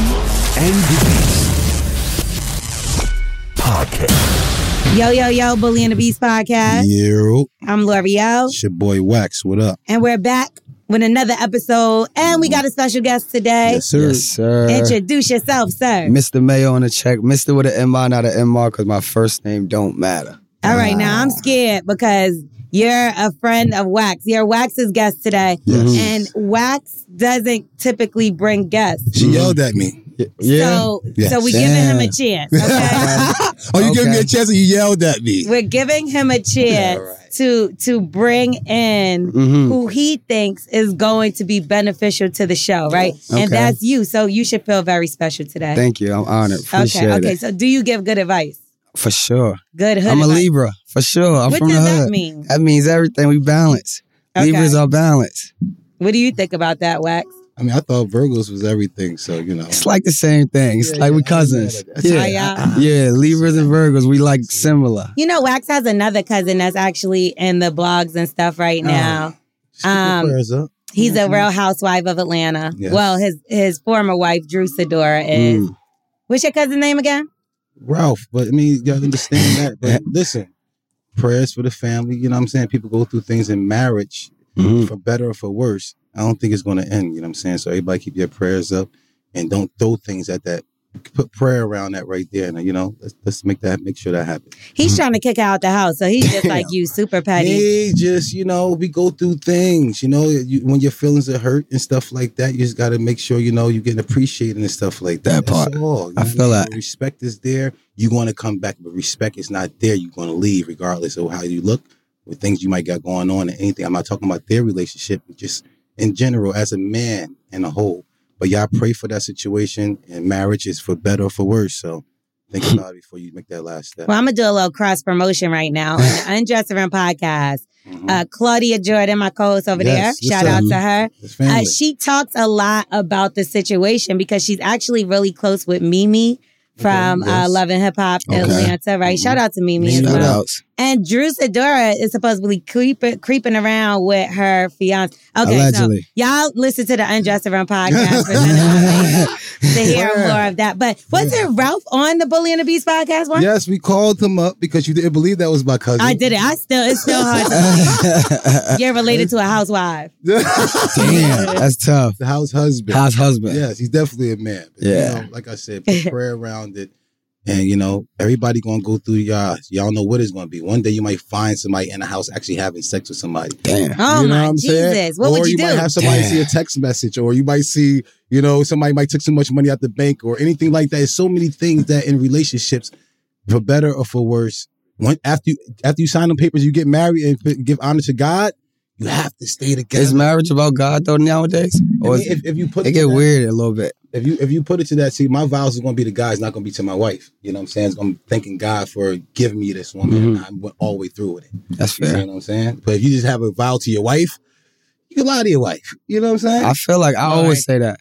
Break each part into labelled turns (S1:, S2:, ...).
S1: and the Beast podcast.
S2: Yo, yo, yo, Bully and the Beast podcast.
S3: Yo,
S2: I'm L'Oreal,
S3: it's your boy Wax. What up?
S2: and we're back with another episode. And we got a special guest today.
S3: Yes, sir.
S4: Yes, sir.
S2: Introduce yourself, sir.
S4: Mr. Mayo on the check. Mr. with an MR, not an MR, because my first name don't matter.
S2: All right, now I'm scared because you're a friend of Wax. You're Wax's guest today.
S4: Yes.
S2: And Wax doesn't typically bring guests.
S3: She yelled at me.
S2: So,
S3: Yes.
S2: so we're giving him a
S4: Yeah.
S2: chance, okay?
S3: Oh, you gave me
S4: Okay.
S3: a chance and you yelled at me.
S2: we're giving him a chance to to bring in
S4: Mhm.
S2: who he thinks is going to be beneficial to the show, right? And
S4: Okay.
S2: that's you. So you should feel very special today.
S4: Thank you. I'm honored. Appreciate
S2: okay, okay.
S4: it.
S2: So do you give good advice?
S4: For sure.
S2: Good hood.
S4: I'm a
S2: advice?
S4: Libra. For sure. I'm
S2: what
S4: from
S2: does
S4: the hood.
S2: that mean?
S4: That means everything. We balance.
S2: Okay.
S4: Libras are balanced.
S2: What do you think about that, Wax?
S3: I mean, I thought Virgos was everything, so you know.
S4: It's like the same thing. It's
S3: Yeah,
S4: like
S3: yeah.
S4: we cousins.
S2: Oh,
S4: Yeah.
S2: yeah.
S4: Yeah. Libras and Virgos, we like similar.
S2: You know, Wax has another cousin that's actually in the blogs and stuff
S4: Oh.
S2: right now.
S3: Keep your
S2: um,
S3: prayers up.
S2: He's
S4: Mm-hmm.
S2: a real housewife of Atlanta.
S3: Yes.
S2: Well, his his former wife, Drew Sidora, is.
S4: Mm.
S2: What's your cousin name again?
S3: Ralph, but I mean, you gotta understand that. But listen, prayers for the family. You know what I'm saying? People go through things in marriage,
S4: Mhm.
S2: Mm-hmm.
S3: for better or for worse. I don't think it's gonna end. You know what I'm saying? So everybody keep your prayers up and don't throw things at that. Put prayer around that right there, and you know, let's, let's make that make sure that happens.
S4: Mm.
S2: He's trying to kick her out the house, so he's just like you, super petty.
S3: Yeah, just you know, we go through things. You know, you, when your feelings are hurt and stuff like that, you just got to make sure you know you getting appreciated and stuff like that.
S4: That part.
S3: That's all. You know
S4: I
S3: what
S4: feel
S3: mean?
S4: that.
S3: respect is there. You want to come back, but respect is not there. You're going to leave regardless of how you look, with things you might got going on and anything. I'm not talking about their relationship, but just in general as a man and a whole. But y'all pray for that situation, and marriage is for better or for worse. So think about it before you make that last step.
S2: Well, I'm gonna do a little cross promotion right now on the Undress Around podcast.
S3: Mhm.
S2: Uh, Claudia Jordan, my co-host over
S3: Yes,
S2: there, shout
S3: what's
S2: out
S3: up?
S2: to her.
S3: It's
S2: Uh,
S3: family.
S2: she talks a lot about the situation because she's actually really close with Mimi from
S3: Okay,
S2: uh,
S3: yes.
S2: Love and Hip Hop
S4: Okay.
S2: Atlanta, right?
S3: Mhm.
S2: Shout out to Mimi as
S4: Shout
S2: well.
S4: outs.
S2: And Drew Sidora is supposedly creep- creeping around with her fiance. Okay,
S4: Allegedly.
S2: so y'all listen to the Undress Around podcast for minute to hear more of that. But wasn't Ralph on the Bully and the Beast podcast one?
S3: Yes, we called him up because you didn't believe that was my cousin.
S2: I did it. I still, it's still hard. to- You're related to a housewife.
S3: the
S4: Damn. That's tough.
S3: house husband.
S4: How's husband?
S3: Yes, he's definitely a man. But,
S4: Yeah.
S3: You know, like I said, put prayer around it. And you know, everybody gonna go through y'all. Y'all know what it's gonna be. One day you might find somebody in the house actually having sex with somebody.
S4: Damn.
S2: Oh
S3: you know
S2: my
S3: what I'm
S2: Jesus.
S3: saying?
S2: What
S3: or
S2: would you, do?
S3: might have somebody
S4: Damn.
S3: see a text message, or you might see, you know, somebody might take too much money out the bank, or anything like that. There's so many things that in relationships, for better or for worse, when after you after you sign them papers, you get married and p- give honor to God. You have to stay together.
S4: Is marriage about God though nowadays?
S3: I
S4: Or
S3: mean,
S4: is
S3: if, if you put
S4: it
S3: to
S4: get
S3: that-
S4: weird a little bit?
S3: if you if you put it to that, see, my vows is gonna be to God, it's not gonna be to my wife. You know what I'm saying? It's gonna be thanking God for giving me this woman.
S4: Mm-hmm.
S3: I went all the way through with it.
S4: That's
S3: You
S4: fair.
S3: know what I'm saying? But if you just have a vow to your wife, you can lie to your wife. You know what I'm saying?
S4: I feel like I
S2: All
S4: always say
S2: right.
S4: that.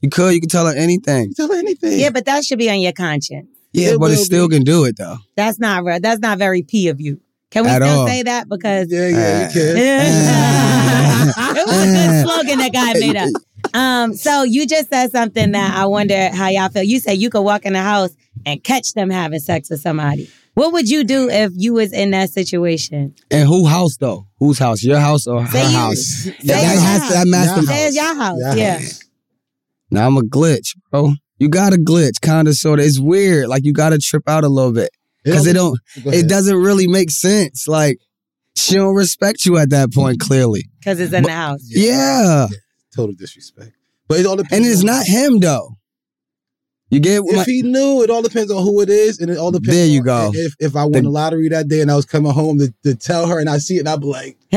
S4: You could, you could tell her anything.
S3: You tell her anything.
S2: yeah, but that should be on your conscience.
S4: Yeah,
S3: It
S4: but it
S3: will
S4: still can do it though.
S2: That's not real. That's not very P of you. Can we
S4: At
S2: still
S4: all.
S2: say that? Because
S3: yeah, yeah,
S4: Ah.
S2: it
S3: you can.
S2: was a good slogan that guy made up. Um, so you just said something that I wonder how y'all feel. You said you could walk in the house and catch them having sex with somebody. What would you do if you was in that situation?
S4: And who house though? Whose house? Your house or her
S2: Say you.
S4: house?
S2: Say
S4: that
S2: your
S4: has
S2: house.
S4: to, that master.
S3: Your
S2: Say it's your house.
S3: Your
S2: yeah.
S3: house.
S4: Now I'm a glitch, bro. You got a glitch, kinda sorta. It's weird. Like you gotta trip out a little bit. Cause it don't
S3: Go
S4: it
S3: ahead.
S4: doesn't really make sense. Like she don't respect you at that point, clearly.
S2: Because it's in the house.
S4: Yeah.
S3: Total disrespect. But it all depends.
S4: And it's
S3: on-
S4: not him though. You get
S3: If
S4: my,
S3: he knew, it all depends on who it is, and it all depends.
S4: There you
S3: on
S4: go.
S3: If if I won the
S4: The-
S3: lottery that day and I was coming home to, to tell her, and I see it, and I'd be like,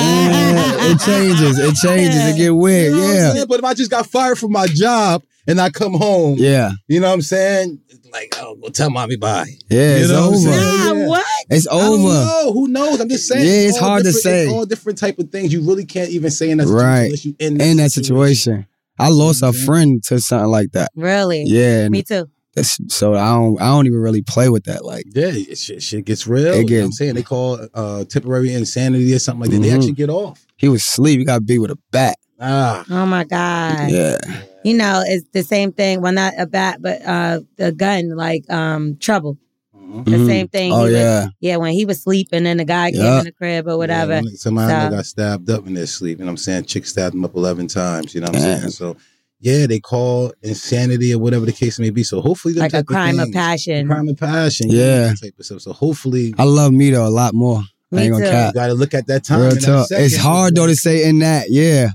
S4: Yeah, it changes. It changes. It get
S3: You
S4: weird.
S3: know what I'm
S4: Yeah.
S3: saying? But if I just got fired from my job and I come home,
S4: Yeah.
S3: you know what I'm saying? Like, oh, well, tell mommy bye.
S4: Yeah.
S3: You
S4: It's
S3: know what I'm
S4: over.
S3: saying?
S2: Nah,
S3: Yeah.
S2: what?
S4: It's
S3: I don't
S4: over.
S3: know. Who knows? I'm just saying.
S4: Yeah, it's
S3: all
S4: hard to
S3: different-
S4: say.
S3: it's all different type of things. You really can't even say in that
S4: Right.
S3: situation unless you in that,
S4: In that situation. I lost a
S3: Mm-hmm.
S4: friend to something like that.
S2: Really?
S4: Yeah.
S2: Me
S4: And
S2: too.
S4: that's, so I don't I don't even really play with that. Like
S3: Yeah, it, shit, shit gets real.
S4: It
S3: You know what I'm
S4: gets-
S3: saying they call uh, temporary insanity or something like that. They
S4: Mhm.
S3: actually get off.
S4: he was asleep. He got beat with a bat.
S3: Ah,
S2: Oh my God.
S4: Yeah.
S2: you know, it's the same thing. Well, not a bat, but uh, a gun, like um, trouble.
S3: Mhm.
S2: The
S4: Mhm.
S2: same thing.
S4: Oh
S2: He was-
S4: yeah.
S2: yeah, when he was sleeping and the guy came
S4: Yeah.
S2: in the crib or whatever.
S3: Yeah, somebody
S2: So-
S3: got stabbed up in their sleep. You know what I'm saying? Chick stabbed him up 11 times. You know what I'm
S4: Damn.
S3: saying? So, yeah, they call insanity or whatever the case may be. So, hopefully, them
S2: like a
S3: type
S2: crime of
S3: things-
S2: passion.
S3: Crime of passion.
S4: Yeah.
S3: that Type of stuff. So, hopefully,
S4: I love Mito a lot more. I
S2: Me
S4: ain't gonna
S2: too.
S4: cap.
S3: you got to look at that time.
S4: Real
S3: and that
S4: talk. It's
S3: second.
S4: hard though to say in that. Yeah.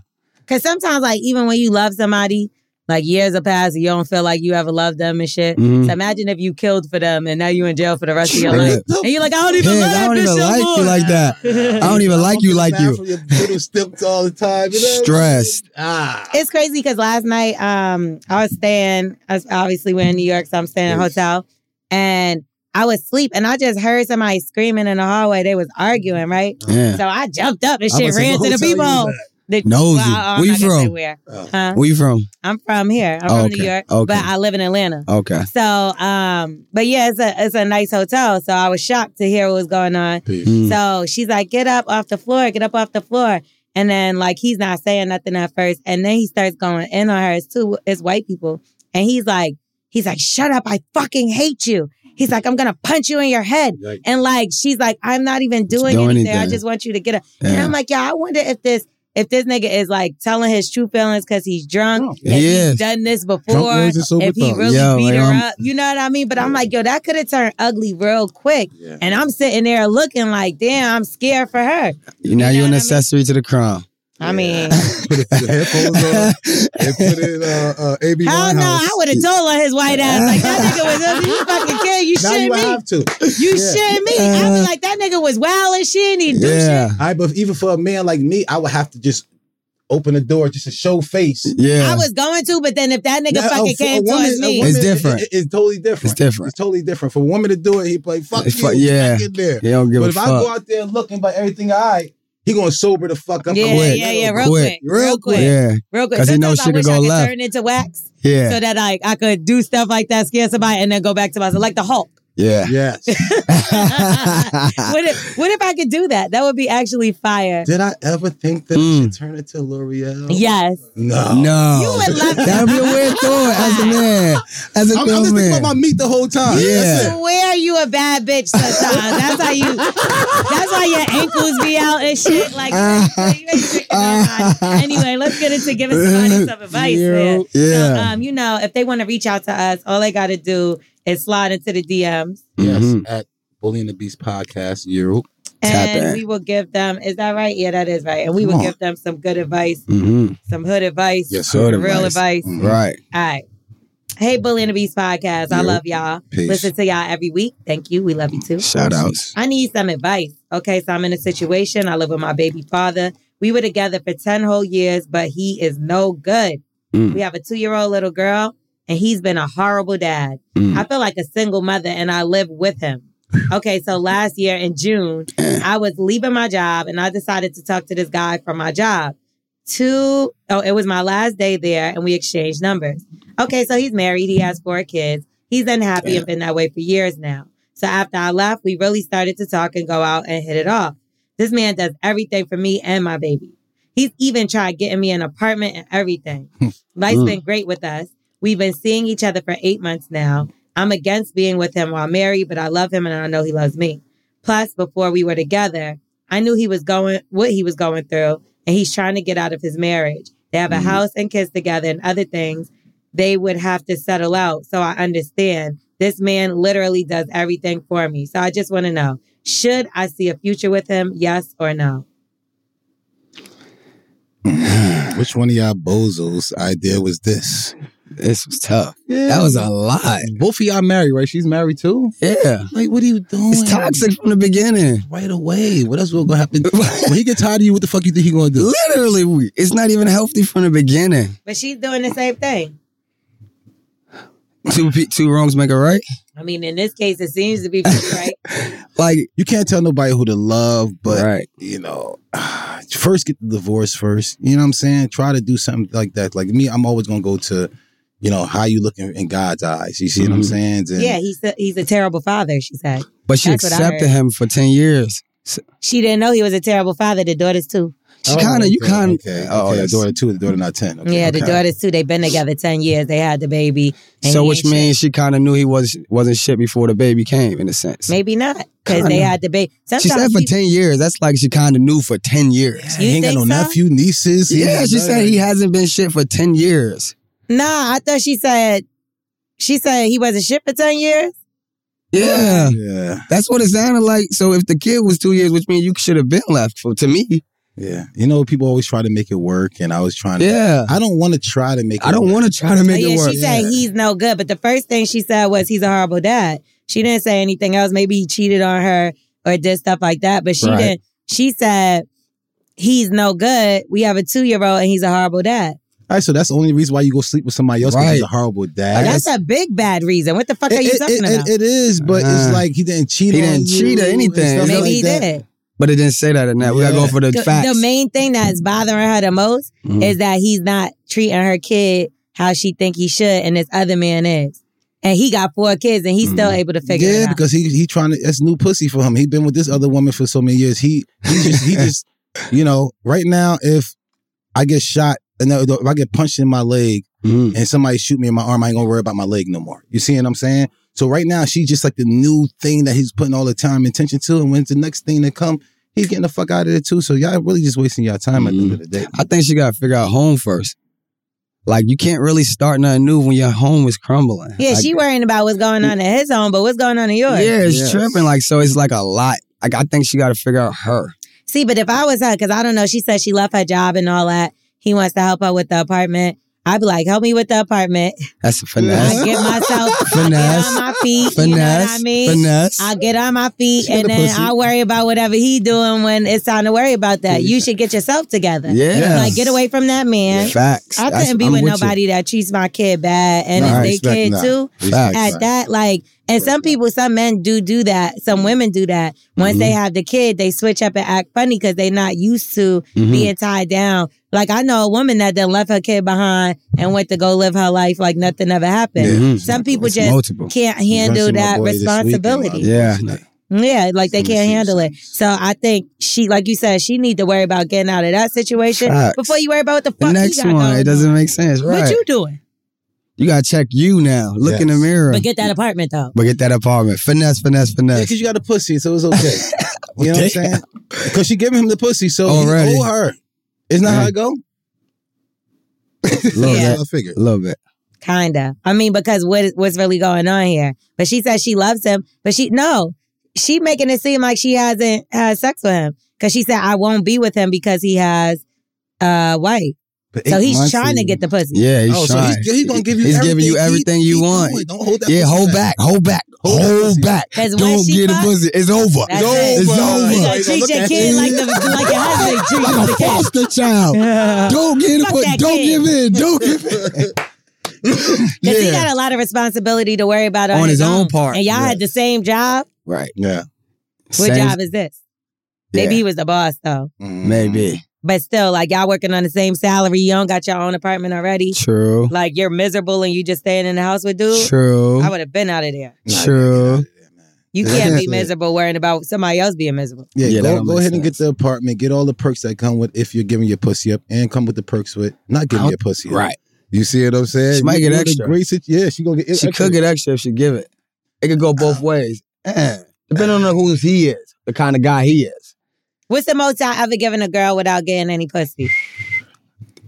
S2: Cause sometimes, like, even when you love somebody, like years have passed, you don't feel like you ever loved them and shit.
S4: Mhm.
S2: So imagine if you killed for them and now you in jail for the rest of your
S4: Yeah.
S2: life. And you're like, I don't even
S4: Yeah,
S2: like
S4: I don't
S2: this
S4: even
S2: shit
S4: like you
S2: more.
S4: like that. I don't even like you like you.
S3: Stipped all the time. You know?
S4: Stressed.
S3: Ah.
S2: It's crazy because last night um I was staying. I was obviously we're in New York, so I'm staying in a
S3: Yes.
S2: hotel, and I was asleep, and I just heard somebody screaming in the hallway. They was arguing, right?
S4: Yeah.
S2: So I jumped up and
S3: I
S2: shit
S3: was in
S2: ran
S3: the
S2: to the
S3: hotel you
S2: people.
S3: was
S2: The,
S4: Nosy.
S2: I'm
S4: Where you
S2: not gonna say
S4: from?
S2: where.
S3: Oh.
S2: Huh?
S4: Where you from?
S2: I'm from here. I'm
S4: Oh,
S2: from New
S4: okay.
S2: York,
S4: Okay.
S2: but I live in Atlanta.
S4: Okay.
S2: So, um, but yeah, it's a it's a nice hotel. So I was shocked to hear what was going on.
S3: Peace.
S4: Mm.
S2: So she's like, "Get up off the floor, get up off the floor." And then like he's not saying nothing at first, and then he starts going in on her. It's two, it's white people, and he's like, he's like, "Shut up! I fucking hate you." He's like, "I'm gonna punch you in your head."
S3: Like,
S2: And like she's like, I'm not even doing,
S4: doing
S2: anything. I
S4: anything.
S2: just want you to get up. And
S4: Yeah.
S2: I'm like, yeah, I wonder if this if this nigga is like telling his true feelings because he's drunk.
S3: No.
S2: if
S4: Oh. He
S2: he's
S4: is.
S2: done this
S3: drunk
S2: before.
S3: ones and sober
S2: If he
S3: thoughts.
S2: really
S4: Yo, um,
S2: beat
S4: like,
S2: her
S4: I'm-
S2: up, you know what I mean. But I'm like, yo, that could have turned ugly real quick.
S3: Yeah.
S2: And I'm sitting there looking like, damn, I'm scared for her.
S4: You now
S2: You
S4: you're
S2: know
S4: an
S2: what I mean?
S4: accessory to the crime.
S2: I mean,
S3: put the headphones on and put in uh, uh, AB
S2: hell no, I
S3: Winehouse.
S2: would have told on his white ass. Like that nigga was ugly. You fucking kid. You
S3: Now
S2: shit
S3: you
S2: me.
S3: have to.
S2: You
S3: Yeah.
S2: shit me. I'd be
S4: Uh,
S2: like, that nigga was wild and shit. And he do shit.
S4: yeah.
S3: I but even for a man like me, I would have to just open the door just to show face.
S4: Yeah.
S2: I was going to, but then if that nigga
S3: Now,
S2: fucking
S3: uh, for a
S2: came
S3: woman-
S2: towards
S3: a
S2: me,
S3: woman,
S4: It's different.
S3: it- it- it's totally different.
S4: It's different.
S3: It's totally different. For a woman to do it, he'd be like, fuck
S4: It's
S3: you,
S4: fu-
S3: yeah.
S4: yeah.
S3: get there.
S4: They don't give
S3: But
S4: a
S3: if I go
S4: fuck.
S3: out there looking but everything all right, he gonna sober the fuck up.
S2: yeah,
S4: quick.
S2: yeah, yeah, real quick,
S4: Quick.
S2: real quick,
S4: Yeah.
S2: real quick.
S4: 'Cause he knows
S2: Sometimes
S4: she
S2: I
S4: could
S2: wish
S4: go
S2: I could
S4: left.
S2: turn into wax
S4: Yeah.
S2: so that like I could do stuff like that, scare somebody, and then go back to myself like the Hulk.
S4: Yeah.
S3: Yes.
S4: Ah.
S2: What if what if I could do that? That would be actually fire.
S3: Did I ever think that I
S4: Mm.
S3: should turn into L'Oreal?
S2: Yes,
S3: No.
S4: No.
S2: You would love-
S4: That'd be a weird thought as a man. As a
S3: I'm, I'm
S4: grown
S3: just thinking
S4: man.
S3: about my meat the whole time.
S4: Yeah.
S3: That's it.
S2: swear you a bad bitch sometimes. That's how you. That's why your ankles be out and shit.
S4: Uh,
S2: Like you ain't tricking nobody. anyway, let's get into giving somebody some advice. man.
S4: Zero.
S2: So,
S4: uh, Yeah.
S2: um, you know, if they want to reach out to us, all they got to do is slide into the DMs,
S3: Yes,
S4: Mhm.
S3: at Bully and the Beast Podcast Europe.
S4: Tap
S2: and
S4: in.
S2: we will give them. Is that right? Yeah, that is right. And we
S4: Come
S2: will
S4: on.
S2: give them some good advice,
S4: Mhm.
S2: some hood advice,
S3: Yes,
S4: sir. Hood
S2: some real
S4: advice.
S2: advice.
S4: Mm.
S3: Mhm.
S4: Right.
S2: All right. Hey, Bully and the Beast podcast. I
S3: Yo.
S2: love y'all.
S3: Peace.
S2: Listen to y'all every week. Thank you. We love you too.
S4: Shout outs.
S2: I need some advice. Okay, so I'm in a situation. I live with my baby father. We were together for 10 whole years, but he is no good.
S4: Mm.
S2: We have a two year old little girl, and he's been a horrible dad. I feel like a single mother and I live with him. Okay, so last year in June, I was leaving my job and I decided to talk to this guy from my job. Two, oh, it was my last day there and we exchanged numbers. Okay, so he's married, he has four kids. He's unhappy and been that way for years now. So after I left, we really started to talk and go out and hit it off. This man does everything for me and my baby. He's even tried getting me an apartment and everything. Life's
S4: Mm.
S2: been great with us. We've been seeing each other for eight months now. I'm against being with him while married, but I love him and I know he loves me. Plus, before we were together, I knew he was going what he was going through, and he's trying to get out of his marriage. They have a
S4: Mhm.
S2: house and kids together and other things. They would have to settle out. So I understand. This man literally does everything for me. So I just want to know, should I see a future with him? Yes or no?
S3: Which one of y'all bozos' idea was this?
S4: This was tough.
S3: Yeah.
S4: That was a lot.
S3: Both of y'all married, right? She's married too.
S4: Yeah.
S3: Like, what are you doing?
S4: It's toxic from the beginning.
S3: right away. What else will gonna happen? when he get tired of you, what the fuck you think he gonna do?
S4: Literally, we- it's not even healthy from the beginning.
S2: But she's doing the same thing.
S4: Two pe- two wrongs make a right.
S2: I mean, in this case, it seems to be right.
S4: Like
S3: You can't tell nobody who to love, but
S4: right.
S3: you know, first get the divorce first. You know what I'm saying? Try to do something like that. Like me, I'm always gonna go to, you know, how you look in, in God's eyes. You see what I'm
S4: Mhm.
S3: saying? And
S2: yeah, he's a, he's a terrible father. She said
S4: But she
S2: That's what I
S4: accepted
S2: heard.
S4: him for ten years.
S2: she didn't know he was a terrible father. The daughters too.
S4: She kind of, you kind of.
S3: Okay. Oh, the daughter two, the daughter not ten. Okay,
S2: yeah, the
S3: okay.
S2: daughters too. They've been together ten years. They had the baby. and
S4: So
S2: he
S4: which
S2: ain't
S4: means she kind of knew he was wasn't shit before the baby came, in a sense.
S2: shit. maybe not because
S4: Kinda.
S2: they had the baby.
S4: She
S2: Sometimes
S4: said for
S2: peop-
S4: ten years. That's like she kind of knew for ten years.
S3: He
S2: You
S3: ain't got
S2: think
S3: no
S2: so?
S3: nephew, nieces.
S4: Yeah, she
S3: He's
S4: said he hasn't been shit for ten years.
S2: Nah, I thought she said. She said he wasn't shit for ten years.
S4: Yeah,
S3: nutty. Yeah,
S4: that's what it sounded like. So if the kid was two years, which means you should have been left. For to me,
S3: yeah. You know, people always try to make it work, and I was trying to.
S4: yeah,
S3: I don't want to try to make.
S4: I don't
S3: It work.
S4: want to try to make
S2: Oh,
S4: it
S2: yeah,
S4: work.
S2: she said he's no good. But the first thing she said was he's a horrible dad. She didn't say anything else. Maybe he cheated on her or did stuff like that. But she
S4: Right.
S2: didn't. She said he's no good. We have a two year old and he's a horrible dad.
S3: All right, so that's the only reason why you go sleep with somebody else. Because
S4: Right.
S3: he's a horrible dad.
S2: That's a big bad reason. What the fuck are you
S3: It- it-
S2: talking
S3: it-
S2: about?
S3: it is, but
S4: Uh-huh.
S3: it's like he didn't cheat.
S4: He
S3: on
S4: didn't
S3: you
S4: cheat or
S3: and
S4: anything.
S3: stuff
S4: it's
S2: Maybe
S3: like
S2: he
S3: that.
S2: did.
S4: but it didn't say that in that. We gotta go
S3: Yeah.
S4: for the,
S2: The,
S4: facts.
S2: the main thing that's bothering her the most
S3: Mm.
S4: Mhm.
S2: is that he's not treating her kid how she think he should, and this other man is. And he got four kids, and he's still
S4: Mhm.
S2: able to figure
S3: Mm. yeah,
S2: it out.
S3: because he he trying to. That's new pussy for him. He been with this other woman for so many years. He he just he just you know right now if I get shot and if I get punched in my leg
S2: Mm-hmm.
S4: Mhm.
S3: and somebody shoot me in my arm, I ain't gonna worry about my leg no more. You see what I'm saying? So right now she's just like the new thing that he's putting all the time and attention to, and when it's the next thing that come, he's getting the fuck out of it too. So y'all really just wasting y'all time at the
S2: Mm-hmm.
S3: end of the day.
S4: I think she gotta figure out home first. Like you can't really start nothing new when your home is crumbling.
S2: Yeah,
S4: Like,
S2: she worrying about what's going on in his home, but what's going on in yours?
S4: Yeah, it's
S3: Yes.
S4: tripping. Like so, it's like a lot. Like I think she gotta figure out her.
S2: See, but if I was her, because I don't know, she said she left her job and all that. He wants to help her with the apartment. I'd be like, help me with the apartment.
S4: That's a
S2: I
S4: finesse.
S2: get myself I get
S4: Finesse.
S2: on my feet. You know what I
S4: Finesse.
S2: mean?
S4: Finesse.
S2: I get on my feet
S3: She got
S2: and
S3: a
S2: then
S3: pussy.
S2: I worry about whatever he doing when it's time to worry about that. You should get yourself together.
S4: Yeah.
S2: Like get away from that man.
S4: Facts.
S2: I
S4: That's-
S2: couldn't be
S4: I'm
S2: with
S4: you.
S2: nobody that treats my kid bad and
S3: Nah, I
S2: it's their
S3: respect-
S2: kid
S3: nah.
S2: too.
S4: Facts.
S2: at that like and some people some men do do that some women do that once
S4: Mm-hmm.
S2: they have the kid they switch up and act funny because they're not used to
S3: Mm-hmm.
S4: Mhm.
S2: being tied down like i know a woman that then left her kid behind and went to go live her life like nothing ever happened
S4: Mhm.
S2: some people
S4: It's
S2: just
S4: multiple.
S2: can't
S3: Run
S2: handle
S3: see my
S2: that
S3: boy this
S2: responsibility
S3: weekend,
S4: Yeah.
S3: my boy.
S2: yeah like they
S3: Let me
S2: can't
S3: see
S2: handle it
S3: something.
S2: so i think she like you said she need to worry about getting out of that situation
S4: Facts.
S2: before you worry about what the fuck
S4: The
S2: you
S4: next
S2: got
S4: one,
S2: going
S4: it doesn't
S2: on.
S4: make sense, right?
S2: what
S4: You,
S2: you doing
S4: gotta check you now. Look in the
S3: Yes.
S4: mirror.
S2: but get that apartment though
S4: But get that apartment. Finesse, finesse,
S3: Yeah,
S4: finesse.
S3: because you got a pussy, so it's okay. you know what I'm saying?
S4: Damn.
S3: Because she giving him the pussy, so
S4: Already.
S3: he owe her. Isn't that how it go? Oh,
S4: Love
S2: Yeah.
S4: that.
S3: I figured.
S4: A little bit.
S2: Kinda. I mean, because what is- what's really going on here? But she says she loves him, but she no, she making it seem like she hasn't had sex with him because she said I won't be with him because he has a wife.
S3: But
S2: So
S3: eight
S2: he's
S3: months
S2: trying to
S3: is-
S2: get the pussy.
S4: Yeah, he's
S3: Oh, so
S4: trying.
S3: he's, he's gonna give you.
S4: He's
S3: everything.
S4: giving you
S3: Keep-
S4: everything you
S3: keep
S4: want.
S3: going. Don't hold that.
S4: Yeah,
S3: pussy
S4: hold back, hold back,
S3: Hold that
S4: hold
S3: pussy
S4: back.
S2: 'Cause when
S4: Don't
S2: she
S4: get a
S2: fuck-
S4: pussy. It's over.
S2: That's
S3: it.
S4: It's
S3: Over.
S2: You
S4: over.
S3: Like
S2: gotta
S3: Don't
S2: treat
S3: look
S2: your
S3: at
S2: kid
S3: me.
S2: like the like your husband
S4: Like a
S2: treats the
S4: foster child.
S2: kid.
S4: Don't get a
S2: Fuck
S4: pussy.
S2: that
S4: Don't
S2: kid.
S4: give in. Don't give in.
S2: Because he
S4: Yeah.
S2: got a lot of responsibility to worry about on,
S4: On his own part,
S2: And y'all all had the same job.
S4: Right.
S3: Yeah.
S2: What
S4: Same-
S2: job is this? Maybe he was the boss though.
S3: Mhm.
S4: Maybe.
S2: But still, like y'all working on the same salary, you don't got your own apartment already.
S4: True.
S2: Like you're miserable and you just staying in the house with dude.
S4: True.
S2: I would have been out of there.
S3: Nah,
S4: True.
S3: get out of there, man.
S2: You can't be miserable worrying about somebody else being miserable.
S3: Yeah,
S4: Yeah, that
S3: go,
S4: don't
S3: go
S4: make
S3: ahead and get
S4: sense.
S3: the apartment. Get all the perks that come with if you're giving your pussy up, and come with the perks with not giving
S4: I'll-
S3: your pussy up.
S4: Right.
S3: You see what I'm saying?
S4: She might
S3: You
S4: get
S3: doing a
S4: extra.
S3: Great situ- yeah, she gonna get.
S4: She
S3: extra.
S4: could get extra if she give it. It could go both ways. Eh. Depending on who he is, the kind of guy he is.
S2: What's the most I ever given a girl without getting any pussy?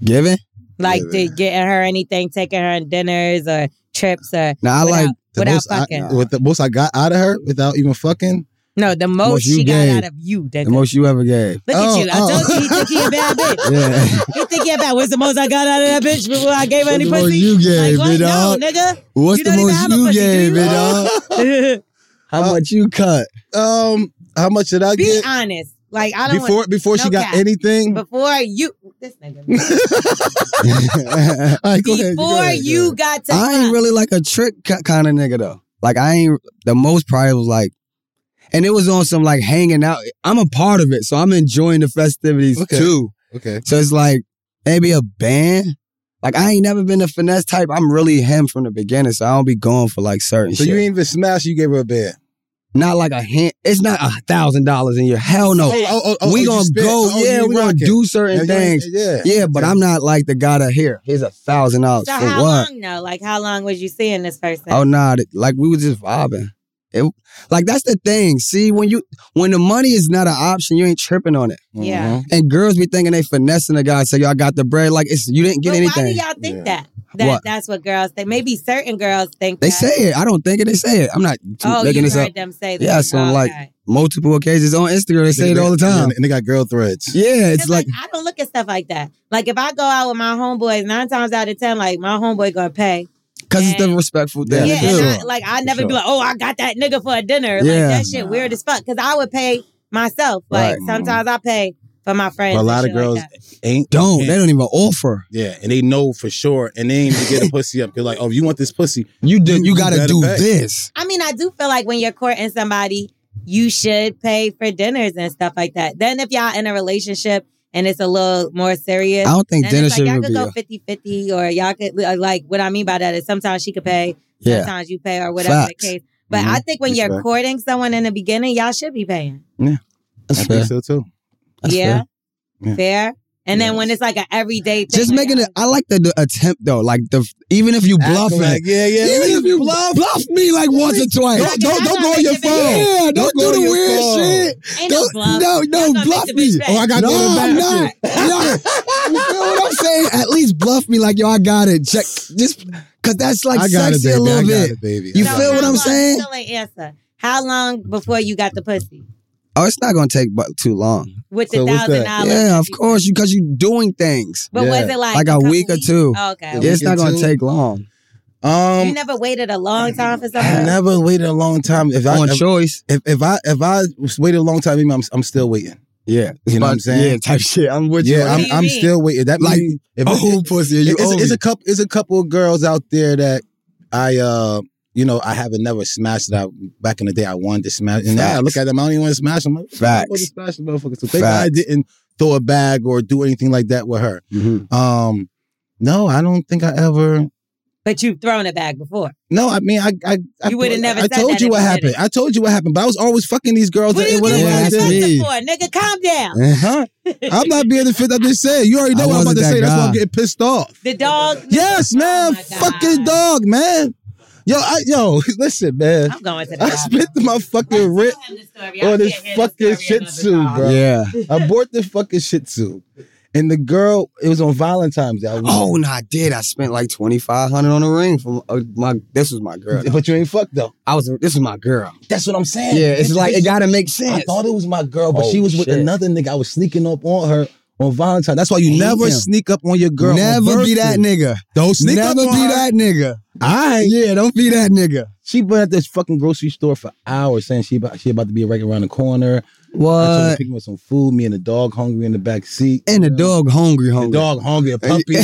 S4: Giving?
S2: Like
S3: Yeah,
S2: did getting her anything, taking her on dinners or trips or
S4: Now I
S2: without,
S4: like
S3: The
S2: without
S3: most I-
S2: fucking.
S3: with the most I got out of her without even fucking.
S2: no, the most,
S4: most you
S2: she got
S4: gave.
S2: out of you.
S4: the
S2: Denzel.
S4: most you ever gave.
S2: Look
S3: Oh,
S2: at you. I
S3: oh.
S2: told you he think he a bad bitch.
S4: Yeah.
S2: He think he a bad. What's the most I got out of that bitch before I gave her any
S4: What's the most
S2: pussy?
S4: you gave,
S2: like, what?
S4: big
S2: No,
S4: dog?
S2: nigga.
S4: What's
S2: You
S4: the
S2: don't even
S4: most
S2: have a
S4: you
S2: pussy, do
S4: gave
S2: you?
S4: it all? How much you cut?
S3: Um, how much did I
S2: Be
S3: get
S2: honest. Like I don't
S3: before before she
S2: no
S3: got
S2: cap.
S3: anything?
S2: want before you this nigga
S4: I
S3: All right, go ahead, go
S2: before
S3: ahead, go
S2: you
S3: ahead.
S2: got to
S4: ain't really like a trick kind of nigga though. Like I ain't the most probably was like, and it was on some like hanging out. I'm a part of it, so I'm enjoying the festivities
S3: Okay.
S4: too.
S3: okay,
S4: So it's like maybe a band. Like I ain't never been a finesse type. I'm really him from the beginning, so I don't be going for like certain
S3: so
S4: shit.
S3: you ain't even smash. You gave her a bed.
S4: Not like a hand. It's not a thousand dollars in your hell no.
S3: Oh, oh, oh,
S4: we
S3: oh,
S4: gonna
S3: you spit.
S4: go,
S3: Oh,
S4: yeah.
S3: you
S4: We gonna
S3: rocking.
S4: do certain
S3: Yeah, you ain't-
S4: things.
S3: Yeah.
S4: Yeah, but I'm not like the guy that here. Here's a thousand dollars
S2: So
S4: for
S2: how
S4: what?
S2: long though? Like how long was you seeing this person?
S4: Oh nah, th- like we was just vibing. It, like that's the thing. See, when you when the money is not an option, you ain't tripping on it.
S2: Yeah.
S3: Mhm.
S4: And girls be thinking they finessing the guy. Say y'all got the bread. Like it's you didn't get
S2: but Why
S4: anything.
S2: do y'all think
S3: Yeah.
S2: that? That
S4: What?
S2: that's what girls think. Maybe certain girls think
S4: They
S2: that.
S4: say it. I don't think it. They say it. I'm not
S2: Oh, you
S4: making
S2: heard
S4: this up.
S2: them say that.
S4: Yeah, so I'm like-
S2: okay.
S4: Multiple occasions on Instagram, they say it all the time.
S3: And they got girl threads.
S4: Yeah, it's
S2: Cause,
S4: like
S2: like, I don't look at stuff like that. Like if I go out with my homeboys, nine times out of ten, like my homeboy gonna pay.
S4: because it's the
S2: and-
S4: respectful
S3: Yeah,
S4: thing.
S2: yeah,
S4: to
S2: and
S4: do.
S2: I, like I
S3: For
S2: never
S3: sure.
S2: be like, oh, I got that nigga for a dinner.
S4: Yeah.
S2: Like that shit weird as fuck. Cause I would pay myself. Like
S4: Right.
S2: sometimes I pay for my friends.
S3: But a
S2: and
S3: lot of
S2: shit like
S3: girls
S2: that.
S3: ain't
S4: don't.
S3: Yeah.
S4: They don't even offer.
S3: Yeah, and they know for sure, and they ain't even get a pussy up. They're like, "Oh, you want this pussy?
S4: You do.
S3: You-
S4: You,
S3: you
S4: gotta,
S3: gotta
S4: do
S3: pay.
S4: this.
S2: I mean, I do feel like when you're courting somebody, you should pay for dinners and stuff like that. Then if y'all in a relationship and it's a little more serious,
S4: I don't think
S2: then
S4: dinner
S2: it's like
S4: should
S2: y'all
S4: even
S2: could
S4: be.
S2: go
S4: a-
S2: 50-50 or y'all could uh, like what I mean by that is sometimes she could pay,
S4: Yeah,
S2: sometimes you pay or whatever
S4: Facts. Mm-hmm.
S2: the case. But
S3: Mhm.
S2: I think when you're
S3: Respect.
S2: courting someone in the beginning, y'all should be paying.
S4: that's
S3: I think
S4: fair.
S3: so too.
S4: That's
S2: yeah?
S4: fair.
S3: Yeah.
S2: fair. And then when it's like an everyday thing,
S4: Just
S2: like,
S4: making it. I like the, the attempt though. Like the even if you bluff
S3: Act like,
S4: it.
S3: yeah, yeah.
S4: Even if you bluff, bluff me like once or twice.
S2: Don't- don't- don't go on your phone.
S4: Yeah, don't,
S3: Don't go
S4: do
S3: on
S4: the
S3: your
S4: weird
S3: phone.
S4: shit.
S2: ain't no bluff.
S4: No,
S2: Y'all
S4: no,
S2: gonna
S4: bluff
S2: make the
S4: me.
S2: bitch pay.
S3: Oh, I got
S4: no,
S3: to go to the
S4: I'm
S3: bathroom.
S4: not. No. You feel what I'm saying? At least bluff me like yo, I got it. Check just because that's like
S3: I got
S4: sexy
S3: it, baby.
S4: a
S3: I
S4: little
S3: got
S4: bit.
S3: it, baby.
S4: You
S3: I got
S4: feel
S3: it.
S4: what
S2: how
S4: I'm
S2: long-
S4: saying?
S2: Still ain't answer. How long before you got the pussy
S4: Oh, it's not gonna take but too long.
S2: with
S3: So
S2: the
S3: what's
S2: thousand
S3: that?
S2: dollars?
S4: yeah, of course, you because you doing things.
S2: But
S3: Yeah.
S2: was it like
S4: Like a
S2: couple
S4: week or
S2: weeks?
S4: two.
S2: Oh, okay.
S4: Yeah, it's not
S3: weekend
S4: gonna
S3: too.
S4: take long.
S3: Um,
S2: you never waited a long time for
S3: I
S2: something.
S3: never waited a long time. If I
S4: On
S3: if,
S4: choice.
S3: if, if I if I was waited a long time, maybe I'm I'm still waiting.
S4: Yeah.
S3: You know what I'm saying?
S4: Yeah, type shit. I'm with you.
S3: Yeah,
S2: What do
S3: I'm
S2: you
S3: I'm
S2: mean?
S3: still waiting. That
S4: Like,
S3: mean, if I-
S4: Oh, pussy,
S3: it-
S4: you owe
S3: it's, it's
S4: me.
S3: a couple it's a couple of girls out there that I uh you know I haven't never smashed that I, back in the day I wanted to smash and now I look
S4: Facts.
S3: at them I don't even want to smash them. I'm like,
S4: Facts.
S3: I'm to smash them motherfuckers. So thank God I
S4: Facts.
S3: didn't throw a bag or do anything like that with her.
S4: Mhm.
S3: Um, no, I don't think I ever.
S2: But you've thrown it back before.
S3: No, I mean, I, I, I
S2: You would've
S3: I-
S2: never
S3: I
S2: said
S3: told
S2: that
S3: you
S2: if
S3: what
S2: you did
S3: happened.
S2: it.
S3: I told you what happened, but I was always fucking these girls.
S2: What are
S3: Oh, that-
S2: you
S3: when I
S2: getting
S4: would've
S2: on
S3: was
S4: happened.
S3: there.
S4: me.
S2: defensive for, nigga? Calm down.
S3: Huh? I'm not being the fifth. I'm just saying. You already know
S4: I
S3: what I'm about
S4: wasn't
S3: to
S4: that
S3: say. That's why I'm
S4: guy.
S3: getting pissed off.
S2: the dog.
S3: Yes,
S2: Oh
S3: man.
S2: my God.
S3: fucking dog, man. Yo, I, yo, listen, man.
S2: I'm going to the
S3: I
S2: dog.
S3: spit my fucking rip on this fucking Shih Tzu, bro.
S4: Yeah.
S3: I bought the fucking Shih Tzu, and the girl. It was on Valentine's Day. I was-
S4: Oh no, I did. I spent like twenty five hundred on a ring from uh, my. This was my girl.
S3: but you ain't fucked though.
S4: I was. This was my girl.
S3: That's what I'm saying.
S4: Yeah, it's like it gotta make
S3: I
S4: sense.
S3: thought it was my girl, but
S4: Oh,
S3: she was with
S4: shit.
S3: another nigga. I was sneaking up on her on Valentine. That's why you
S4: Damn.
S3: never sneak up on your girl. on
S4: Never be
S3: birthday.
S4: that nigga.
S3: Don't sneak
S4: Never
S3: up on
S4: be
S3: her.
S4: that nigga.
S3: I
S4: Yeah, don't be that nigga.
S3: She been at this fucking grocery store for hours saying she about she about to be right around the corner. I told her to
S4: What?
S3: pick me up some food. Me and the dog hungry in the back seat.
S4: And the dog hungry,
S3: The
S4: hungry.
S3: dog hungry, a puppy.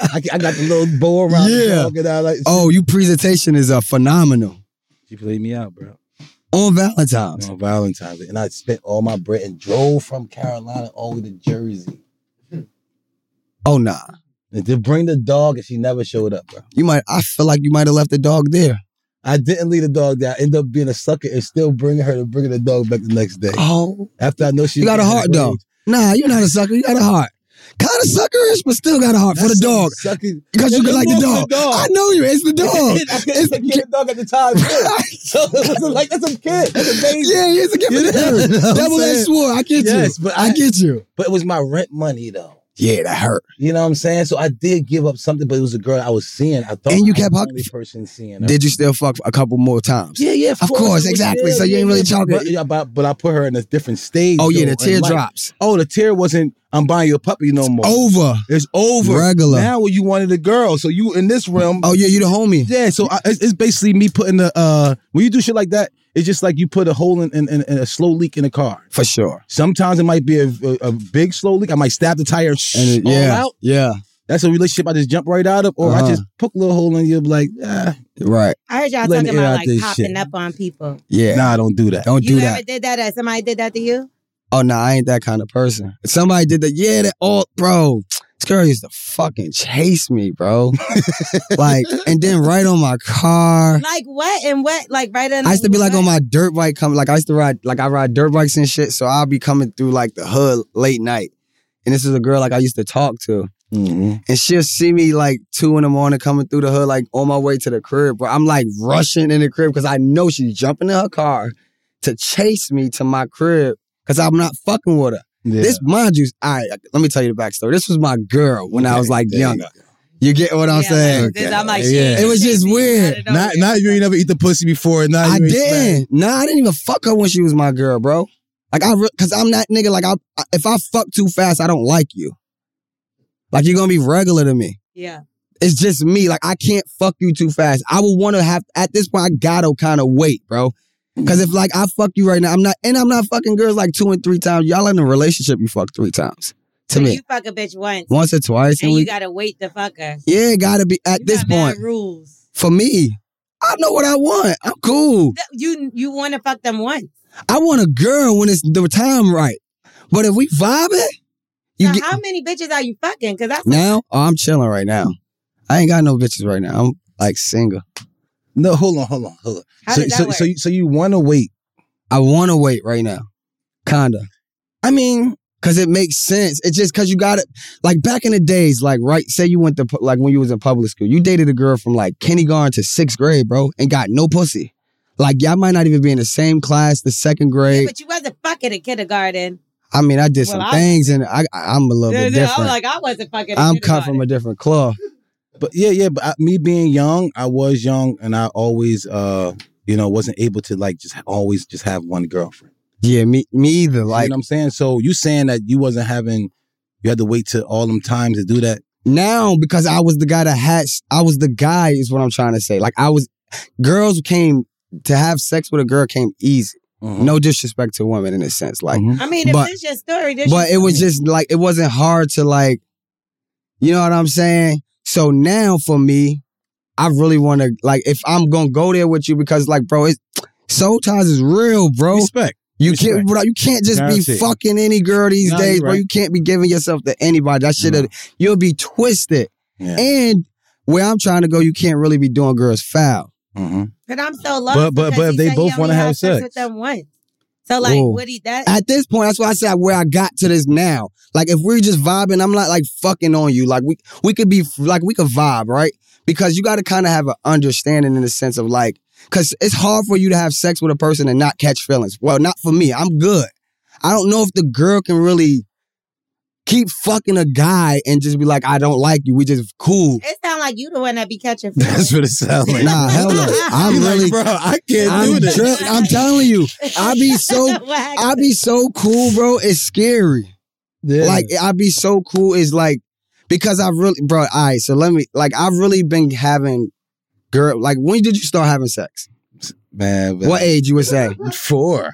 S3: I, I got the little bow around the
S4: Yeah.
S3: dog and I like.
S4: Oh, you presentation is a phenomenal
S3: She played me out, bro.
S4: on Valentine's.
S3: On Valentine's, Day. and I spent all my bread and drove from Carolina all the way to Jersey.
S4: Oh nah,
S3: And to bring the dog, and she never showed up, bro.
S4: you might. I feel like you might have left the dog there.
S3: I didn't leave the dog there. I ended up being a sucker and still bringing her to bringing the dog back the next day.
S4: Oh,
S3: After I know she
S4: you got a
S3: had
S4: heart though.
S3: rage.
S4: Nah, you're not a sucker. You got a heart. Kind of suckerish, but still got a heart for
S3: That's
S4: the
S3: some
S4: dog
S3: sucking-
S4: because you
S3: It's
S4: could like the
S3: more for
S4: dog.
S3: the dog.
S4: I know you. It's the dog.
S3: I couldn't take care of the dog at the time. too. so it wasn't like that's a kid, that's a baby.
S4: yeah, it's a gift
S3: You
S4: for the
S3: know
S4: devil.
S3: what I'm
S4: Double
S3: saying?
S4: edged sword. I get
S3: Yes,
S4: you.
S3: but
S4: I,
S3: I-
S4: get you.
S3: But it was my rent money though.
S4: Yeah, that hurt.
S3: You know what I'm saying? So I did give up something, but it was a girl I was seeing. I thought
S4: And you
S3: I was
S4: kept
S3: the
S4: hugging-
S3: only person seeing her.
S4: Did you still fuck a couple more times?
S3: yeah, yeah,
S4: Of course,
S3: It was-
S4: exactly. So you ain't really talking-
S3: But, yeah, but, but I put her in a different stage.
S4: Oh yeah,
S3: though,
S4: the
S3: in life.
S4: teardrops.
S3: Oh, the tear wasn't. I'm buying you a puppy no more.
S4: Over.
S3: it's over.
S4: Regular.
S3: Now you wanted a girl, so you in this realm.
S4: Oh yeah, you the homie.
S3: Yeah, so I, it's, it's basically me putting the uh when you do shit like that, it's just like you put a hole in, in, in in a slow leak in a car.
S4: For sure.
S3: Sometimes it might be a, a, a big slow leak. I might stab the tire and
S4: And it-
S3: all
S4: yeah.
S3: out.
S4: Yeah.
S3: That's a relationship I just jump right out of, or I
S4: Uh-huh.
S3: just poke a little hole in you, be like, ah,
S4: Right.
S2: I heard y'all
S3: Let
S2: talking
S3: me air out
S2: about like
S3: this
S2: popping
S3: shit.
S2: up on people.
S4: Yeah.
S3: nah, don't do that.
S4: Don't
S2: You
S4: do
S2: ever
S4: that.
S2: did that? Or somebody did that to you?
S4: oh no, nah, I ain't that kind of person. If somebody did that, yeah, that all bro. This girl used to fucking chase me, bro. like, and then right on my car.
S2: Like what and what? Like right on.
S4: I used to be like on my dirt bike coming. Like I used to ride, like I ride dirt bikes and shit. So I'll be coming through like the hood late night, and this is a girl like I used to talk to,
S3: Mhm.
S4: and she'll see me like two in the morning coming through the hood, like on my way to the crib. But I'm like rushing in the crib because I know she's jumping in her car to chase me to my crib because I'm not fucking with her.
S3: Yeah.
S4: This, mind you, all right, let me tell you the backstory. This was my girl when I was like
S3: There you
S4: young.
S3: go.
S4: You get what I'm
S2: Yeah,
S4: saying?
S2: like this, I'm like,
S3: Okay.
S2: she ain't
S4: It was
S2: shit,
S4: just
S2: bitch.
S4: weird.
S2: I don't know.
S3: Not, not you ain't never eat the pussy before. Now
S4: I
S3: you ain't smack.
S4: did. Nah, I didn't even fuck her when she was my girl, bro. Like I, re- cause I'm that nigga. Like I, I- if I fuck too fast, I don't like you. Like you're gonna be regular to me.
S2: Yeah.
S4: It's just me. Like I can't fuck you too fast. I would want to have at this point. I gotta kind of wait, bro. Cause if like I fuck you right now, I'm not, and I'm not fucking girls like two and three times. Y'all in a relationship, you fuck three times to
S2: So
S4: me,
S2: you fuck a bitch once,
S4: once or twice a
S2: and you
S4: week.
S2: gotta wait to fuck her.
S4: yeah, it gotta be at
S2: You
S4: this
S2: got mad
S4: point
S2: rules.
S4: for me. I know what I want. I'm cool.
S2: Th- You you want to fuck them once.
S4: I want a girl when it's the time right. But if we vibing, you
S2: So
S4: get
S2: how many bitches are you fucking? Because that's
S4: now. Oh, I'm chilling right now. I ain't got no bitches right now. I'm like single.
S3: No, hold on, hold on, hold on.
S2: How
S3: so,
S2: did that
S3: so,
S2: work?
S3: so, you, so you want to wait?
S4: I want to wait right now, kinda. I mean, cause it makes sense. It's just cause you got it. Like back in the days, like right, say you went to pu- like when you was in public school, you dated a girl from like kindergarten to sixth grade, bro, and got no pussy. Like y'all might not even be in the same class, the second
S2: yeah,
S4: grade.
S2: but you wasn't fucking in kindergarten.
S4: I mean, I did
S2: Well,
S4: some
S2: I-
S4: things, and I, I I'm a little bit
S2: I'm
S4: different.
S2: like I wasn't fucking. In
S4: I'm cut
S2: kindergarten.
S4: from a different cloth.
S3: But yeah, yeah. But I, me being young, I was young, and I always, uh, you know, wasn't able to like just always just have one girlfriend.
S4: Yeah, me, me either.
S3: you
S4: Like
S3: know what I'm saying? So you saying that you wasn't having, you had to wait till all them times to do that.
S4: now, because I was the guy that had, I was the guy is what I'm trying to say. Like I was, girls came to have sex with a girl came easy.
S3: Mm-hmm.
S4: No disrespect to women in a sense, like,
S3: Mhm.
S2: I mean, if
S4: But-
S2: this your story, this
S4: but
S2: your
S4: it was
S2: story.
S4: just like it wasn't hard to like, you know what I'm saying. So now for me, I really want to like if I'm gonna go there with you because like, bro, it's, soul ties is real, bro.
S3: Respect.
S4: You
S3: Respect.
S4: can't, bro, you can't just be
S3: Guaranteed.
S4: fucking any girl these
S3: No,
S4: days,
S3: you're
S4: bro.
S3: right.
S4: You can't be giving yourself to anybody. That shit,
S3: No.
S4: you'll be twisted.
S3: Yeah.
S4: And where I'm trying to go, you can't really be doing girls foul.
S3: Mhm.
S2: But I'm so lost.
S3: But- but-
S2: because
S3: but
S2: he
S3: they
S2: said he
S3: both
S2: only
S3: wanna
S2: had
S3: have sex.
S2: with them once. So like,
S4: Whoa.
S2: Woody, that
S4: At this point, that's why I said where I got to this now. Like if we're just vibing, I'm not like fucking on you. Like we we could be like we could vibe, right? Because you got to kind of have an understanding in the sense of like, because it's hard for you to have sex with a person and not catch feelings. Well, not for me. I'm good. I don't know if the girl can really keep fucking a guy and just be like, I don't like you. We just cool.
S2: it sound like you the one that be catching.
S3: That's what it sounds like.
S4: Nah, hell no. I'm
S3: You like,
S4: really-
S3: bro, I can't do
S4: I'm,
S3: this.
S4: drunk. I'm telling you, I be so I be so cool, bro. It's scary.
S3: Yeah.
S4: Like I be so cool is like because I really, bro. All right, so let me like I've really been having girl. Like when did you start having sex?
S3: man, but
S4: What age you would say?
S3: four?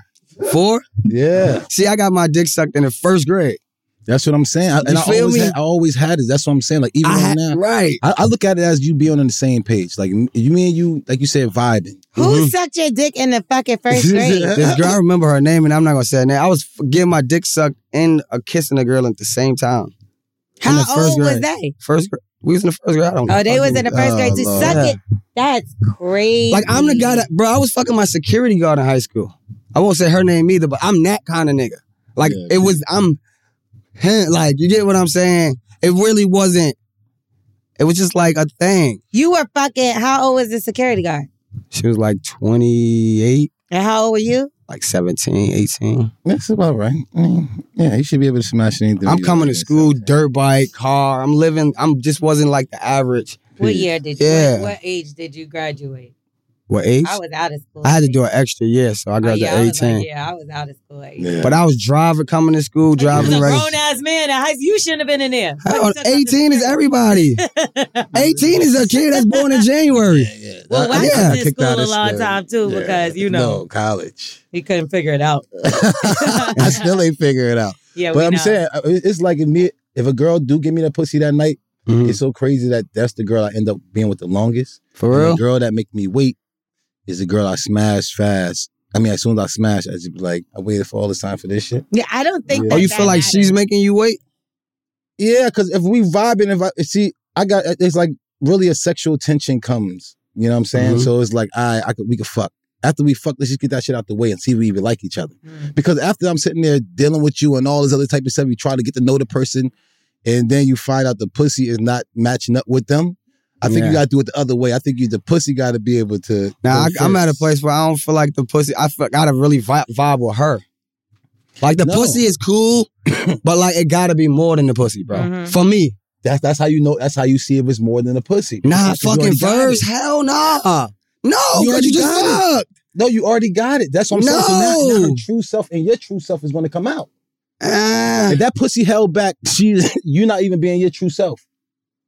S4: Four.
S3: Yeah,
S4: See, I got my dick sucked in the first grade.
S3: that's what I'm saying. I, and
S4: You
S3: I
S4: feel
S3: always,
S4: me?
S3: had, I always had it. That's what I'm saying. Like even
S4: I
S3: right
S4: had,
S3: now,
S4: right.
S3: I, I look at it as you being on the same page. Like m- you, me and you, like you said, vibing.
S2: Who
S4: Mm-hmm.
S2: sucked your dick in the fucking first grade?
S4: This girl, I remember her name, and I'm not gonna say her name. I was f- getting my dick sucked and a kissing a girl at the same time.
S2: How
S4: the first
S2: old was
S4: grade.
S2: they?
S4: First, gr- we was in the first grade. I don't.
S2: Oh, they was in
S4: fucking-
S2: the first
S3: Oh,
S2: grade to
S3: Lord.
S2: suck
S4: Yeah.
S2: it. That's crazy.
S4: Like I'm the guy that, bro. I was fucking my security guard in high school. I won't say her name either, but I'm that kind of nigga. Like
S3: Yeah,
S4: it was, I'm, huh, like you get what I'm saying. It really wasn't. It was just like a thing.
S2: you were fucking. How old was the security guard?
S4: She was like 28,
S2: And how old were you?
S4: like 17, 18.
S3: That's about right. I mean, yeah, you should be able to smash anything.
S4: I'm
S3: you
S4: coming to
S3: like.
S4: school, dirt bike, car. I'm living. I'm just wasn't like the average.
S2: What year did you?
S4: Yeah.
S2: What, what age did you graduate?
S4: What age?
S2: I was out of school.
S4: I had to do an extra year, so I
S2: Oh,
S4: graduated
S2: yeah, I
S4: at
S2: was
S4: 18.
S2: like, yeah, I was out of school. At 18.
S3: Yeah.
S4: But I was driving, coming to school,
S2: Like,
S4: driving.
S2: you was a
S4: regular-
S2: grown ass man at high You shouldn't have been in there.
S4: Hell, 18 is everybody. 18 is a kid that's born in January.
S2: Well,
S4: I
S2: Wax
S4: got
S2: was in
S3: kicked out
S2: school a
S3: of
S2: long
S3: school.
S2: time too
S3: Yeah.
S2: because you know
S3: no, college.
S2: he couldn't figure it out.
S3: I still ain't figure it out.
S2: Yeah,
S3: but
S2: we
S3: I'm
S2: know.
S3: saying uh, it- it's like if me, if a girl do give me that pussy that night,
S4: Mm.
S3: it's so crazy that that's the girl I end up being with the longest.
S4: For
S3: And
S4: real?
S3: The girl that make me wait is the girl I smash fast I mean, as soon as I smash, I just be like, I waited for all this time for this shit.
S2: Yeah, I don't think.
S3: Yeah.
S2: That
S4: Oh, you
S2: that
S4: feel like
S2: matters.
S4: she's making you wait?
S3: Yeah, because if we vibing, if I see, I got it's like really a sexual tension comes. You know what I'm saying?
S4: Mhm.
S3: So it's like I, I could, we could fuck. After we fuck, let's just get that shit out the way and see if we even like each other.
S2: Mm.
S3: Because after I'm sitting there dealing with you and all this other type of stuff, you try to get to know the person, and then you find out the pussy is not matching up with them. I think
S4: Yeah.
S3: you got to do it the other way. I think you the pussy got to be able to.
S4: Now I,
S3: go
S4: I'm at a
S3: first.
S4: place where I don't feel like the pussy. I feel, gotta really vibe, vibe with her. Like the
S3: No.
S4: pussy is cool, but like it gotta be more than the pussy, bro.
S2: Mhm.
S4: For me,
S3: That's that's how you know. That's how you see if it's more than a pussy.
S4: nah,
S3: You already
S4: fucking
S3: got
S4: verse,
S3: it.
S4: hell nah, no,
S3: You
S4: 'cause you,
S3: already
S4: just
S3: got
S4: fucked.
S3: No, you already got it. That's what I'm saying. So now, now her
S4: No.
S3: true self and your true self is going to come out.
S4: Ah,
S3: If that pussy held back, she you're not even being your true self.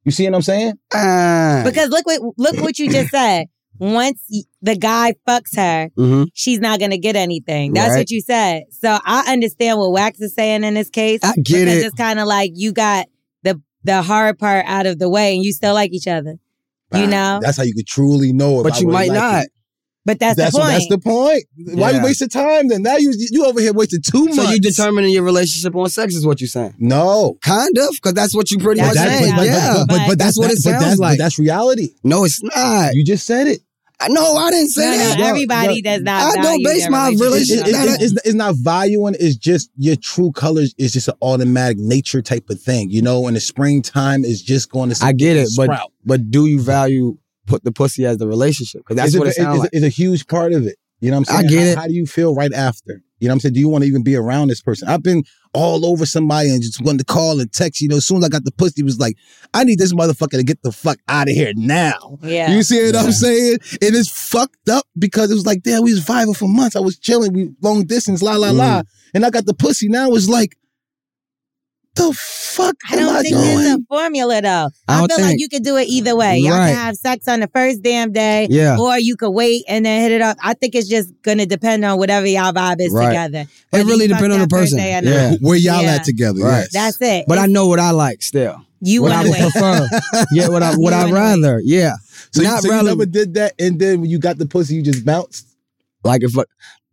S3: You see what I'm saying?
S4: ah.
S2: Because look what look what you just said. Once y- the guy fucks her,
S3: Mm-hmm.
S4: Mhm.
S2: she's not gonna get anything. That's
S4: Right.
S2: what you said. So I understand what Wax is saying in this case.
S4: I get
S2: because
S4: it.
S2: it's kind of like you got the the hard part out of the way, and you still like each other. You know,
S3: That's how you could truly know. If
S4: But
S3: I
S4: you
S3: really
S4: might
S3: like
S4: not.
S3: you.
S2: but that's,
S3: That's
S2: the
S3: what-
S2: point.
S3: that's the point. Why
S4: Yeah.
S3: you wasting time? Then now you you over here wasting two months.
S4: So you determining your relationship on sex is what you saying?
S3: no.
S4: Kind of, because that's what you pretty
S2: That's
S4: much
S2: what
S4: saying.
S2: it sounds
S4: yeah.
S2: like. But
S4: that's what it
S3: but
S4: sounds
S3: that's,
S4: like.
S3: But that's reality.
S4: no, it's not.
S3: You just said it.
S4: I- No, I didn't say
S2: no, no,
S4: that.
S3: Yeah,
S2: everybody
S3: yeah.
S2: does not.
S4: I don't
S2: value
S4: base
S2: their
S4: my
S3: It's,
S4: relationship-
S3: it's,
S4: Nah, nah.
S3: it's, it's not valuing. It's just your true colors. It's just an automatic nature type of thing. You know, in the springtime, it's just going to.
S4: I get it, but
S3: Sprout.
S4: but do you value put the pussy as the relationship? Because that's
S3: It's a-
S4: what it
S3: it's-
S4: sounds like.
S3: it's, a huge part of it. You know what I'm
S4: I
S3: saying?
S4: get
S3: how,
S4: it.
S3: How do you feel right after? You know what I'm saying? Do you want to even be around this person? I've been all over somebody and just wanted to call and text. You know, as soon as I got the pussy, it was like, I need this motherfucker to get the fuck out of here now.
S2: Yeah.
S3: You see what
S4: Yeah.
S3: I'm saying? And it's fucked up because it was like, damn, we was vibing for months. I was chilling, we long distance, la la la.
S4: Mm.
S3: And I got the pussy. Now it's like, the fuck
S2: I
S3: am
S2: don't
S3: I
S2: think there's a
S3: doing?
S2: formula though.
S4: I
S2: I,
S4: don't
S2: feel like
S4: think-
S2: you could do it either way. Y'all
S4: Right.
S2: can have sex on the first damn day,
S4: Yeah.
S2: or you could wait and then hit it up. I think it's just gonna depend on whatever y'all vibe is
S4: Right.
S2: together.
S4: It
S2: Whether
S4: really
S2: you fuck
S4: depends on the
S2: oh, that first
S4: person.
S2: day or not.
S4: Yeah.
S3: Where y'all
S2: Yeah.
S3: at together?
S4: Right.
S3: Yes.
S2: That's it.
S4: But I know what I like still.
S2: you
S4: what I
S2: want to
S4: would
S2: wait.
S4: prefer. yeah, what I
S2: You
S4: what I
S2: wanna wait.
S4: rather. Yeah.
S3: So, you,
S4: Not
S3: so you
S4: relevant.
S3: never did that, and then when you got the pussy, you just bounced.
S4: Like if uh,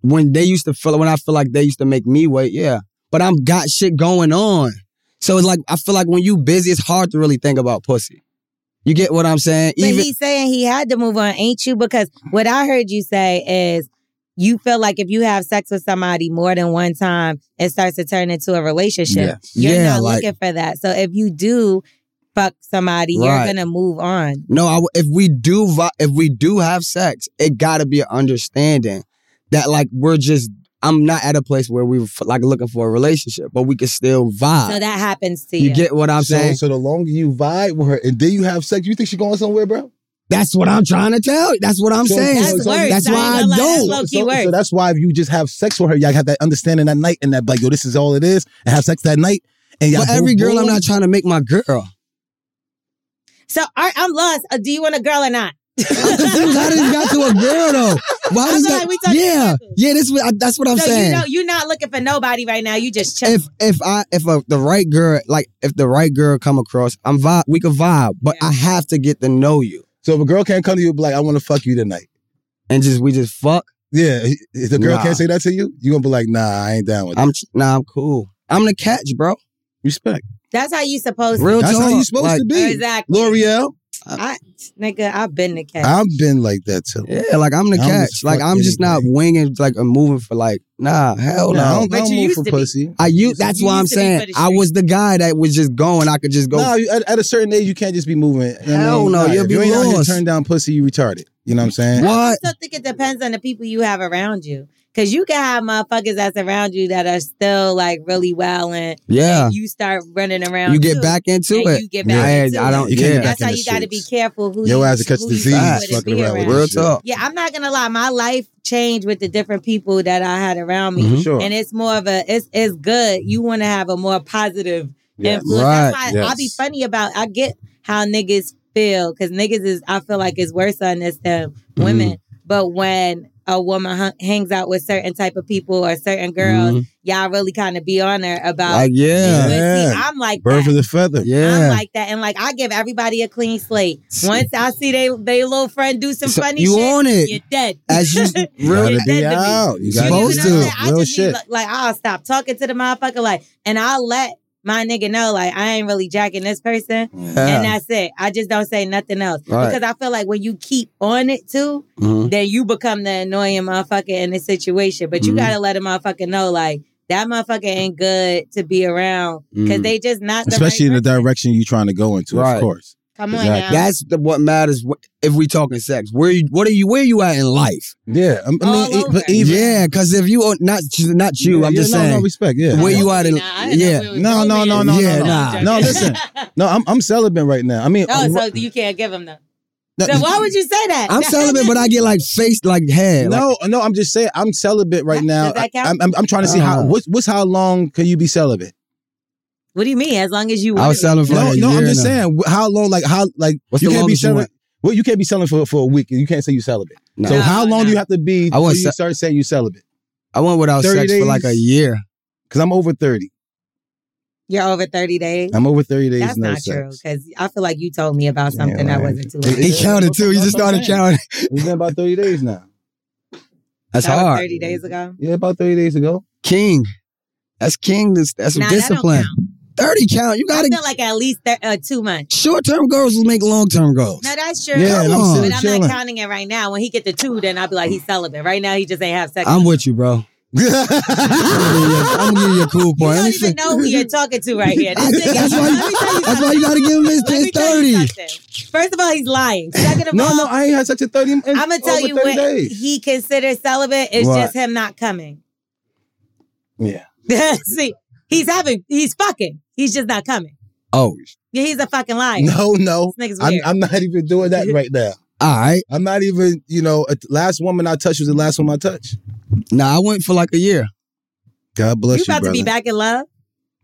S4: when they used to feel when I feel like they used to make me wait, yeah. But I'm got shit going on. So it's like I feel like when you busy, it's hard to really think about pussy. You get what I'm saying?
S2: But he's saying he had to move on, ain't you? Because what I heard you say is you feel like if you have sex with somebody more than one time, it starts to turn into a relationship. You're
S4: Yeah,
S2: not
S4: like-
S2: looking for that. So if you do fuck somebody,
S4: Right.
S2: you're gonna move on.
S4: No, I w if we do vi- if we do have sex, it gotta be an understanding that like we're just I'm not at a place where we f- like looking for a relationship, but we can still vibe.
S2: So that happens to you.
S4: you get what I'm
S3: so,
S4: saying?
S3: so the longer you vibe with her, and then you have sex, you think she going somewhere, bro?
S4: That's what I'm trying to tell. you. That's what I'm
S3: So-
S4: saying.
S2: That's worse.
S4: That's
S2: I
S4: why
S2: ain't
S4: I
S2: gonna lie. That's
S4: don't.
S2: low-key
S3: Oh, so,
S2: worse.
S3: so that's why if you just have sex with her, y'all have that understanding that night, and that like, yo, this is all it is, and have sex that night. And y'all
S4: But every
S3: both
S4: girl, I'm
S3: boom.
S4: not trying to make my girl.
S2: So all right, I'm lost. Uh, do you want a girl or not?
S4: I'm confused. How did it got to a girl though? Why
S2: I
S4: does
S2: feel
S4: that?
S2: like we talking
S4: yeah,
S2: circles.
S4: yeah. This what I, that's what I'm
S2: so
S4: saying.
S2: you know you're not looking for nobody right now. You just chill.
S4: if if I if a, the right girl like if the right girl come across, I'm vibe. We can vibe, but
S2: Yeah.
S4: I have to get to know you.
S3: So if a girl can't come to you, be like, I want to fuck you tonight.
S4: And just we just fuck.
S3: Yeah, if the girl
S4: Nah.
S3: can't say that to you, you gonna be like, Nah, I ain't down with that.
S4: I'm tr- nah, I'm cool. I'm the catch, bro.
S3: Respect.
S2: That's how you supposed
S4: Real
S3: That's
S4: talk.
S3: how you supposed
S4: like,
S3: to
S2: to.
S3: be.
S2: Exactly.
S3: L'Oreal.
S2: I, nigga, I've been the cat.
S3: I've been like that too.
S4: Yeah, like I'm the
S3: I'm
S4: catch.
S3: just
S4: Like
S3: fuck
S4: I'm just not
S3: anything.
S4: winging like a moving for like nah, hell
S3: Nah, I
S4: no.
S3: don't,
S2: But
S3: I don't
S2: you
S3: move
S2: used
S3: for
S2: to be.
S3: pussy.
S4: I you that's
S2: You
S4: why I'm
S2: used to be
S4: saying
S2: for the
S4: I
S2: street.
S4: was the guy that was just going. I could just go.
S3: No, you- at, at a certain age, you can't just be moving. You know what I
S4: Hell
S3: mean?
S4: no,
S3: Nah,
S4: you'll
S3: if
S4: be
S3: you ain't out here
S4: lost.
S3: turn down pussy, you retarded. You know what I'm saying?
S4: what?
S2: I also think it depends on the people you have around you. Cause you can have motherfuckers that's around you that are still like really well and
S4: Yeah,
S2: you start running around.
S4: you get
S2: too.
S4: back into
S2: And
S4: it.
S2: you get
S3: Yeah.
S2: back
S4: I,
S2: into
S4: I
S2: it.
S4: don't.
S3: You can't
S4: Yeah,
S3: get back
S2: That's
S3: in
S2: how
S3: the
S2: you gotta be
S3: streets.
S2: careful who
S3: Your
S2: you,
S3: ass will catch
S2: who you
S3: disease
S2: fuck with and
S3: fucking
S2: be
S3: around with
S2: around.
S3: that
S4: real
S3: shit.
S4: talk.
S2: Yeah, I'm not gonna lie. My life changed with the different people that I had around me,
S4: Mhm.
S3: Sure.
S2: and it's more of a it's it's good. You want to have a more positive
S3: Yeah.
S2: influence.
S4: Right,
S2: That's why I'll be
S3: yes.
S2: funny about. I get how
S3: Mm-hmm.
S2: niggas feel because niggas is I feel like it's worse on this than women. But when a woman hung, hangs out with certain type of people or certain
S3: Mm-hmm.
S2: girls,
S4: Mhm.
S2: y'all really kind of be on her about.
S4: Like
S2: you
S4: yeah,
S2: and
S3: yeah.
S2: see, I'm like
S3: Bird
S2: that.
S3: for the feather.
S4: yeah.
S2: I'm like that, and like I give everybody a clean slate. Once I see they they little friend do some
S4: So
S2: funny
S4: you
S2: shit,
S4: on it.
S2: you're dead.
S4: As you
S3: You
S4: really
S2: Really?
S3: gotta be
S2: That to me.
S3: out. You
S2: You
S3: gotta
S4: Supposed
S2: know
S3: be out.
S2: what I'm saying? I
S3: Real
S2: just be
S3: shit.
S2: like, like, I'll stop talking to the motherfucker, like, and I'll let my nigga know, like, I ain't really jacking this person, and that's it. I just don't say nothing else
S4: Right.
S2: because I feel like when you keep on it too,
S4: Mhm.
S2: then you become the annoying motherfucker in the situation. But you
S4: Mhm.
S2: gotta let a motherfucker know, like, that motherfucker ain't good to be around because
S4: Mhm.
S2: they just not the
S3: Especially in
S2: right
S3: the
S2: person.
S3: direction you're trying to go into,
S4: Right.
S3: of course.
S2: Come on
S3: Exactly.
S2: now.
S4: That's the, what matters wh- if we talking sex. Where you, what are you? Where you at in life?
S3: Yeah. I, I mean,
S2: All
S3: e-
S2: over.
S3: but even.
S4: yeah, because if you are not not you,
S3: Yeah,
S4: I'm
S3: yeah,
S4: just
S3: no,
S4: saying.
S3: No, respect. Yeah.
S4: Where you at in
S5: Nah, I didn't know
S4: yeah?
S5: we was
S3: No, no, no,
S5: roommates.
S3: no,
S4: Yeah,
S3: no,
S4: nah.
S3: no. Listen, no, I'm I'm celibate right now. I mean,
S2: Oh,
S3: I'm-
S2: so you can't give him that.
S3: no,
S2: So why would you say that?
S4: I'm celibate, but I get like face like hair. like-
S3: no, no, I'm just saying I'm celibate right
S2: Does
S3: now.
S2: that count?
S3: I, am I'm, I'm trying to see how
S4: Uh-huh.
S3: what's what's how long can you be celibate?
S2: What do you mean? As long as you
S4: I was
S2: want
S4: selling for
S3: no,
S4: like a
S3: no,
S4: year
S3: I'm just
S4: and a-
S3: saying wh- how long like how like
S4: What's
S3: you
S4: the
S3: can't be
S4: longest you
S3: selling.
S4: went?
S3: Well, you can't be selling for, for a week. You can't say you celibate.
S4: No.
S3: So
S2: No,
S3: how long
S2: no.
S3: do you have to
S4: I
S3: be before
S4: was
S3: you
S4: ce-
S3: start saying you celibate?
S4: I went without
S3: 30
S4: sex for like a
S3: days.
S4: year.
S3: Because I'm over thirty.
S2: you're over 30 days.
S3: I'm over thirty days.
S2: That's
S3: no
S2: not
S3: sex.
S2: true because I feel like you told me about
S3: Damn,
S2: something that
S3: man.
S2: wasn't too
S3: It-
S2: long.
S4: He counted too. He just started counting.
S3: It's been about thirty days now.
S4: That's
S2: That was
S4: hard.
S2: 30 days ago.
S3: Yeah, about thirty days ago.
S4: King. That's king. That's, that's
S2: Nah,
S4: discipline.
S2: That don't count.
S4: Thirty count. You
S2: I
S4: gotta
S2: feel like at least thir- uh, two months.
S4: short term goals will make long term goals.
S2: No, that's true.
S3: Yeah,
S4: and I'm still
S2: but I'm
S3: chilling.
S2: not counting it right now. When he get the two, then I'll be like, he's celibate. Right now, he just ain't have sex.
S4: I'm with you, bro. I'm gonna give you a cool
S2: you
S4: point. Let
S2: don't
S4: me
S2: even
S4: fin-
S2: know who you're talking to right here. This nigga,
S4: That's why.
S2: let me tell you
S4: That's why you gotta give him his,
S2: Let
S4: his
S2: me tell you
S4: thirty.
S2: something. First of all, he's lying. Second of
S3: no,
S2: all,
S3: no, I ain't had sex in thirty. I'm
S2: I'm gonna tell you what
S3: Days.
S2: he considers celibate is
S3: What?
S2: just him not coming.
S3: Yeah.
S2: See, he's having, he's fucking, he's just not coming.
S4: Oh,
S2: Yeah, he's a fucking liar.
S3: No, no.
S2: This nigga's
S3: I'm,
S2: weird.
S3: I'm not even doing that right now.
S4: all right.
S3: I'm not even, you know, a- last woman I touched was the last woman I touched.
S4: Nah, I went for like a year.
S3: God bless
S2: you
S3: you,
S2: about to be
S3: brother.
S2: back in love?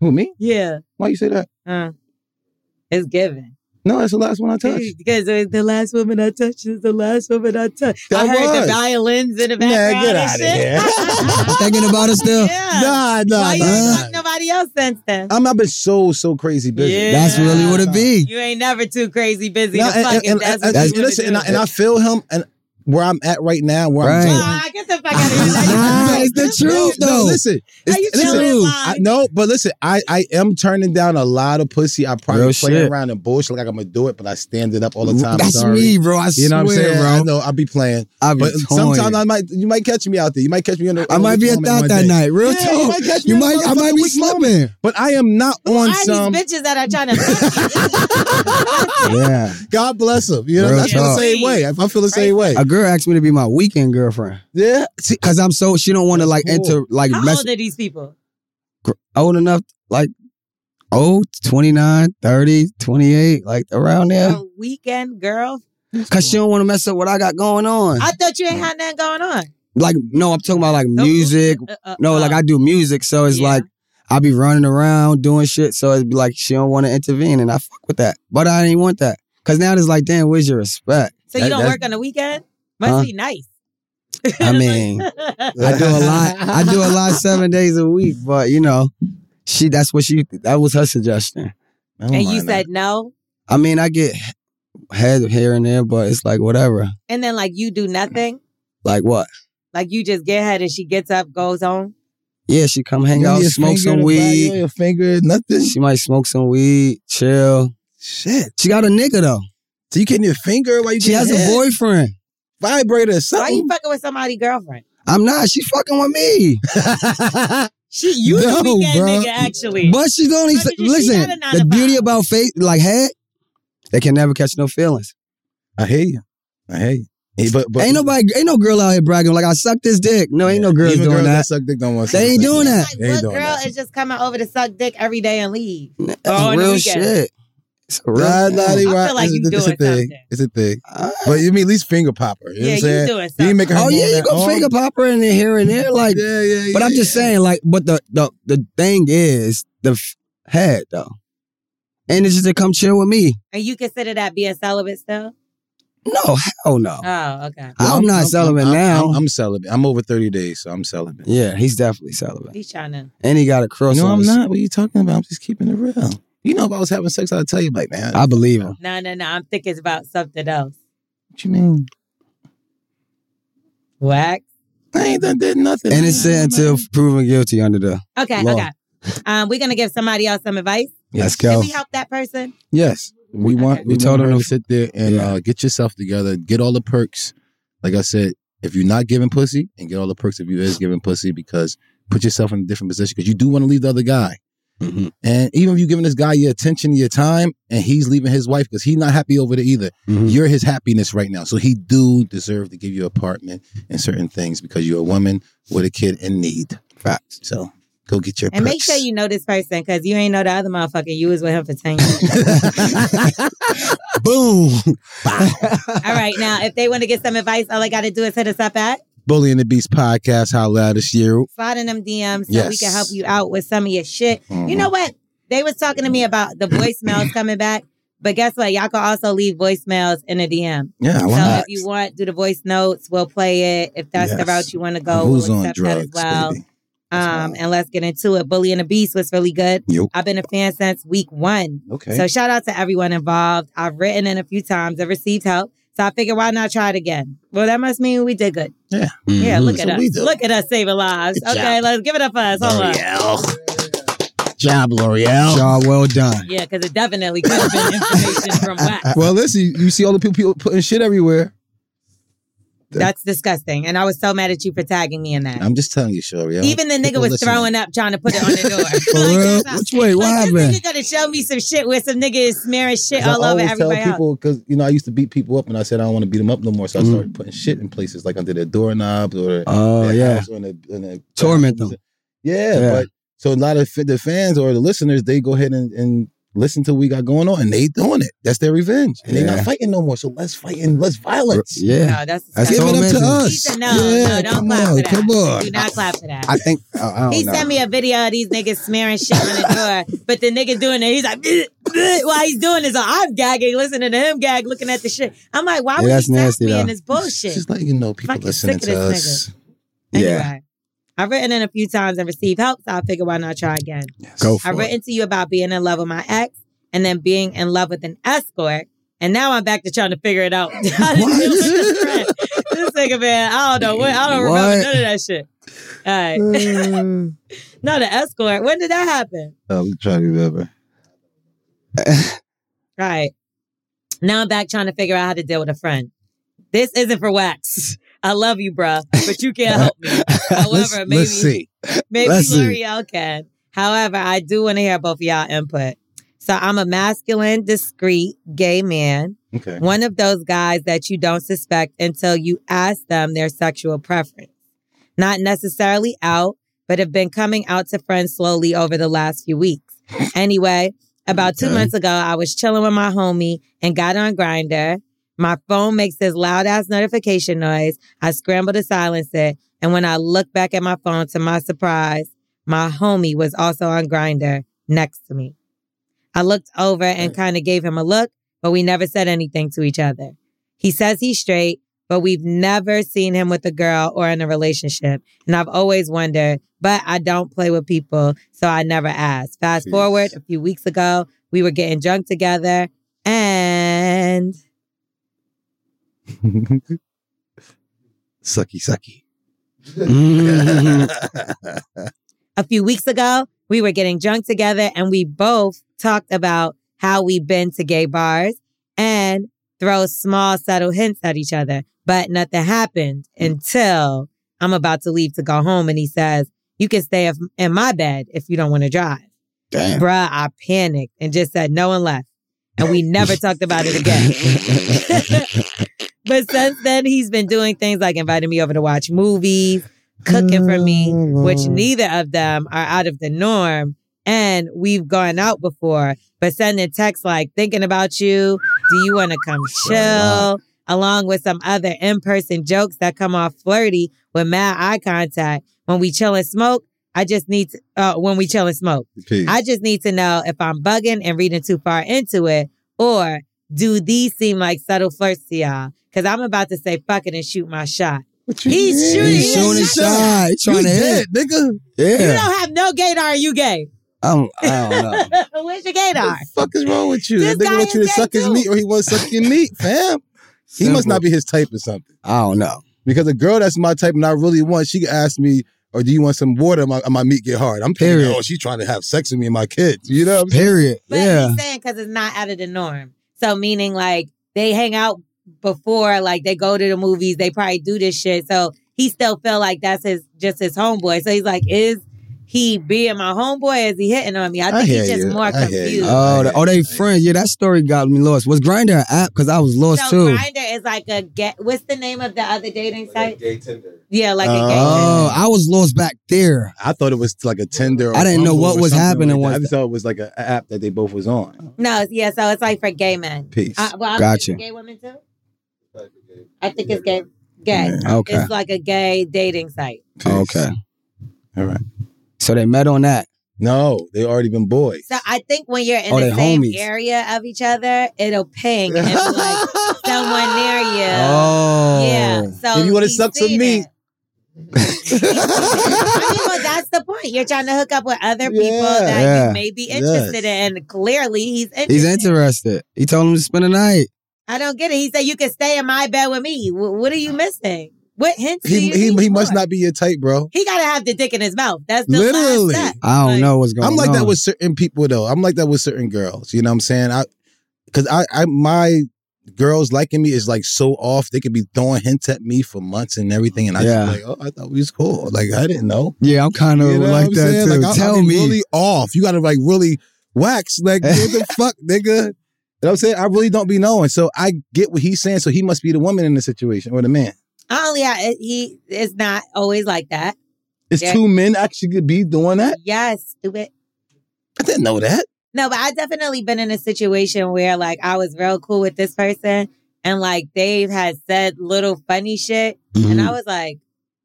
S3: Who me?
S2: Yeah.
S3: Why you say that?
S2: Uh, it's given.
S3: No, that's the last one I touched.
S2: Because it was the last woman I touched is the last woman I touched.
S3: That
S2: I heard
S3: was.
S2: the violins in the
S3: Man,
S2: background.
S3: get
S2: and
S3: outta
S2: shit.
S4: You Thinking about it still.
S2: yeah.
S3: Nah, nah,
S2: Why you
S4: nah.
S2: ain't fucked nobody else since then?
S3: I'm. I've been so so crazy busy.
S2: Yeah.
S4: That's really what it be.
S2: you ain't never too crazy busy
S3: No,
S2: to fuck.
S3: and,
S2: if
S3: and,
S2: that's what
S3: and, and,
S2: you
S3: and
S2: wanna
S3: listen,
S2: do.
S3: and I, and I feel him and where I'm at right now, where
S4: Right.
S3: I'm going.
S2: Ah, get the fuck out of here.
S4: Nah, it's the
S3: No,
S4: truth
S3: no,
S4: though.
S3: listen.
S2: Are you
S3: It's- listen,
S2: telling
S3: I,
S2: lies?
S3: no, but listen, I, I am turning down a lot of pussy. I probably
S4: Real
S3: play
S4: shit.
S3: around and bullshit like I'm gonna do it, but I stand it up all the time.
S4: That's
S3: Sorry.
S4: me, bro. I
S3: You know what I'm
S4: swear,
S3: saying?
S4: bro.
S3: I know I'll be playing,
S4: I be
S3: but
S4: torn.
S3: sometimes I might you might catch me out there. You might catch me on the.
S4: I might be a
S3: on the
S4: thought
S3: one
S4: that
S3: day.
S4: night. Real
S3: Yeah, you
S4: talk.
S3: might catch me
S4: You
S3: in a
S4: might, I might be
S3: motherfucking weak moment.
S4: slipping.
S3: But I am not
S2: Who
S3: on
S2: are
S3: some.
S2: these bitches that are trying to fuck you?
S4: Yeah.
S3: God bless them. You know,
S4: Real
S3: I feel the
S4: talk.
S3: same way. I I feel the same way.
S4: A girl asked me to be my weekend girlfriend.
S3: Yeah. See,
S4: Cause I'm so she don't want to like
S3: Cool.
S4: enter like
S2: How
S4: mess
S2: old are these people?
S4: gr- old enough like oh, old 29 30 28 like around there
S2: A weekend girl?
S4: because she don't want to mess up what i got going on
S2: I thought you ain't had nothing going on.
S4: like no i'm talking about like music
S2: Uh, uh,
S4: no
S2: uh,
S4: like i do music so it's
S2: Yeah.
S4: like i be running around doing shit so it's like she don't want to intervene and i fuck with that but i didn't want that because now it's like damn where's your respect
S2: So you
S4: That-
S2: don't
S4: that's-
S2: work on the weekend? Must
S4: Huh?
S2: be nice.
S4: i mean
S3: Oh,
S4: I do a lot. I do a lot seven days a week, but you know, she that's what she that was her suggestion.
S2: and you said no.
S4: I mean, I get head here and there, but it's like whatever.
S2: And then like you do nothing.
S4: Like what?
S2: Like you just get her and she gets up, goes home.
S4: Yeah, she come hang out, smoke some weed.
S3: Your finger, nothing.
S4: She might smoke some weed, chill.
S3: Shit.
S4: She got a nigga though.
S3: So you getting your finger while you
S4: She has
S3: getting
S4: a
S3: head?
S4: boyfriend.
S2: Why
S3: vibrator or
S2: you
S3: something.
S2: fucking with somebody's girlfriend?
S4: I'm not. She fucking with me,
S2: She you
S4: No,
S2: the weekend
S4: bro.
S2: nigga actually.
S4: but she's only
S2: Why did you- she
S4: listen.
S2: got a nine
S4: The
S2: to
S4: beauty
S2: five.
S4: about face like head, they can never catch no feelings.
S3: I hear you. I hear you. Hey, but, but
S4: Ain't nobody, ain't no girl out here bragging like I sucked this dick. No, ain't no
S3: Yeah.
S4: girls
S3: Even
S4: doing
S3: girls
S4: that.
S3: suck dick don't want.
S4: They ain't doing that.
S2: like
S3: They ain't
S2: what
S3: doing
S2: girl
S3: that.
S2: is just coming over to suck dick every day and leave?
S4: That's
S2: on the
S4: real
S2: weekend.
S4: shit. It's a real.
S3: Nah,
S4: thing.
S3: nah, they
S2: I feel
S3: right.
S2: like
S3: It's
S2: you
S3: a- it's a
S2: doing
S3: thing.
S2: something.
S3: It's a thing.
S4: Uh,
S3: But you mean at least finger popper. You
S2: yeah,
S3: know what I'm
S2: you
S3: saying?
S2: doing
S3: You
S2: something.
S3: make her
S4: oh
S3: moan
S4: yeah, you
S3: that
S4: go
S3: hard.
S4: finger popper in there, here and there, like.
S3: Yeah, yeah,
S4: But I'm
S3: yeah,
S4: just
S3: yeah.
S4: saying, like, but the the the thing is, the f- head though, and it's just to come chill with me.
S2: And you consider that being celibate still?
S4: No, hell no.
S2: Oh, okay.
S4: I'm not celibate
S3: I'm-
S4: now.
S3: I'm, I'm celibate. I'm over 30 days, so I'm celibate.
S4: Yeah, he's definitely celibate.
S2: He's trying to.
S4: And he got a cross
S3: No,
S4: on
S3: I'm
S4: his-
S3: not. What are you talking about? I'm just keeping it real. You know, if I was having sex, I'd tell you, like, man,
S4: I believe him.
S2: No, no, no. I'm thinking it's about something else.
S3: what you mean?
S2: Wax.
S3: I ain't done did nothing.
S4: Innocent until proven guilty under the.
S2: Okay,
S4: Law.
S2: okay. Um, we're gonna give somebody else some advice.
S4: Let's
S2: Can
S4: go.
S2: we help that person?
S3: Yes, we want.
S4: We
S3: We,
S4: told
S3: told her
S4: him
S3: to
S4: to-
S3: sit there and
S4: Yeah.
S3: uh, get yourself together. Get all the perks. Like I said, if you're not giving pussy, and get all the perks if you is giving pussy, because put yourself in a different position because you do want to leave the other guy.
S4: Mhm.
S3: And even if you're giving this guy your attention, your time, and he's leaving his wife because he's not happy over it either,
S4: Mhm.
S3: you're his happiness right now. So he do deserve to give you apartment and certain things because you're a woman with a kid in need.
S4: Facts.
S3: So go get your
S2: And make
S3: perks.
S2: sure you know this person because you ain't know the other motherfucker. You was with him for 10 years.
S4: Boom.
S2: All right, now, if they want to get some advice, all I got to do is hit us up at
S3: Bully and the Beast podcast. How loud is you?
S2: slide in them DMs so we
S3: Yes.
S2: can help you out with some of your shit. You
S3: Um, Mm-hmm.
S2: know what? They was talking to me about the voicemails coming back, but guess what? Y'all can also leave voicemails in a DM.
S3: Yeah,
S2: So
S3: why not?
S2: if you want, do the voice notes. We'll play it. If that's the
S3: Yes.
S2: route you want to go,
S3: Who's
S2: we'll
S3: on
S2: accept that
S3: drugs,
S2: as well.
S3: baby?
S2: Um, and let's get into it. Bully and the Beast was really good.
S3: Yup.
S2: I've been a fan since week one.
S3: Okay.
S2: So shout out to everyone involved. I've written in a few times. I've received help. So I figured why not try it again? Well, that must mean we did good.
S3: Yeah.
S2: Yeah,
S4: Mhm.
S2: look
S3: Mm-hmm. So
S2: at
S3: we
S2: us.
S3: do.
S2: Look at us saving lives.
S3: Good
S2: okay,
S3: job. Oh,
S2: let's give it up for us. Hold on.
S3: L'Oreal. Job L'Oreal.
S4: Job well done.
S2: Yeah, because it definitely could have been information from wax.
S3: Well, listen, you see all the people, people putting shit everywhere.
S2: That's disgusting. And I was so mad at you for tagging me in that.
S3: I'm just telling you, Shorty.
S2: Even the nigga
S3: People
S2: was
S3: listening.
S2: throwing up trying to put it on the door.
S4: For
S2: Like,
S4: real?
S2: that's-
S4: Which way? What
S2: like, this
S4: happened?
S2: nigga gonna show me some shit where some nigga is smearing shit all
S3: I
S2: over
S3: always tell
S2: everybody else.
S3: people because you know I used to beat people up, and I said I don't want to beat them up no more. So I
S4: Mm.
S3: started putting shit in places like under their doorknobs or
S4: Oh
S3: their
S4: yeah.
S3: house or in their- in their-
S4: Torment them.
S3: Yeah,
S4: Yeah.
S3: but so a lot of f- the fans or the listeners they go ahead and, and listen to what we got going on, and they doing it. That's their revenge. And They're
S4: Yeah.
S3: not fighting no more. So let's fight and let's violence.
S4: Yeah.
S2: No, that's
S4: That's
S2: disgusting.
S3: Give it up
S4: tormenting.
S3: to
S2: He
S3: us.
S2: said, no, no, don't
S3: come
S2: clap
S3: on,
S2: for that.
S3: come on.
S2: Do not clap for that.
S4: I think I, I
S2: he
S4: don't know.
S2: sent me a video of these niggas smearing shit on the door, but the nigga doing it, he's like, "Bleh, bleh," while he's doing this, I'm gagging, listening to him gag, looking at the shit. I'm like, why
S4: Yeah,
S2: would
S4: that's
S2: he text
S4: nasty,
S2: me in
S4: though.
S2: this bullshit?
S3: Just letting you know, people
S2: Fucking
S3: listening
S2: sick of
S3: to
S2: this
S3: us.
S4: Yeah.
S2: Anyway, I've written in a few times and received help, so I figure why not try again.
S4: Go
S2: I've
S4: for it.
S2: written to you about being in love with my ex and then being in love with an escort. And now I'm back to trying to figure it out. How to deal with this, friend. this nigga, man, I don't know. What, I don't remember
S4: What? Mm.
S2: none of that shit. All right. not an escort. When did that happen?
S3: Oh, we try to remember.
S2: All right. Now I'm back trying to figure out how to deal with a friend. This isn't for wax. I love you, bruh, but you can't help me. However,
S3: let's,
S2: maybe
S3: let's see.
S2: Maybe
S4: Let's see.
S2: L'Oreal can. However, I do want to hear both of y'all input. So I'm a masculine, discreet, gay man.
S3: Okay.
S2: One of those guys that you don't suspect until you ask them their sexual preference. Not necessarily out, but have been coming out to friends slowly over the last few weeks. Anyway, about two
S4: Okay.
S2: months ago, I was chilling with my homie and got on Grinder. My phone makes this loud ass notification noise. I scramble to silence it. And when I look back at my phone, to my surprise, my homie was also on Grinder next to me. I looked over and kind of gave him a look, but we never said anything to each other. He says he's straight, but we've never seen him with a girl or in a relationship. And I've always wondered, but I don't play with people, so I never asked. Fast
S3: Jeez.
S2: forward a few weeks ago, we were getting drunk together and
S3: sucky, sucky.
S4: Mhm.
S2: a few weeks ago, we were getting drunk together and we both talked about how we've been to gay bars and throw small, subtle hints at each other. But nothing happened until I'm about to leave to go home. And he says, You can stay if- in my bed if you don't want to drive.
S4: Damn.
S2: Bruh, I panicked and just said no and left. And we never talked about it again. but since then, he's been doing things like inviting me over to watch movies, cooking for me, which neither of them are out of the norm. And we've gone out before, but sending texts like, thinking about you, do you want to come chill? Along with some other in person jokes that come off flirty with mad eye contact. When we chill and smoke, I just need to, uh, when we chill and smoke.
S3: Peace.
S2: I just need to know if I'm bugging and reading too far into it, or do these seem like subtle flirts to y'all? Because I'm about to say fuck it and shoot my shot.
S3: you
S2: He's
S3: mean?
S2: shooting.
S4: He's shooting his shot. He's
S3: You
S4: trying to hit.
S3: dead, nigga.
S2: You
S4: Yeah.
S2: don't have no gaydar. Are you gay?
S4: I don't, I don't know.
S2: Where's your gaydar?
S3: What the fuck is wrong with you?
S2: This
S3: That nigga
S2: guy
S3: wants you to
S2: is gay
S3: suck his
S2: too.
S3: meat or he wants to suck your meat, fam. He must not be his type or something.
S4: I don't know.
S3: Because a girl that's my type and I really want, she could ask me, or do you want some water? My, my meat get hard. I'm thinking,
S4: Period.
S3: oh, she's trying to have sex with me and my kids. You know what I'm saying?
S4: Period.
S2: But
S4: yeah.
S2: he's saying because it's not out of the norm. So meaning like they hang out before, like they go to the movies, they probably do this shit. So he still feel like that's his just his homeboy. So he's like, is he being my homeboy? Or is he hitting on me? I think he's just more confused.
S4: Oh, the, oh, they
S3: friends.
S4: friends. Yeah, that story got me lost. Was Grinder an app? Because I was lost
S2: so
S4: too.
S2: Grinder is like a get. What's the name of the other dating site?
S5: Gay Tinder.
S2: Yeah, like a gay.
S4: Oh, I was lost back there.
S3: I thought it was like a Tinder. Or
S4: I didn't know
S3: Rumble
S4: what
S3: or
S4: was
S3: something
S4: happening
S3: Like that. I
S4: once-
S3: just thought it was like an app that they both was on.
S2: No, yeah. So it's like for gay men.
S3: Peace.
S2: Uh, well, I
S4: Gotcha.
S2: Think it's gay women too. I think it's gay. Gay.
S4: Okay.
S2: It's like a gay dating site.
S4: Okay.
S3: All right.
S4: So they met on that.
S3: No, they already been boys.
S2: So I think when you're in
S4: Oh,
S2: the
S4: they
S2: same
S4: homies.
S2: area of each other, it'll ping and be like someone near you.
S4: Oh.
S2: Yeah. So
S3: If you wanna
S2: he's
S3: suck some
S2: seen
S3: meat.
S2: it. I mean, well, that's the point. You're trying to hook up with other people
S3: Yeah.
S2: that
S4: Yeah.
S2: you may be interested in. And clearly, he's interested.
S4: He's interested. He told him to spend the night.
S2: I don't get it. He said, "You can stay in my bed with me." Wh- What are you missing? What hints? do
S3: He
S2: you
S3: he,
S2: need
S3: he must
S2: more?
S3: not be your type, bro.
S2: He gotta have the dick in his mouth. That's the
S3: Literally.
S2: Last step.
S4: I don't
S2: Like,
S4: know what's going on.
S3: I'm like that with certain people though. I'm like that with certain girls. You know what I'm saying? I because I, I my girls liking me is like so off. They could be throwing hints at me for months and everything, and I
S4: Yeah.
S3: just like, oh, I thought we was cool. Like I didn't know.
S4: Yeah, I'm kind of
S3: You know what
S4: like
S3: I'm
S4: that
S3: saying?
S4: too.
S3: Like, I- I
S4: Tell
S3: be
S4: me.
S3: really off. You gotta like really wax. Like what the fuck, nigga. You know what I'm saying? I really don't be knowing. So I get what he's saying. So he must be the woman in the situation or the man.
S2: I only yeah, it- he is not always like that.
S3: Is
S2: Yeah.
S3: two men actually could be doing that?
S2: Yes, stupid.
S3: I didn't know that.
S2: No, but I definitely been in a situation where like I was real cool with this person and like they had said little funny shit and
S3: Mm-hmm.
S2: I was like,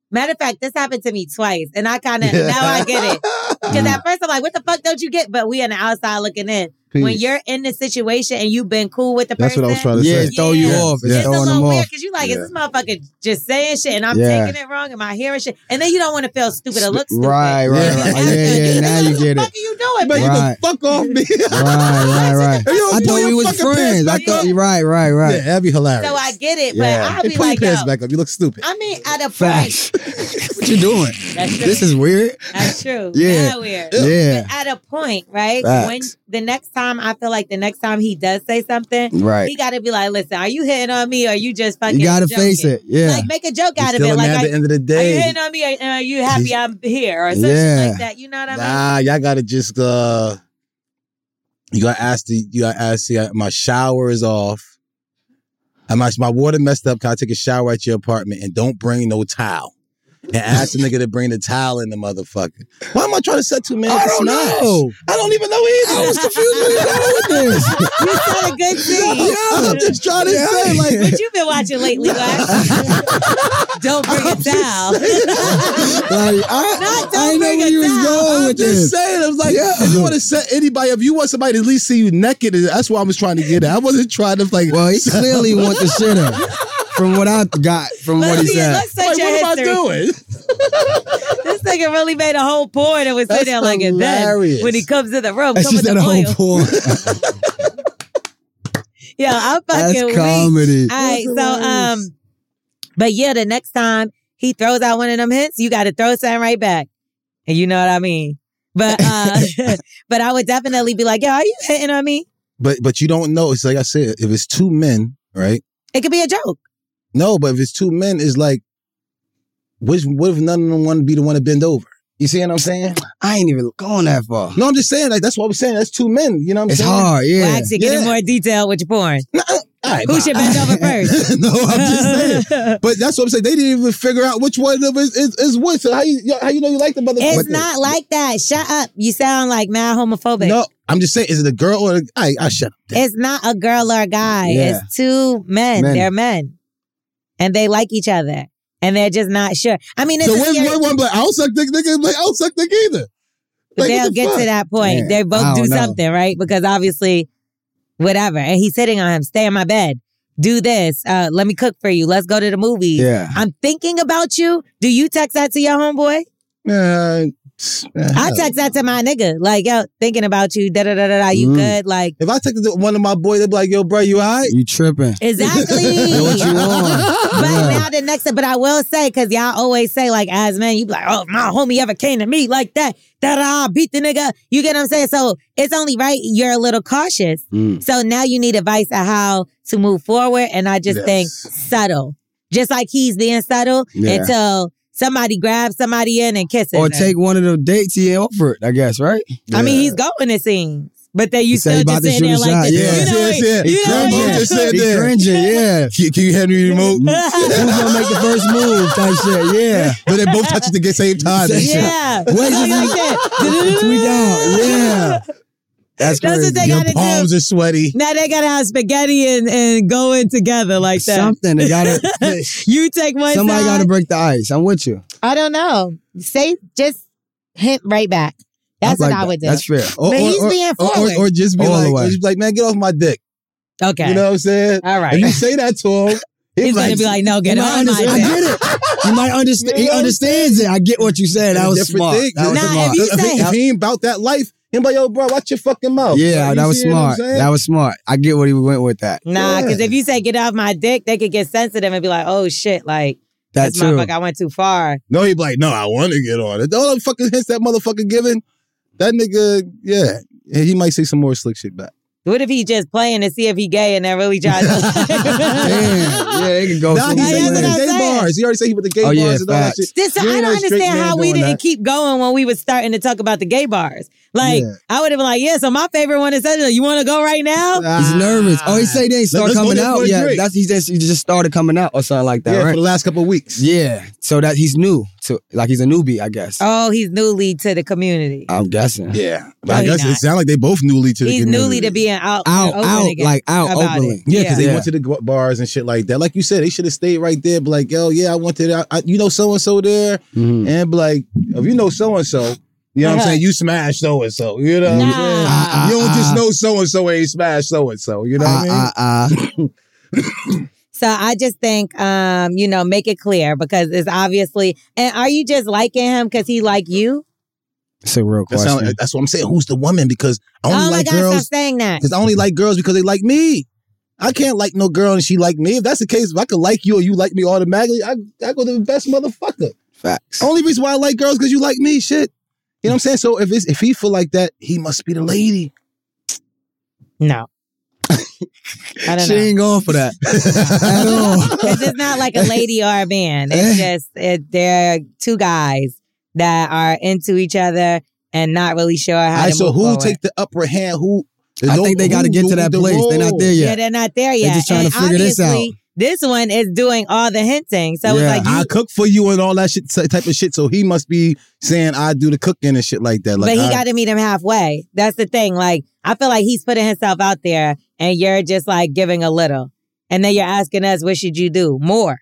S2: matter of fact, this happened to me twice and I kind of now I get it because at first I'm like, what the fuck don't you get? But we on the outside looking in. When you're in the situation and you've been cool with the
S3: That's
S2: person,
S3: what I was trying to
S4: yeah,
S3: say.
S4: it throw you
S2: Yeah.
S4: off. It's
S3: Yeah.
S2: it's a
S4: throwing them
S2: little weird
S4: off.
S2: because you like,
S3: Yeah.
S2: is this motherfucker just saying shit and I'm
S4: Yeah.
S2: taking it wrong? Am I hearing shit? And then you don't want to feel stupid or look stupid.
S4: Right, right,
S3: Yeah.
S4: right. Yeah, yeah. Now you get
S2: What
S4: it.
S2: the fuck are you doing?
S3: But
S2: bro?
S3: you can
S4: Right.
S3: fuck off me.
S4: Right, right, right. I thought we was friends. I thought you right, right,
S3: Yeah,
S4: right.
S3: that'd be hilarious.
S2: So I get it,
S4: Yeah.
S2: but I'll
S3: Hey,
S2: be
S3: pull
S2: like,
S3: your
S2: yo,
S3: pants back up. You look stupid.
S2: I mean, at a point,
S4: Facts. what you doing?
S2: that's true.
S4: This is weird.
S2: that's true.
S4: Yeah.
S2: Mad weird.
S4: Yeah.
S2: But at a point, right? When
S4: Facts.
S2: the next time I feel like the next time he does say something,
S4: Right.
S2: he got to be like, listen, are you hitting on me or you just fucking?
S4: You gotta face
S2: joking?
S4: it. Yeah.
S2: Like make a joke
S3: He's
S2: out of
S3: still
S2: it.
S3: a
S2: Like,
S3: man
S2: are,
S3: at the end of the
S2: are you
S3: day.
S2: hitting on me? Or, are you happy I'm here or something
S4: Yeah.
S2: like that? You know what I mean?
S3: Nah, y'all gotta just uh you gotta ask the you gotta ask see my shower is off. And my my water messed up. Can I take a shower at your apartment and don't bring no towel? And ask the nigga to bring the towel in the motherfucker. Why am I trying to set two men? up
S4: I
S3: to
S4: don't
S3: smash?
S4: know.
S3: I don't even know either.
S4: I was confused what he's doing with this.
S2: You said a good thing.
S4: Yeah,
S3: I'm just trying to say, like,
S2: What you been watching lately, Wax? Don't bring it down.
S4: Like, I,
S2: Not don't
S4: I ain't know
S2: bring
S4: where
S2: it
S4: you was
S2: down.
S4: going
S3: I'm
S4: with
S3: just
S4: this.
S3: saying, I was like,
S4: Yeah.
S3: if you want to set anybody, if you want somebody to at least see you naked, that's what I was trying to get at. I wasn't trying to like.
S4: Well, he clearly want the shit up. From what I got, from what he
S2: Let's, see,
S4: said.
S2: let's search
S3: like,
S2: your
S3: what
S2: history.
S3: am I doing?
S2: This nigga really made a whole point and was sitting
S3: That's
S2: there like and
S3: hilarious.
S2: then when he comes in the room,
S4: That's
S2: come with
S4: just
S2: the
S4: that whole
S2: oil.
S4: porn.
S2: Yeah, I'm fucking
S4: That's
S2: weak.
S4: comedy.
S2: All right, so
S3: That's hilarious.
S2: um, but yeah, the next time he throws out one of them hints, you got to throw something right back, and you know what I mean. But uh, but I would definitely be like, yo, are you hitting on me?
S3: But but you don't know. It's like I said, if it's two men, right?
S2: It could be a joke.
S3: No, but if it's two men, it's like, which what if none of them want to be the one to bend over? You see what I'm saying?
S4: I ain't even going that far.
S3: No, I'm just saying like that's what I was saying. That's two men. You know what I'm
S4: It's
S3: saying?
S4: hard, yeah.
S2: Well, actually, get in
S3: Yeah.
S2: more detail with your porn.
S3: All right,
S2: Who
S3: bye.
S2: should bend over first?
S3: no, I'm just saying. But that's what I'm saying. They didn't even figure out which one of us is, is what. So how you yo, how you know you like the motherfucker?
S2: it's not like that. Shut up. You sound like mad homophobic.
S3: No, I'm just saying. Is it a girl or? A, I I shut up.
S2: It's not a girl or a guy.
S4: Yeah.
S2: It's two men.
S4: Men.
S2: They're men. And they like each other. And they're just not sure. I mean, it's
S3: So
S2: a
S3: when
S2: scary-
S3: one one like I don't suck dick, nigga, like I don't suck dick either.
S2: but
S3: Like, what
S2: they'll
S3: the
S2: get
S3: fuck?
S2: to that point.
S4: Yeah,
S2: They
S4: I
S2: both do
S4: don't know.
S2: something, right? Because obviously whatever. And he's hitting on him, stay in my bed, do this, uh, let me cook for you, let's go to the movies.
S4: Yeah.
S2: I'm thinking about you. Do you text that to your homeboy?
S3: Uh,
S2: I text that to my nigga. Like, yo, thinking about you, da da da da da, you
S4: Mm.
S2: good? Like,
S3: If I take it to one of my boys, they'd be like, "Yo, bro, you alright?"
S4: You tripping.
S2: exactly.
S4: Yo, what you on?
S2: But
S4: Yeah.
S2: now the next, but I will say, cause y'all always say like, as men, you be like, oh, if my homie ever came to me like that, that I'll beat the nigga. You get what I'm saying? So it's only right you're a little cautious.
S4: Mm.
S2: So now you need advice on how to move forward, and I just
S3: Yes.
S2: think subtle, just like he's being subtle
S4: Yeah.
S2: until somebody grabs somebody in and kisses.
S4: Or
S2: her.
S4: take one of the dates he offered, I guess, right?
S2: I mean,
S3: Yeah.
S2: he's going to scenes, but then you
S4: He said
S2: still
S4: he
S2: just
S4: about to
S2: sitting
S4: shoot
S2: there
S4: a
S2: like
S4: shot.
S2: this.
S4: Yeah.
S2: You know what-
S3: Yes, yes, yes.
S2: you know
S3: Grandma
S2: what-
S3: just said
S4: He
S3: that.
S4: cringing, yeah.
S3: Can, can you hand me the remote?
S4: Who's gonna make the first move? Type shit, yeah.
S3: but they both touch it to get same time. and shit.
S2: Yeah.
S4: Wait,
S2: Like,
S4: you-
S2: like that.
S4: Tweak out, yeah. That's
S2: That's
S4: crazy.
S2: what they
S3: Your
S2: gotta do.
S3: palms are sweaty.
S2: Now they gotta have spaghetti and, and go in together like that.
S4: Something they gotta.
S2: you take one
S4: Somebody
S2: side.
S4: gotta break the ice. I'm with you.
S2: I don't know. Say just hint right back. That's
S4: I like
S2: what I
S4: that.
S2: would do.
S4: That's fair.
S3: Or,
S2: But he's being
S3: or,
S2: forward.
S3: or, just be
S4: Oh, All the
S3: like,
S4: way.
S3: or just be like, man, get off my dick.
S2: okay.
S3: You know what I'm saying?
S2: All right.
S3: If you say that to him, he's,
S2: He's gonna be like, no, get
S4: You might
S2: on my
S4: understand- I
S2: dick.
S4: get it. You might understand.
S3: You
S4: He
S3: know what I'm
S4: understands it. I get what you said. That was
S3: different
S4: smart.
S3: thing.
S4: That was
S2: Nah, if
S4: smart.
S2: you
S3: If he-
S2: say-
S3: if he ain't about that life, he'll be like, yo, bro, watch your fucking mouth.
S4: Yeah,
S3: You
S4: that was
S3: see what I'm
S4: smart.
S3: saying?
S4: That was smart. I get what he went with that.
S2: Nah, because
S3: Yeah.
S2: if you say get off my dick, they could get sensitive and be like, oh shit, like
S4: That
S2: this
S4: too.
S2: motherfucker, I went too far.
S3: No, he'd be like, no, I want to get on it. All the fucking hints that motherfucker giving, that nigga, yeah. And he might say some more slick shit back.
S2: What if he just playing to see if he gay and then really trying
S4: Damn.
S2: to
S4: Yeah, they can go.
S3: Nah,
S4: Oh, so
S3: he
S2: Nah,
S4: many
S3: said
S4: ways.
S2: that's what
S3: he with
S2: I'm
S3: the gay
S2: saying.
S3: bars. He already said he with the gay
S4: Oh,
S3: bars
S4: yeah,
S3: and all that
S4: facts.
S3: shit.
S2: This,
S3: You
S2: I
S3: ain't
S2: don't
S3: a straight
S2: understand
S3: man
S2: how we
S3: doing
S2: didn't
S3: that.
S2: keep going when we would starting to talk about the gay bars. Like
S3: Yeah.
S2: I would have been like, yeah, so my favorite one is such a- you want to go right now?
S4: He's nervous. Oh, he say they ain't start
S3: Let's go
S4: coming
S3: there for
S4: out
S3: a
S4: yet.
S3: drink.
S4: That's he just he just started coming out or something like that,
S3: Yeah, for
S4: right?
S3: the last couple of weeks.
S4: Yeah. So that he's new to like he's a newbie, I guess.
S2: Oh, he's newly to the community.
S4: I'm guessing.
S3: Yeah.
S2: No,
S3: But I
S2: he
S3: guess it
S2: not.
S3: sounds like they both newly to the
S2: He's
S3: community.
S2: newly to being out,
S4: Out,
S2: open
S4: out,
S2: again
S4: like out
S2: about
S4: openly.
S2: it.
S3: Yeah, because they
S4: Yeah.
S3: went to the g- bars and shit like that. Like you said, they should have stayed right there. Be like, yo, yeah, I wanted, I, I, you know, so and so there,
S4: Mhm.
S3: and be like, if you know so and so, you know what I'm
S2: Uh-huh.
S3: saying, you smash so and so. You know, what I'm saying?
S4: Nah.
S3: you don't just
S4: Uh-uh.
S3: know so and so ain't smash so and so. You know what I mean?
S4: Uh, uh, uh.
S2: So I just think, um, you know, make it clear because it's obviously. And are you just liking him because he like you?
S4: It's a real
S3: That sound-
S4: question.
S3: that's what I'm saying. Who's the woman? Because I
S2: Oh
S3: only
S2: my
S3: like
S2: God! Stop
S3: girls.
S2: saying that.
S3: Because I only like girls because they like me. I can't like no girl and she like me. If that's the case, if I could like you or you like me automatically, I I go to the best motherfucker.
S4: Facts.
S3: Only reason why I like girls because you like me, shit. You know what I'm saying? So if it's if he feel like that, he must be the lady.
S2: No, I don't
S4: She
S2: know.
S4: ain't going for that at all.
S2: It's just not like a lady or a man. It's just it, they're two guys that are into each other and not really sure how.
S3: All right,
S2: to
S3: so
S2: move
S3: who
S2: forward.
S3: take the upper hand? Who?
S4: I think they got to get to that place. They're not there
S2: Yeah.
S4: yet.
S2: they're not there yet.
S4: just trying
S2: and
S4: to figure this out.
S2: obviously, This one is doing all the hinting, so
S4: Yeah.
S2: it's like you
S3: I cook for you and all that shit ty- type of shit. So he must be saying I do the cooking and shit like that.
S2: but
S3: Like
S2: he
S3: I-
S2: got to meet him halfway. That's the thing. Like, I feel like he's putting himself out there and you're just like giving a little. And then you're asking us, what should you do? More.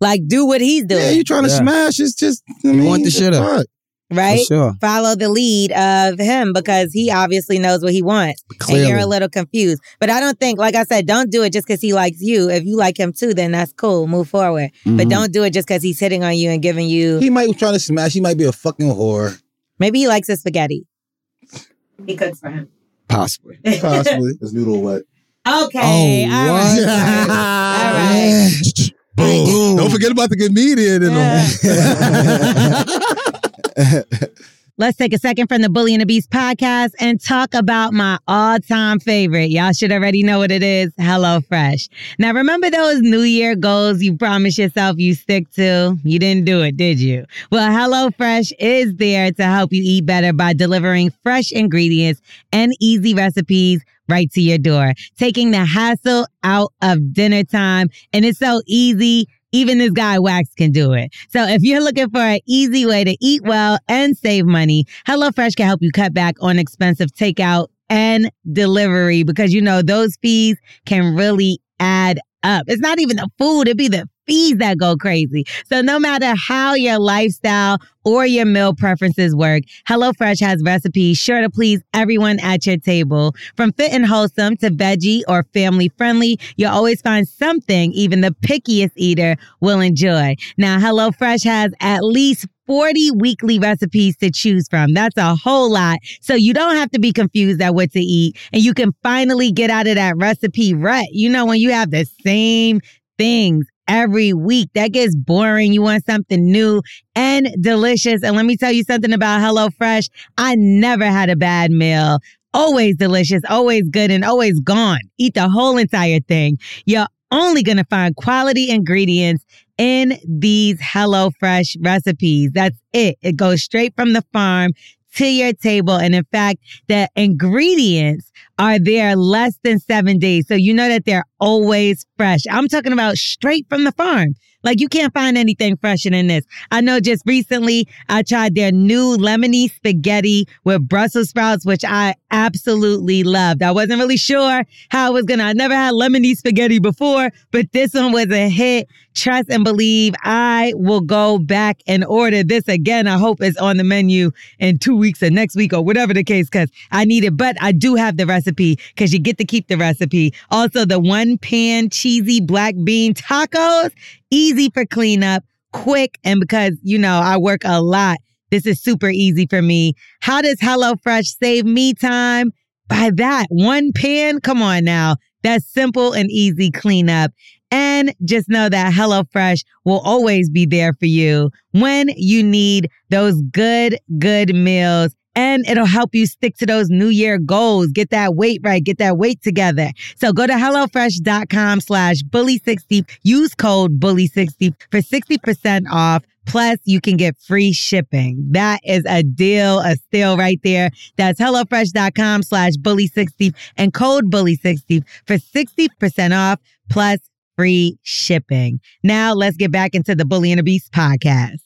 S2: Like, do what he's
S3: yeah,
S2: doing,
S3: you trying to
S4: Yeah.
S3: smash? It's just I
S4: You
S3: mean,
S4: want the shit up.
S3: fuck.
S4: For
S2: right?
S4: sure.
S2: Follow the lead of him because he obviously knows what he wants. And you're a
S4: Clearly.
S2: little confused. But I don't think, like I said, don't do it just because he likes you. If you like him too, then that's cool. Move forward.
S3: Mm-hmm.
S2: But
S4: Mhm.
S2: don't do it just because he's hitting on you and giving you.
S3: He might be trying to smash. He might be a fucking whore,
S2: Maybe he likes his spaghetti. He cooks for him.
S4: Possibly.
S3: possibly. His noodle wet.
S2: Okay.
S4: Oh,
S2: all
S4: what?
S2: right, all right. All right.
S3: Boom.
S4: Boom.
S3: Don't forget about the comedian in
S2: Yeah.
S3: them.
S2: Let's take a second from the Bully and the Beast podcast and talk about my all time favorite. Y'all should already know what it is HelloFresh. Now, remember those New Year goals you promised yourself you stick to? You didn't do it, did you? Well, HelloFresh is there to help you eat better by delivering fresh ingredients and easy recipes right to your door, taking the hassle out of dinner time. And it's so easy. Even this guy Wax can do it. So if you're looking for an easy way to eat well and save money, HelloFresh can help you cut back on expensive takeout and delivery because you know those fees can really add up. It's not even the food, it'd be the fees that go crazy. So no matter how your lifestyle or your meal preferences work, HelloFresh has recipes sure to please everyone at your table. From fit and wholesome to veggie or family friendly, you'll always find something even the pickiest eater will enjoy. Now, HelloFresh has at least 40 weekly recipes to choose from. That's a whole lot. So you don't have to be confused at what to eat. And you can finally get out of that recipe rut. You know, when you have the same things every week. That gets boring. You want something new and delicious. And let me tell you something about HelloFresh. I never had a bad meal. Always delicious, always good, and always gone. Eat the whole entire thing. You're only going to find quality ingredients in these HelloFresh recipes. That's it. It goes straight from the farm to your table. And in fact, the ingredients are there less than seven days. So you know that they're always fresh. I'm talking about straight from the farm. Like you can't find anything fresher than this. I know just recently I tried their new lemony spaghetti with Brussels sprouts, which I absolutely loved. I wasn't really sure how I was gonna, I never had lemony spaghetti before, but this one was a hit. Trust and believe I will go back and order this again. I hope it's on the menu in two weeks or next week or whatever the case, cause I need it. But I do have the recipe cause you get to keep the recipe. Also the one pan cheesy black bean tacos easy for cleanup, quick, and because, you know, I work a lot, this is super easy for me. How does HelloFresh save me time? By that, one pan, come on now. That's simple and easy cleanup. And just know that HelloFresh will always be there for you when you need those good, good meals and it'll help you stick to those new year goals. Get that weight right. Get that weight together. So go to HelloFresh.com slash bully60. Use code bully60 for 60% off. Plus, you can get free shipping. That is a deal, a steal right there. That's HelloFresh.com slash bully60 and code bully60 for 60% off plus free shipping. Now let's get back into the Bully and the Beast podcast.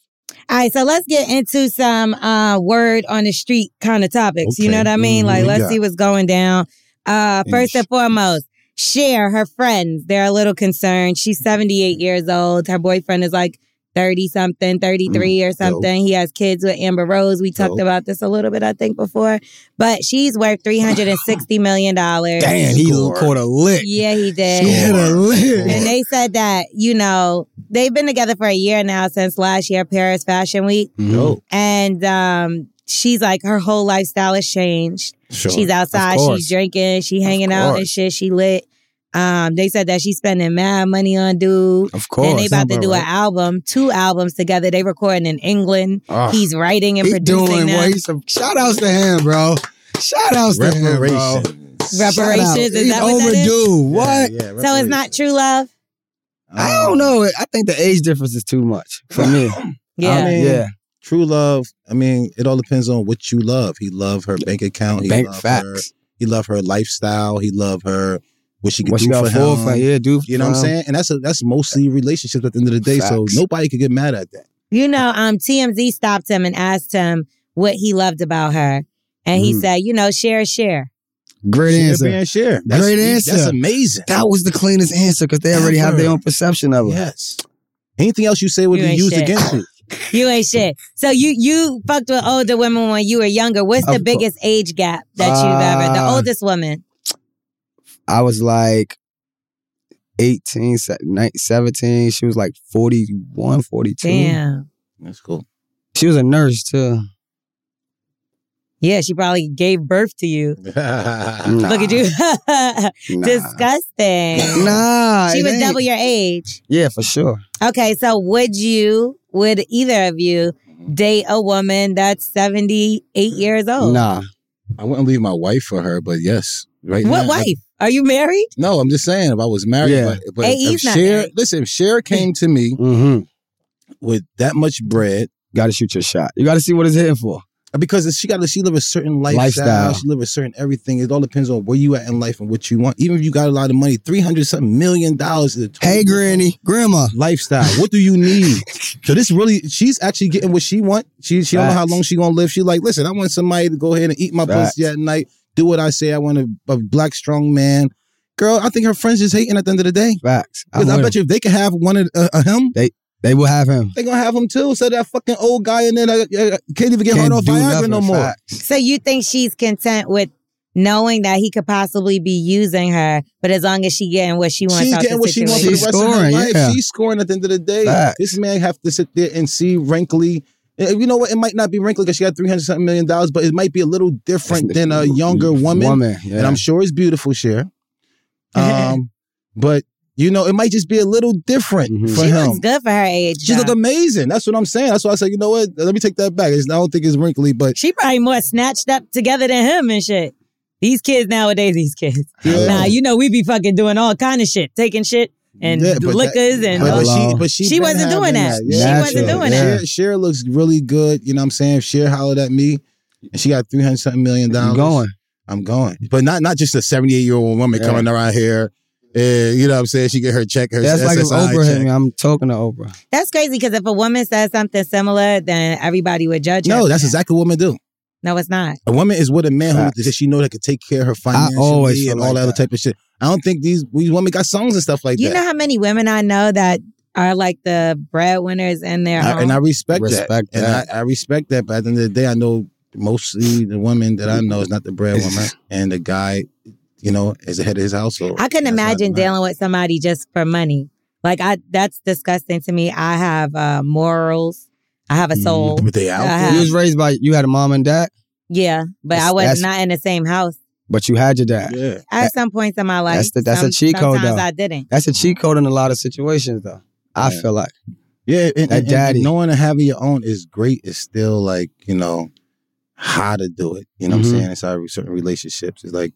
S2: All right, so let's get into some uh, word on the street kind of topics. You
S3: Okay.
S2: know what I mean?
S3: Mm,
S2: Like,
S3: what
S2: let's
S3: you
S2: see what's going down. Uh,
S3: the
S2: first and
S3: street.
S2: foremost, Cher, her friends, they're a little concerned. She's 78 years old. Her boyfriend is like 30 something, 33 or something. He has kids with Amber Rose. We talked
S3: Dope.
S2: about this a little bit, I think, before. But she's worth $360 million.
S4: Damn, he
S3: Score.
S4: caught a lick.
S2: Yeah, he did.
S4: He hit a lick.
S2: And they said that, you know, they've been together for a year now since last year, Paris Fashion Week.
S3: No,
S2: And um, she's like, her whole lifestyle has changed.
S3: sure.
S2: She's outside,
S4: Of course.
S2: she's drinking, she hanging out and
S4: course.
S2: shit, she lit. Um, they said that she's spending mad money on dude.
S4: Of course.
S2: and they about to
S4: Sound
S2: do
S4: right.
S2: an album, two albums together. They recording in England.
S4: Ah.
S2: He's writing and
S4: He
S2: producing
S4: doing
S2: them.
S4: what he's shout outs to him, bro. Shout outs to him, bro. Shout
S3: reparations.
S2: Rep- Reparations,
S4: out.
S2: is
S4: He's
S2: that what that is?
S4: overdue. What? Um,
S3: Yeah, yeah,
S2: So it's not
S3: reparations.
S2: true love.
S4: I don't know. I think the age difference is too much for me.
S2: Yeah.
S3: I mean,
S4: yeah.
S3: True love. I mean, it all depends on what you love. He loved her bank account. He
S4: Bank
S3: loved Her,
S4: facts.
S3: he loved her lifestyle. He loved her what she could
S4: What
S3: do
S4: you got
S3: for
S4: for?
S3: him.
S4: for- Yeah, do
S3: You know what
S4: for
S3: I'm
S4: him.
S3: saying? And that's a, that's mostly relationships at the end of the day. So
S4: Facts.
S3: nobody could get mad at that.
S2: You know, um, TMZ stopped him and asked him what he loved about her. And he
S4: Mm.
S3: Mhm.
S2: said, you know, share, share.
S4: Great answer.
S3: Share, share. That's,
S4: Great
S3: That's
S4: answer.
S3: amazing.
S4: That was the cleanest answer because they already have their
S3: Ever.
S4: own perception of it.
S3: yes. Anything else you say would
S2: You
S3: be
S2: ain't
S3: used
S2: shit.
S3: against you.
S2: You ain't shit. So you you fucked with older women when you were younger. What's the
S4: Of course.
S2: biggest age gap that you've ever? The
S4: Uh,
S2: oldest woman.
S4: I was like 18, se- nine- 17. She was like 41, 42.
S2: Damn.
S3: That's cool.
S4: She was a nurse too.
S2: Yeah, she probably gave birth to you.
S4: Nah.
S2: Look at you.
S4: Nah.
S2: Disgusting.
S4: Nah.
S2: she
S4: it
S2: was
S4: ain't.
S2: double your age.
S4: Yeah, for sure.
S2: Okay, so would you, would either of you date a woman that's 78 years old?
S4: Nah.
S3: I wouldn't leave my wife for her, but yes, right
S2: What
S3: now, I-
S2: wife? Are you married?
S3: no, I'm just saying. If I was married,
S4: Yeah.
S3: but, but
S2: Hey,
S3: if
S2: he's not
S3: Cher,
S2: married.
S3: listen, if Cher came to me
S4: Mm-hmm.
S3: with that much bread,
S4: Got to shoot your shot. You got to see what it's hitting for.
S3: because she got to, she live a certain lifestyle,
S4: Lifestyle.
S3: She live a certain everything. It all depends on where you at in life and what you want. Even if you got a lot of money, three hundred something million dollars is a total
S4: Hey, Granny, Grandma.
S3: lifestyle. What do you need? so this really, she's actually getting what she want. She she don't know how
S4: Facts.
S3: long she gonna live. She like, listen, I want somebody to go ahead and eat my
S4: Facts.
S3: pussy at night, do what I say. I want a, a black strong man. girl, I think her friends just hating at the end of the day.
S4: Facts. I'm
S3: Because I
S4: with
S3: bet you if they could have one of uh, uh, him,
S4: him. they will have him.
S3: they gonna have him too. So that fucking old guy and then uh, uh, can't even get hard
S4: Can't
S3: off
S4: do
S3: Viagra no
S4: nothing.
S3: more.
S4: Facts.
S2: So you think she's content with knowing that he could possibly be using her, but as long as she getting what she wants,
S3: She's
S2: out
S3: getting
S2: the
S3: what she wants for the
S4: She's
S2: situation.
S3: rest of her
S4: scoring,
S3: life.
S4: yeah.
S3: She's scoring at the end of the day.
S4: Facts.
S3: This man have to sit there and see wrinkly. and You know what? It might not be wrinkly because she got three hundred something million dollars, but it might be a little different
S4: That's the-
S3: than a younger woman.
S4: Mm-hmm. Woman, yeah.
S3: And I'm sure it's beautiful, Cher. Um, but you know, it might just be a little different
S4: Mhm.
S3: for
S2: She
S3: him.
S2: looks good for her age.
S3: She look
S2: though.
S3: amazing. That's what I'm saying. That's why I said, you know what? Let me take that back. It's, I don't think it's wrinkly, but
S2: she probably more snatched up together than him and shit. These kids nowadays, these kids.
S3: Yeah.
S2: Nah, you know we be fucking doing all kind of shit, taking shit and
S3: Yeah, but
S2: liquors and
S3: but,
S4: Hello.
S3: but she, but she,
S2: She
S3: been
S2: wasn't doing
S3: having
S2: that.
S4: She wasn't Natural, doing yeah.
S3: Cher, Cher looks really good. You know what I'm saying? If Cher hollered at me, and she got three hundred something million
S4: I'm
S3: dollars.
S4: going.
S3: I'm going. But not not just a 78 year old woman
S4: Yeah.
S3: coming around here. eh, you know what I'm saying? She get her check. Her
S4: That's like if
S3: SSI
S4: Oprah hit
S3: check.
S4: me. I'm talking to Oprah.
S2: that's crazy because if a woman says something similar, then everybody would judge her.
S3: No,
S2: for
S3: that's
S2: that.
S3: exactly what women do.
S2: No, it's not.
S3: A woman is with a man who
S4: Facts.
S3: that she know that could take care of her financially
S4: always feel
S3: and all
S4: like
S3: that other
S4: that.
S3: type of shit. I don't think these these women got songs and stuff like
S2: you
S3: that.
S2: know how many women I know that are like the breadwinners in their
S3: I-
S2: own.
S3: and I respect,
S4: Respect
S3: that.
S4: that.
S3: And I, I respect that. But at the end of the day, I know mostly the woman that I know is not the breadwinner, and the guy, you know, is the head of his household.
S2: I couldn't
S3: That's not
S2: imagine
S3: the man.
S2: dealing with somebody just for money. Like I, that's disgusting to me. I have uh, morals. I
S4: Mm-hmm.
S2: have a soul.
S3: But they out
S2: I
S3: there.
S2: have-
S4: You was raised by you had a mom and dad,
S2: Yeah, but I
S4: That's-
S2: was
S4: that's-
S2: not in the same house.
S4: but you had your dad.
S3: Yeah.
S2: At some points in my life,
S4: that's the- that's a cheat code,
S2: Sometimes
S4: though.
S2: I didn't.
S4: That's a cheat code in a lot of situations, though. I
S3: Mm-hmm. Yeah.
S4: feel like
S3: Yeah, and, and,
S4: That
S3: and
S4: daddy.
S3: knowing and having your own is great. It's still like you know how to do it. You know
S4: Mhm.
S3: what I'm saying? Inside of certain relationships, it's like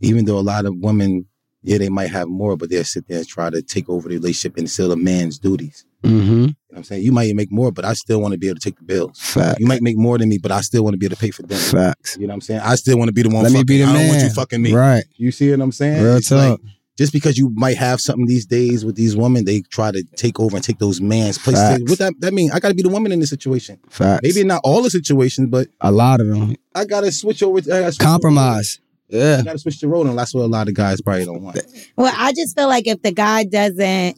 S3: even though a lot of women, yeah, they might have more, but they'll sit there and try to take over the relationship and still the man's duties.
S4: mm-hmm.
S3: You know what I'm saying? You might make more, but I still want to be able to take the bills.
S4: facts.
S3: You might make more than me, but I still want to be able to pay for dinner.
S4: Facts.
S3: You know what I'm saying? I still want to be the one.
S4: Let me
S3: fucking.
S4: be the
S3: I don't want
S4: man.
S3: you fucking me.
S4: Right.
S3: You see what I'm saying?
S4: Real
S3: It's like,
S4: talk.
S3: just because you might have something these days with these women, they try to take over and take those man's place.
S4: Facts.
S3: What that that mean? I got to be the woman in this situation.
S4: facts.
S3: Maybe not all the situations, but
S4: a lot of them
S3: I got to switch over. To, I gotta switch
S4: compromise.
S3: the
S4: Yeah.
S3: role. I got to switch the role, and that's what a lot of guys probably don't want.
S2: Well, I just feel like if the guy doesn't,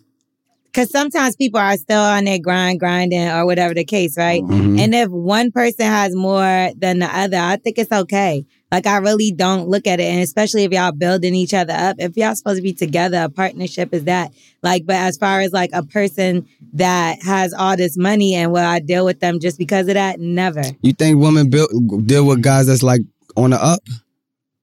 S2: because sometimes people are still on their grind, grinding, or whatever the case, right?
S3: Mm-hmm.
S4: Mhm.
S2: And if one person has more than the other, I think it's okay. Like I really don't look at it, and especially if y'all building each other up. If y'all supposed to be together, a partnership is that. Like, but as far as like a person that has all this money and will I deal with them just because of that? Never.
S4: You think women built, deal with guys that's like on the up?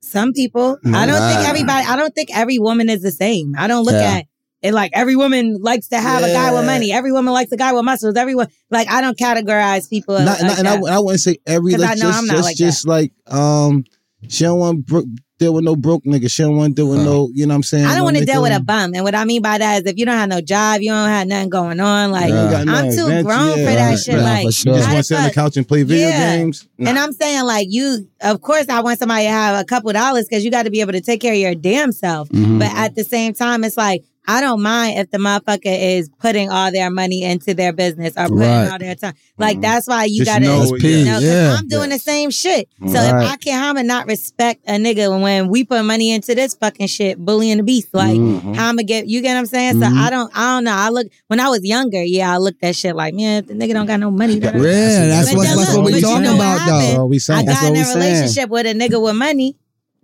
S2: Some people. I don't think
S4: Nah.
S2: everybody. I don't think every woman is the same. I don't look
S4: Yeah.
S2: at. it like every woman likes to have a guy with
S3: Yeah.
S2: money. Every woman likes a guy with muscles. Everyone like I don't categorize people. like
S3: Not, not, and I,
S2: that.
S3: I wouldn't say every.
S2: 'Cause
S3: Like,
S2: I know
S3: just,
S2: I'm not
S3: just,
S2: like that.
S3: just like um, she don't want bro- deal with no broke nigga. She don't want deal with
S4: Huh.
S3: no. You know what I'm saying?
S2: I don't
S3: No
S2: want to
S3: nigga.
S2: deal with a bum. And what I mean by that is if you don't have no job, you don't have nothing going on, like
S4: Yeah.
S3: You ain't got
S2: I'm too
S3: advantage.
S2: grown for that
S4: right,
S2: shit.
S4: right,
S2: like
S4: for
S3: You
S4: sure.
S2: how
S3: just
S2: the
S3: want to sit on the
S2: fuck-
S3: couch and play video
S2: Yeah.
S3: games. Nah.
S2: And I'm saying like you of course I want somebody to have a couple dollars because you gotta be able to take care of your damn self.
S4: Mhm.
S2: But at the same time, it's like I don't mind if the motherfucker is putting all their money into their business or putting
S4: Right.
S2: all their time. Like
S4: Mm-hmm.
S3: Mhm.
S2: that's why you
S3: Just
S2: gotta
S3: know
S4: That's
S3: yeah.
S4: peace.
S2: you know, 'cause
S4: yeah.
S2: I'm doing the same shit. So
S4: Right.
S2: if I can't, I'ma not respect a nigga when we put money into this fucking shit, bullying the beast. Like
S4: Mhm.
S2: how I'ma get you get what I'm saying?
S4: Mhm.
S2: So I don't I don't know. I look when I was younger, yeah, I looked at shit like, man, if the nigga don't got no money. da- da- da."
S4: Yeah, that's
S2: But
S4: what,
S2: then
S4: that's
S2: look,
S4: what
S2: but
S4: we
S2: you
S4: talking
S2: know what
S4: about,
S2: happened?
S4: though.
S3: What we
S2: I
S3: saying?
S4: That's
S2: got
S4: what
S2: in a
S4: we saying.
S2: relationship with a nigga with money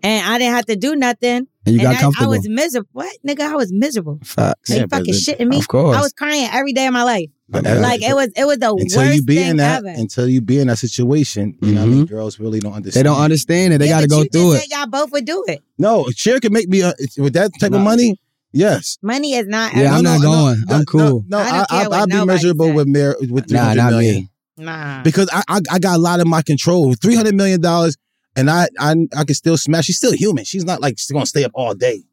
S2: and I didn't have to do nothing.
S4: And you
S2: and
S4: got
S2: I- I,
S4: comfortable.
S2: was miserable. What nigga, I was miserable.
S4: facts.
S2: They
S3: Yeah, but
S2: fucking
S3: the-
S2: shitting me.
S4: Of course.
S2: I was crying every day of my life.
S3: But
S4: Yeah.
S3: as-
S2: Like it was it was the
S3: until
S2: worst
S3: you be
S2: thing
S3: in that,
S2: ever.
S3: until you be in that situation, you know what I mean? Girls really don't
S4: Mm-hmm. they
S3: understand.
S4: don't understand it. They
S2: Yeah,
S4: got to
S2: but
S4: go
S2: you
S4: through
S2: just
S4: it.
S2: said Y'all both would do it.
S3: No, Cher can make me uh, with that type of
S4: No.
S3: money. Yes.
S2: Money is not.
S4: Yeah,
S2: everything.
S4: I'm not going. I'm
S3: no,
S4: cool.
S3: No,
S2: I don't
S3: I, I,
S2: care what
S3: I, would be
S2: nobody
S3: miserable
S2: said.
S3: with mar- with three
S4: Nah,
S3: hundred million
S4: not me.
S2: Nah.
S3: because I, I I got a lot of my control. Three hundred million dollars, and I I I can still smash. She's still human. She's not like she's gonna stay up all day.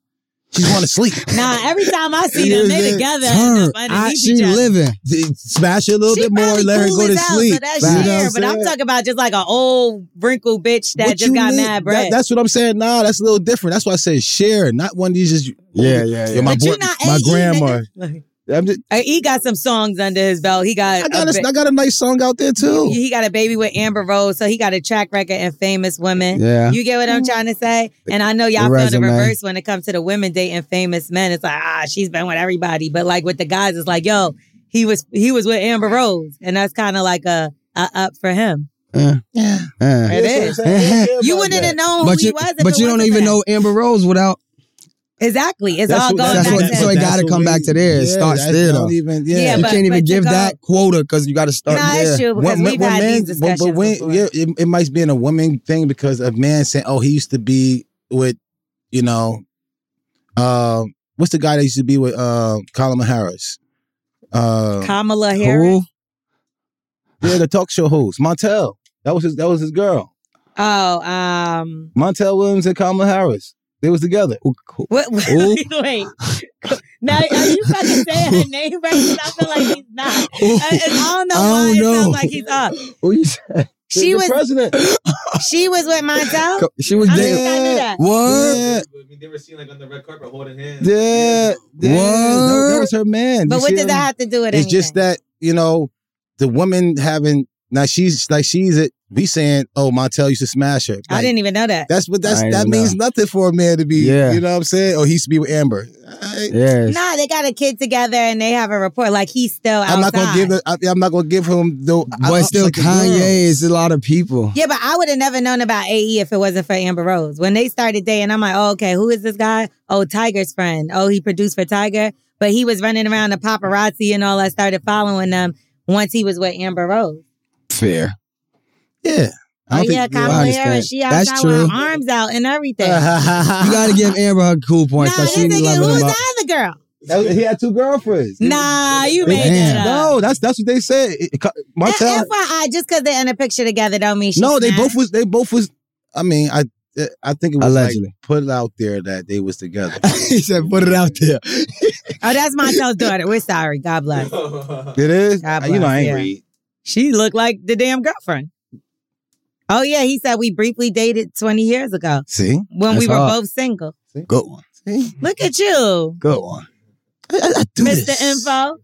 S3: She's going to sleep.
S2: Nah, every time I see
S3: You
S2: them,
S3: know what
S2: they
S3: I'm
S2: together. and
S4: Her,
S2: up
S4: I,
S2: underneath
S4: she
S2: each other.
S4: living.
S3: Smash it a little
S2: She
S3: bit more.
S2: probably
S3: Let her
S2: cool
S3: go to
S2: as hell,
S3: sleep.
S2: So that's
S4: Facts.
S2: sheer,
S4: You know what I'm
S2: but I'm
S3: saying?
S2: talking about just like an old wrinkled bitch that
S3: What
S2: just
S3: you
S2: got
S3: need-
S2: mad bread.
S3: That, that's what I'm saying. Nah, that's a little different. That's why I say share, not one of these just.
S4: Yeah, yeah, yeah.
S3: my
S2: but
S3: boy-
S2: you not
S3: my
S2: AE,
S3: grandma.
S2: nigga.
S4: I'm just,
S2: Uh, He got some songs under his belt. He got.
S3: I got
S2: a
S3: a, I got a nice song out there
S2: ba-
S3: too.
S2: he got a baby with Amber Rose, so he got a track record and famous women.
S4: yeah.
S2: You get what
S3: Mm-hmm.
S2: I'm trying to say? And I know y'all
S4: The
S2: feel the
S4: resume.
S2: reverse when it comes to the women dating famous men. It's like, ah, she's been with everybody. But like with the guys, it's like, yo, he was he was with Amber Rose. And that's kind of like a, a up for him.
S3: Yeah,
S4: Uh.
S2: It is. You wouldn't have known who
S4: But
S2: he
S4: you,
S2: was. if
S4: but
S2: it
S4: you don't
S2: wasn't
S4: even
S2: for
S4: know Amber Rose without.
S2: that. Exactly. It's
S3: That's
S2: all
S3: what-
S2: going
S4: that's
S2: back
S4: what-
S2: to
S4: so it gotta come back to there. Start
S3: that's-
S4: there,
S3: don't
S4: though.
S3: even- yeah.
S2: Yeah,
S4: you
S2: but-
S4: can't even
S2: but to
S4: give
S2: go-
S4: that quota because you got to start
S2: Not
S4: there.
S2: issue because
S3: When- when-
S2: we've
S3: when
S2: had
S3: men-
S2: these discussions.
S3: But, but when,
S2: before.
S3: yeah, it, it might be in a woman thing because a man saying, "Oh, he used to be with, you know, um, what's the guy that used to be with uh, Colin Harris? Uh,
S2: Kamala Harris.
S4: Cool.
S3: yeah, the talk show host Montel. That was his. That was his girl.
S2: Oh, um,
S3: Montel Williams and Kamala Harris. They was together.
S4: Cool, cool.
S2: what, what-
S4: Ooh.
S2: wait. Now, are you fucking saying her name right? 'Cause I feel like he's not. Uh, I, I don't know
S4: I
S2: why
S4: don't
S2: it
S4: know.
S2: sounds like he's up.
S4: What you said?
S3: The-
S2: She
S3: the
S2: was
S3: president.
S2: she was with Montel.
S4: She was
S2: I
S3: dead.
S2: think
S4: dating.
S2: I knew that.
S4: What?
S3: Yeah,
S5: We never seen like on the red carpet holding hands.
S3: yeah, yeah. That, that was her man.
S2: But
S3: You
S2: what
S3: see
S2: does
S3: him?
S2: that have to do with
S3: It's just
S2: anything?
S3: that you know the woman having now she's like she's it. We saying, "Oh, Montel used to smash her."
S2: I
S3: Like,
S2: didn't even know that.
S3: That's what that's
S4: I
S3: that
S4: know.
S3: means nothing for a man to be.
S4: Yeah.
S3: you know what I'm saying? Oh, he used to be with Amber. I,
S4: Yes.
S2: Nah, they got a kid together and they have a report. Like he's still outside.
S3: I'm not gonna give the, I, I'm not gonna give him the.
S4: But still, Kanye is a lot of people.
S2: Yeah, but I would have never known about AE if it wasn't for Amber Rose. When they started dating, I'm like, oh, okay, who is this guy? Oh, Tiger's friend. Oh, he produced for Tiger, but he was running around the paparazzi and all. I started following them once he was with Amber Rose.
S4: Fair.
S3: Yeah, I
S2: Oh
S3: don't
S2: yeah,
S3: think- yeah, I
S2: Kamala Harris.
S4: understand.
S2: She outside
S4: That's
S2: with her
S4: true.
S2: arms out and everything.
S4: You got to give Amber her cool points
S2: nah, this
S4: because she
S2: nigga,
S4: loving
S2: who's
S4: them up.
S2: the other girl?
S3: That was- he had two girlfriends.
S2: Nah, you made
S4: Damn.
S2: that up.
S3: no, that's that's what they said. It- it-
S2: And
S3: Montel.
S2: FYI, just because they're in a picture together don't mean she's
S3: No, they
S2: not.
S3: both was they both was. I mean, I I think it was
S4: Allegedly.
S3: like put out there that they was together.
S4: he said, put it out there.
S2: Oh, that's Montel's daughter. We're sorry. God bless.
S3: It is.
S2: God
S3: you know,
S2: bless,
S3: I ain't
S2: yeah.
S3: read.
S2: She looked like the damn girlfriend. Oh yeah, he said we briefly dated 20 years ago
S3: See,
S2: when we
S4: That's
S2: were
S4: hot.
S2: both single.
S4: Go on. See?
S2: Look at you,
S4: Go on. I, I, I do
S2: Mr.
S4: this.
S2: Info.
S4: I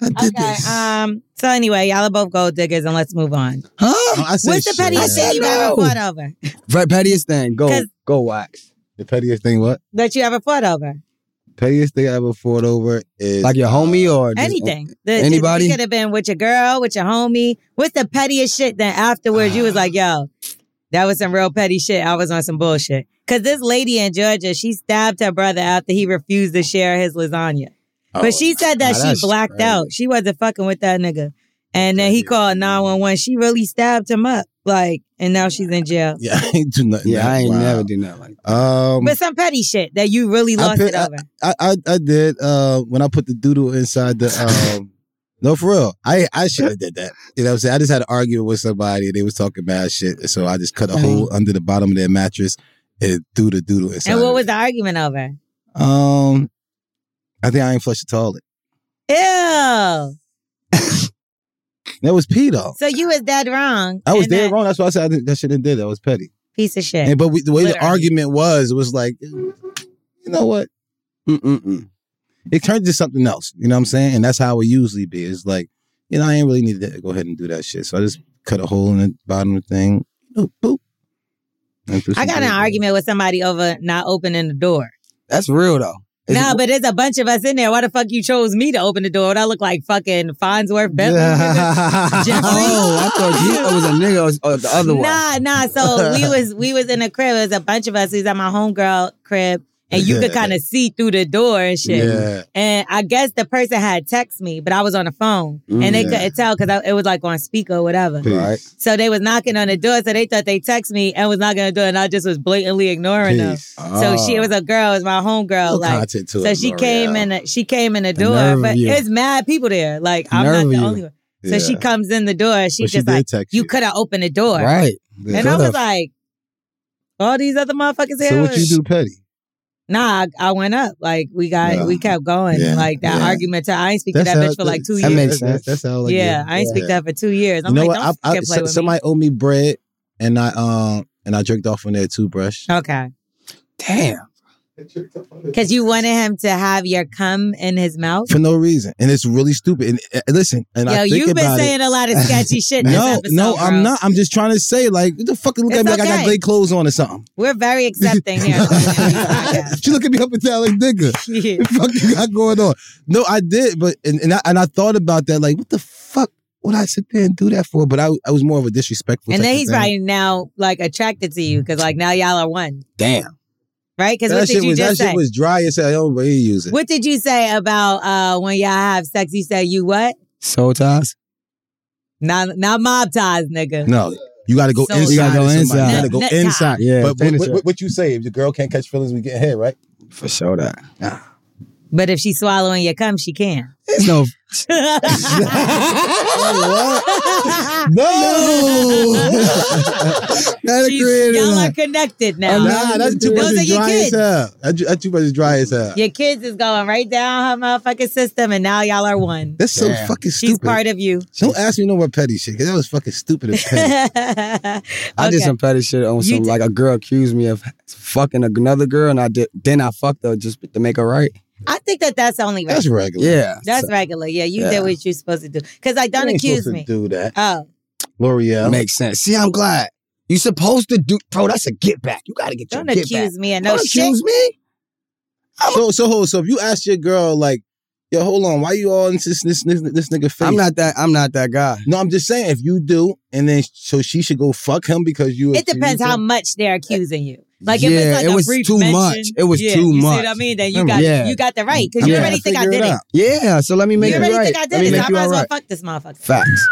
S4: did
S2: Okay.
S4: this.
S2: Um. So anyway, y'all are both gold diggers, and let's move on.
S4: huh?
S3: I said
S2: What's the
S3: shit.
S2: pettiest thing you
S4: no.
S2: ever fought over?
S4: Right, pettiest thing. Go.
S2: 'Cause-
S4: Go wax.
S3: The pettiest thing. What
S2: That you ever fought over?
S3: pettiest thing I ever fought over is
S4: Like your homie or just-
S2: Anything? The- the-
S4: anybody?
S2: It could have been with your girl, with your homie. What's the pettiest shit that afterwards you
S4: Ah.
S2: was like, yo, that was some real petty shit. I was on some bullshit. Cause this lady in Georgia, she stabbed her brother after he refused to share his lasagna.
S3: Oh,
S2: But she said that
S3: nah,
S2: she
S3: that's
S2: blacked
S3: crazy.
S2: out. She wasn't fucking with that nigga. And then he
S3: Crazy.
S2: called 911. She really stabbed him up. Like, and now she's in jail.
S3: Yeah, I ain't do nothing.
S4: Yeah, I ain't
S3: Wow.
S4: never do nothing like
S3: Um,
S2: But some petty shit that you really
S3: I
S2: lost
S3: pe-
S2: it over.
S3: I, I I did uh when I put the doodle inside the um. No, for real. I I should have did that. You know what I'm saying? I just had an argument with somebody. They was talking bad shit. So I just cut a hole under the bottom of their mattress and threw the doodle inside.
S2: and what
S3: of
S2: was
S3: it.
S2: the argument over?
S3: Um, I think I ain't flushed the toilet.
S2: Ew.
S3: That was pee though.
S2: So you was dead wrong.
S3: I was
S2: And
S3: dead
S2: that
S3: wrong. That's why I said I didn't, that shit didn't did. That was petty.
S2: Piece of shit.
S3: And but we, the way the
S2: Literally.
S3: argument was it was like, you know what?
S4: that. Mm-mm-mm.
S3: It turned into something else. You know what I'm saying? And that's how it usually be. It's like, you know, I ain't really need to go ahead and do that shit. So I just cut a hole in the bottom of the thing. Boop. boop. And threw
S2: I
S3: some
S2: got in
S3: shit.
S2: an argument with somebody over not opening the door.
S4: That's real though. Is
S2: nah,
S4: it-
S2: but there's a bunch of us in there. Why the fuck you chose me to open the door? Would I look like fucking Farnsworth Bentley? Jeffrey?
S4: oh, I thought you it was a nigga or, or the other one.
S2: Nah, nah. So we was we was in a crib. It was a bunch of us. We was at my homegirl crib, and you could kind of see through the door and shit.
S3: Yeah.
S2: And I guess the person had text me, but I was on the phone,
S4: Mm,
S2: and they
S3: yeah.
S2: couldn't tell because it was like on speaker or whatever.
S3: Peace.
S4: Right.
S2: So they was knocking on the door, so they thought they text me and was knocking on the door, and I just was blatantly ignoring them.
S3: Peace.
S2: So
S4: Oh.
S2: she it was a girl, it was my homegirl.
S3: Little
S2: Like
S3: content to
S2: so
S3: it,
S2: she
S3: L'Oreal.
S2: came in the, she came in the
S4: The nerve
S2: door,
S4: of
S2: but
S4: you.
S2: it's mad people there. Like I'm
S4: Nerve
S2: not
S4: of
S2: the
S4: you.
S2: only one. So
S3: Yeah.
S2: she comes in the door, she
S3: But she
S2: just
S3: did
S2: like
S3: text
S2: you could have opened the door.
S4: Right.
S3: Yeah.
S2: And I was
S4: Could've.
S2: like, all these other motherfuckers here.
S3: so what you do, petty?
S2: Nah, I, I went up. Like we got,
S3: Yeah.
S2: we kept going.
S3: Yeah.
S2: Like that
S3: Yeah.
S2: argument. To, I ain't speak to that
S3: how-
S2: bitch for like two
S4: that
S2: years.
S4: makes sense.
S3: That's, that's how. Like,
S2: yeah, I ain't speak
S3: yeah.
S2: to that for two years. I'm
S3: you know
S2: like,
S3: what?
S2: don't
S3: I, I,
S2: fucking play
S3: so-
S2: with
S3: somebody owed me bread, and I um and I jerked off on their toothbrush.
S2: me. Okay.
S4: Damn.
S2: Because you wanted him to have your cum in his mouth?
S3: for no reason, and it's really stupid. And uh, listen, and
S2: Yo,
S3: I think
S2: you've been
S3: about it.
S2: saying a lot of sketchy shit. This
S3: No,
S2: episode,
S3: no,
S2: bro.
S3: I'm not. I'm just trying to say, like, what the fuck look
S2: It's
S3: at me like I
S2: okay.
S3: got gray clothes on or something.
S2: We're very accepting here. on the Family
S3: she looking me up and down like nigga.
S2: Podcast.
S3: What the fuck you got going on? No, I did, but and and I, and I thought about that, like, what the fuck would I sit there and do that for? But I, I was more of a disrespectful.
S2: and
S3: type
S2: then
S3: of
S2: he's
S3: thing.
S2: probably now like attracted to you because like now y'all are one,
S3: damn.
S2: right? Because
S3: That
S2: what
S3: shit
S2: did you
S3: was that
S2: just say?
S3: shit was dry as hell. I don't really use it.
S2: What did you say about uh when y'all have sex? You said you what?
S4: Soul ties.
S2: Not not mob ties, nigga.
S3: No, you got to go
S2: So
S3: inside.
S2: You gotta
S4: go
S3: of somebody.
S4: inside.
S3: You got to go
S2: Nut- nut
S3: inside.
S4: tie. Yeah,
S3: but what,
S4: finish
S3: what,
S4: it.
S3: what, what you say? If the girl can't catch feelings, we get hit, right?
S4: For sure that.
S2: But if she's swallowing your cum, she can.
S4: There's no not
S2: She's- y'all are connected now.
S3: Nah, that's too much
S2: Those are
S3: is
S2: your
S3: dry as
S2: kids.
S3: hell. That ju- That too much is dry as hell.
S2: Your kids is going right down her motherfucking system, and now y'all are one.
S3: That's so
S4: Damn.
S3: fucking
S2: She's
S3: stupid.
S2: part of you.
S3: Don't ask me no more petty shit. 'cause that was fucking stupid and petty.
S4: I did
S2: Okay.
S4: some petty shit on
S2: You
S4: some
S2: did-
S4: like a girl accused me of fucking another girl, and I did. Then I fucked her just to make her right.
S2: I think that that's only right.
S3: That's regular.
S4: Yeah,
S2: That's regular. Yeah, you did
S4: Yeah.
S2: what you're supposed to do. Because like,
S3: You
S2: don't
S3: ain't
S2: accuse
S3: supposed
S2: me.
S3: To do that,
S2: Oh,
S3: L'Oreal.
S4: makes sense. See, I'm glad you supposed to do, bro. That's a get back. You gotta get
S2: don't
S4: your get back.
S2: accuse me of no
S4: don't
S2: shit.
S4: accuse me.
S3: So so hold- so if you ask your girl like, yo, hold on, why you all in this this this, this nigga face?
S4: I'm not that. I'm not that guy.
S3: No, I'm just saying if you do, and then so she should go fuck him because you.
S2: It depends
S3: accused
S2: how
S3: him?
S2: much they're accusing you. Like if
S4: Yeah,
S2: it's like
S4: it
S2: a
S4: was
S2: brief
S4: too
S2: mention,
S4: much. It was
S2: yeah,
S4: too
S2: you See
S4: much.
S2: what I mean? Then you
S4: Remember,
S2: got
S4: yeah.
S2: you got the right because you
S3: Yeah,
S2: already think I
S3: figure
S2: did it.
S3: out.
S4: Yeah, so let me make
S2: You
S4: it
S2: already
S4: right.
S2: think I
S4: let
S2: did
S4: me
S2: it.
S4: make
S2: I
S4: you
S2: might as
S4: all
S2: well
S4: right.
S2: fuck this motherfucker.
S4: Facts.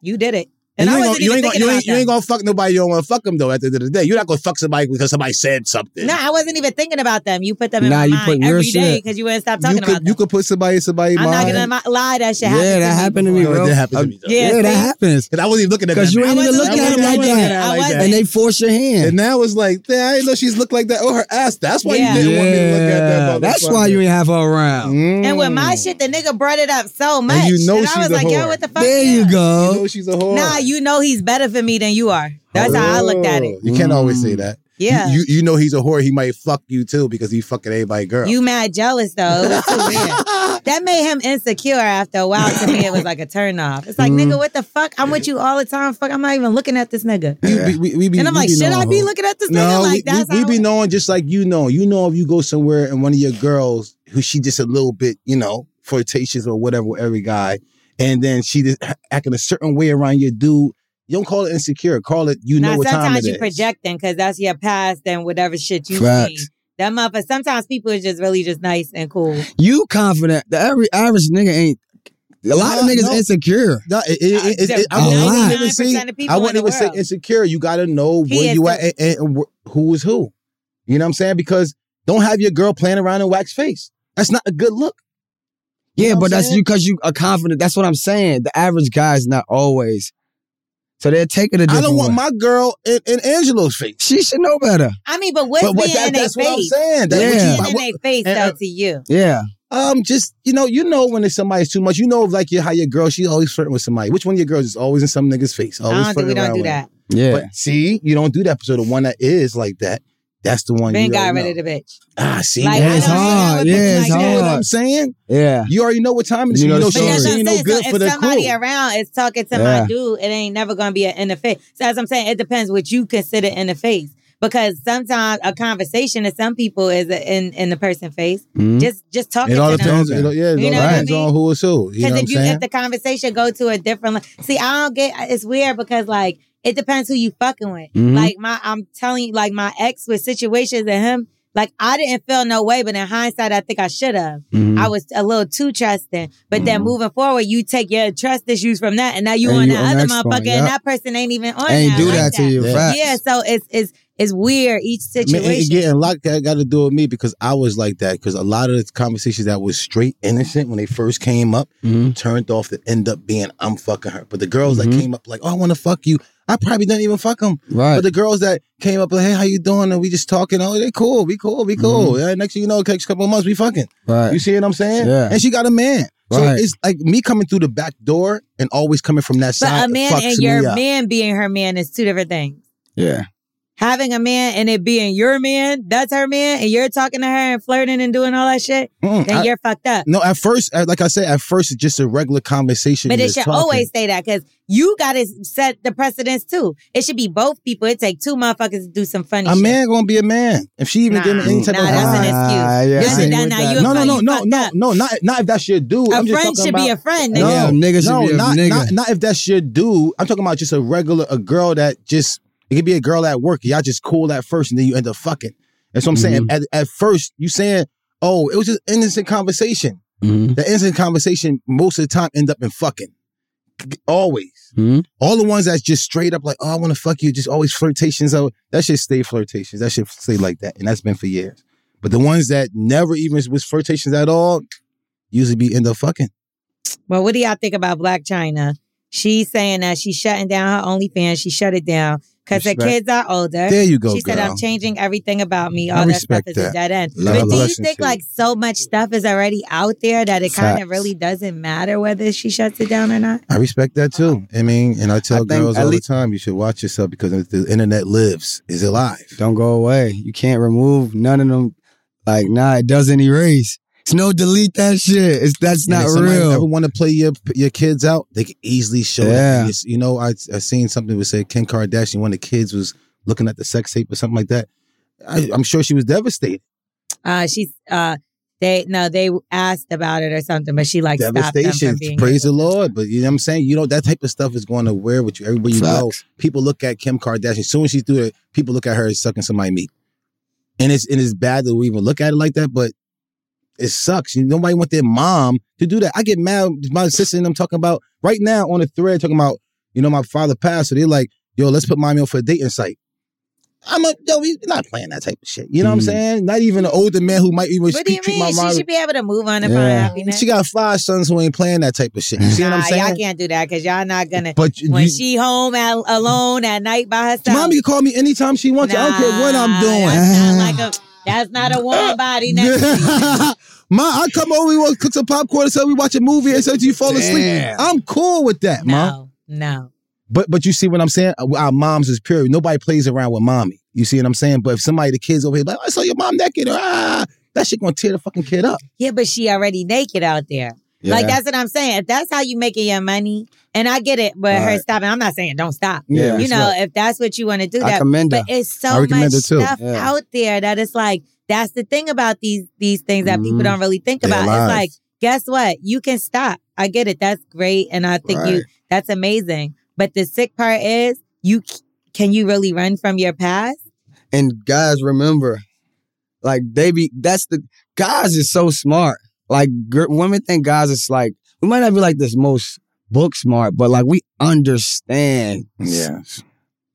S2: You did it, and
S3: And you
S2: I
S3: ain't,
S2: wasn't
S3: gonna, you,
S2: even
S3: ain't gonna,
S2: thinking
S3: you,
S2: about
S3: ain't, you ain't
S2: that.
S3: gonna fuck nobody you don't want to fuck them though. At the end of the day, you're not gonna fuck somebody because somebody said something.
S2: No, I wasn't even thinking about them. You put them in
S4: Nah,
S2: my
S4: you put
S2: mind
S4: real
S2: every day
S4: shit.
S2: because you wouldn't stop
S3: you
S2: talking
S3: could
S2: about
S3: you
S2: them.
S3: could put somebody in somebody's
S2: I'm not
S3: mind.
S2: gonna mi- lie. That shit happened.
S4: Yeah, that happened to me,
S3: Oh, it
S4: bro.
S3: did happen to me, though.
S2: Yeah,
S4: Yeah,
S2: see?
S4: that happens.
S3: And I wasn't even looking at that.
S4: Cause you
S3: man.
S4: ain't
S2: I
S4: even
S2: wasn't
S4: looking at
S2: looking
S4: him
S2: at
S4: like
S2: him.
S4: that.
S2: I wasn't.
S4: And they force your hand.
S3: And now it's like, damn, I didn't know she's looked like that. Oh, her ass. That's why
S2: Yeah.
S3: you didn't want me to look at that.
S4: Yeah, that's why you ain't have her around.
S3: Mm.
S2: And with my shit, the nigga brought it up so much.
S3: you know
S2: and I was
S3: she's a
S2: like, yo,
S3: whore.
S2: what the fuck?
S4: There
S2: yeah.
S4: you
S3: you
S4: go.
S3: know she's a whore.
S2: Nah, you know he's better for me than you are. That's how I looked at it.
S3: Oh. You can't always
S4: Mm.
S3: say that.
S2: Yeah.
S3: You, you you know he's a whore. He might fuck you too because he fucking everybody girl.
S2: You mad jealous though. It was too weird. That made him insecure after a while. To me, it was like a turnoff. It's like,
S3: Mm-hmm.
S2: nigga, what the fuck? I'm with you all the time. Fuck, I'm not even looking at this nigga.
S3: We- we- we- we be-
S2: And I'm
S3: we
S2: like,
S3: be
S2: should I
S3: knowing
S2: be
S3: who-
S2: looking at this
S3: No,
S2: nigga?
S3: we-
S2: Like, that's
S3: we, we
S2: how
S3: be knowing just like you know. You know if you go somewhere and one of your girls who she just a little bit, you know, flirtatious or whatever with every guy, and then she just acting a certain way around your dude. You don't call it insecure. Call it you know
S2: now,
S3: what time it
S2: sometimes
S3: is.
S2: you projecting because that's your past and whatever shit you see.
S4: Facts.
S2: That motherfucker. Sometimes people are just really just nice and cool.
S4: You confident. The every average nigga ain't. A lot of
S3: Nah,
S4: niggas
S3: no.
S4: insecure.
S3: No, it, it, it, it, it, I
S4: A lot.
S3: wouldn't
S2: 99%
S3: even
S2: of people
S3: say. I
S2: in the
S3: wouldn't even say
S2: world.
S3: insecure. You got to know
S2: He
S3: where
S2: is
S3: you
S2: too.
S3: at and, and, and wh- who is who. You know what I'm saying? Because don't have your girl playing around in wax face. That's not a good look. You
S4: Yeah,
S3: know what
S4: but
S3: I'm
S4: that's
S3: saying?
S4: you because you are confident. That's what I'm saying. The average guy's not always. So they're taking a
S3: I
S4: different
S3: don't want
S4: way.
S3: my girl in, in Angelo's face.
S4: She should know better.
S2: I mean, but what's
S3: but but
S2: being
S3: that,
S2: in their
S3: that's what I'm
S2: face?
S3: saying. That
S4: Yeah.
S2: Being
S3: what
S2: in
S3: you-
S2: their face
S3: and- uh,
S2: though to you.
S4: Yeah.
S3: um, just you know, you know when it's somebody's too much. You know, like your how your girl, she always flirting with somebody. Which one of your girls is always in some nigga's face? Always
S2: I don't think we
S3: flirting
S2: don't
S3: oh, around
S2: do that.
S3: with him.
S4: Yeah.
S3: But see, you don't do that. So the one that is like that, that's the one.
S2: Ben
S3: you
S2: got
S3: already
S2: rid of
S3: know.
S2: the bitch.
S3: Ah, see,
S2: Like,
S4: Yeah,
S2: I
S4: it's
S2: don't hang out
S4: hard.
S2: with people
S4: Yeah, it's
S2: like that.
S3: You know what
S4: hard.
S3: I'm saying?
S4: yeah.
S3: You already know what time it is.
S4: You
S3: You
S4: know
S3: know,
S4: the
S3: she
S2: But that's
S4: story.
S2: what I'm
S3: ain't no
S2: saying. So
S3: good for
S2: if
S3: the
S2: somebody
S3: crew.
S2: around is talking to my
S4: Yeah.
S2: dude, it ain't never gonna be an in the face. So that's what I'm saying. It depends what you consider in the face. Because sometimes a conversation to some people is in in the person's face.
S4: Mm-hmm.
S2: Just just talking
S3: Hmm? It all
S2: to them.
S3: depends. It, all- yeah, it
S2: You know
S3: all
S2: what I
S3: depends
S2: mean?
S3: on who is who. You know
S2: Because
S3: what I'm
S2: if you
S3: saying?
S2: if the conversation go to a different le- see, I don't get it's weird because like it depends who you fucking with.
S3: Hmm?
S4: Mhm.
S2: Like my I'm telling you, like my ex with situations and him, like I didn't feel no way, but in hindsight I think I should have.
S4: Mm-hmm.
S3: Mm-hmm.
S2: I was a little too trusting. But then moving forward, you take your trust issues from that, and now you
S4: And
S2: on
S4: you
S2: that
S4: on
S2: other
S4: the next
S2: motherfucker,
S4: one,
S2: and
S4: yep.
S2: that person ain't even on.
S4: Ain't
S2: now
S4: do
S2: like
S4: that to you.
S3: Yeah.
S4: Facts.
S2: Yeah, so it's it's it's weird each
S3: Man,
S2: situation.
S3: it- it getting locked that got to do with me because I was like that because a lot of the conversations that was straight innocent when they first came up
S4: Mhm.
S3: turned off to end up being I'm fucking her. But the girls that
S4: Mhm.
S3: came up like, oh, I want to fuck you. I probably didn't even fuck them.
S4: Right.
S3: But the girls that came up like, hey, how you doing? And we just talking. Oh, they cool. We cool. We cool. Yeah, next thing you know, next couple of months, we fucking.
S4: Mm-hmm. right.
S3: You see what I'm saying?
S4: Yeah.
S3: And she got a man. So
S4: Right.
S3: it's like me coming through the back door and always coming from that side.
S2: but a man
S3: fucks
S2: and
S3: me
S2: your
S3: up.
S2: man being her man is two different things.
S4: yeah.
S2: having a man and it being your man, that's her man, and you're talking to her and flirting and doing all that shit,
S3: Mm,
S2: then
S3: I-
S2: you're fucked up.
S3: no, at first, uh, like I said, at first it's just a regular conversation.
S2: But
S3: you're
S2: it should
S3: talking.
S2: always say that because you gotta set the precedence too. It should be both people. It take two motherfuckers to do some funny
S3: A
S2: shit.
S3: man gonna be a man if she even
S2: Nah,
S3: give me any type
S2: nah,
S3: of
S2: that's an
S3: vibe.
S2: excuse.
S4: Ah, yeah,
S2: That's
S4: I
S2: a-
S4: ain't
S2: now-
S4: with
S2: now
S4: that.
S2: you a
S3: no, no,
S2: fuck,
S3: no,
S2: you
S3: no,
S2: fucked
S3: no,
S2: up.
S3: no, not not if that's your dude.
S2: A
S3: I'm just
S2: friend
S3: talking
S2: should
S3: about,
S2: be a friend.
S3: No,
S2: nigga.
S4: Yeah, nigga should
S3: no,
S4: be a
S3: not,
S4: nigga.
S3: Not, not if that's your dude. I'm talking about just a regular a girl that just it could be a girl at work. Y'all just cool at first, and then you end up fucking. That's what I'm
S4: Mm-hmm.
S3: saying. At, at first, you saying, "Oh, it was just innocent conversation."
S4: Mhm.
S3: The innocent conversation most of the time end up in fucking. Always.
S2: Mm-hmm.
S4: Mhm.
S3: All the ones that's just straight up like, "Oh, I want to fuck you," just always flirtations. Oh, that shit stay flirtations. That shit stay like that, and that's been for years. But the ones that never even was flirtations at all, usually be end up fucking.
S2: Well, what do y'all think about Black China? She's saying that she's shutting down her OnlyFans. She shut it down because her
S3: Respect.
S2: kids are older.
S3: There you go,
S2: she
S3: girl.
S2: said, "I'm changing everything about me.
S3: I
S2: All that stuff
S3: respect
S2: is a
S3: that.
S2: dead end."
S3: Love
S2: but do you
S3: blessings
S2: think
S3: to you.
S2: like so much stuff is already out there that it kind
S4: Facts.
S2: of really doesn't matter whether she shuts it down or not?
S3: I respect that too. I mean, and I tell
S4: Uh-huh. I think
S3: girls
S4: at
S3: all
S4: least-
S3: the time, you should watch yourself because if the internet lives, is alive.
S4: Don't go away. You can't remove none of them. Like, nah, it doesn't erase. It's no delete that shit. It's that's
S3: And
S4: not
S3: if somebody Ever
S4: real.
S3: want to play your your kids out? They can easily show
S4: Yeah.
S3: that. And it's- You know, I I seen something that said Kim Kardashian, one of the kids was looking at the sex tape or something like that. I, I'm sure she was devastated.
S2: Uh, she's uh, they no, they asked about it or something, but she like stopped them
S3: Devastation.
S2: from being.
S3: Praise
S2: able-
S3: the Lord. But you know what I'm saying? You know, that type of stuff is going to wear with you everywhere you go.
S4: Facts.
S3: People look at Kim Kardashian. As soon as she's through it, people look at her as sucking somebody meat. And it's and it's bad that we even look at it like that, but it sucks. You nobody want their mom to do that. I get mad my sister and I'm talking about right now on the thread talking about, you know, my father passed. So they're like, yo, let's put mommy on for a dating site. I'm a yo, we not playing that type of shit. You know what I'm
S4: Mm.
S3: saying? Not even an older man who might even
S2: What do you
S3: treat my
S2: mean?
S3: mom
S2: She should be able to move on and find
S4: Yeah.
S2: happiness.
S3: she got five sons who ain't playing that type of shit. You see what I'm
S2: Nah, y'all
S3: saying?
S2: can't do that because y'all not gonna.
S3: But you,
S2: when
S3: you-
S2: she home at, alone at night by herself.
S3: mommy can call me anytime she wants. I don't care what I'm
S2: Nah,
S3: doing.
S2: That sound like a, that's not a warm body next to you.
S3: Ma, I come over, we want cook some popcorn, and so we watch a movie, and so you fall asleep.
S4: Damn.
S3: I'm cool with that, mom.
S2: No, no.
S3: But but you see what I'm saying? Uh, Our moms is pure. Nobody plays around with mommy. You see what I'm saying? But if somebody, the kids over here, like, "Oh, I saw your mom naked, or, ah, that shit gonna tear the fucking kid up.
S2: Yeah, but she already naked out there. Like that's what I'm saying. If that's how you making your money, and I get it, but her
S4: Right.
S2: stopping, I'm not saying don't stop.
S4: Yeah,
S2: you
S4: that's
S2: know, if that's what you want to do,
S4: I
S2: that.
S4: commend her.
S2: But it's
S3: I
S2: so much
S3: recommend it too.
S2: stuff
S4: Yeah.
S2: out there that it's like that's the thing about these these things that people
S4: Mhm.
S2: don't really think
S3: They
S2: about.
S3: alive.
S2: It's like guess what? You can stop. I get it. That's great, and I think you
S4: Right.
S2: that's amazing. But the sick part is you c- can you really run from your past?
S4: And guys, remember, like they be that's the guys is so smart. Like gir- women think guys is like we might not be like this most book smart, but like we understand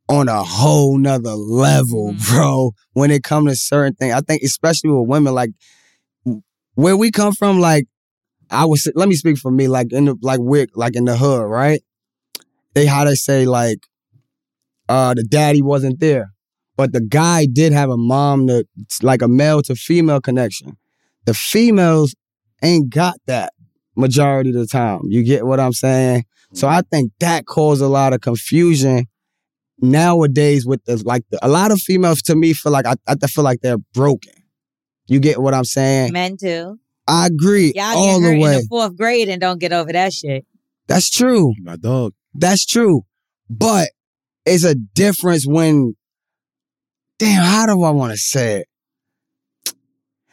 S4: on a whole nother level,
S2: Mhm.
S4: bro. When it comes to certain things, I think especially with women, like where we come from, like I was. Let me speak for me, like in the like wick, like in the hood, right? They how they say like, uh, the daddy wasn't there, but the guy did have a mom to like a male to female connection. The females ain't got that majority of the time. You get what I'm saying? So I think that caused a lot of confusion nowadays with the like the, a lot of females to me feel like I, I feel like they're broken. You get what I'm saying?
S2: Men too.
S4: I agree
S2: Y'all
S4: all
S2: get hurt
S4: the way.
S2: in the fourth grade and don't get over that shit.
S4: That's true.
S3: My dog.
S4: That's true. But it's a difference when damn, how do I want to say it?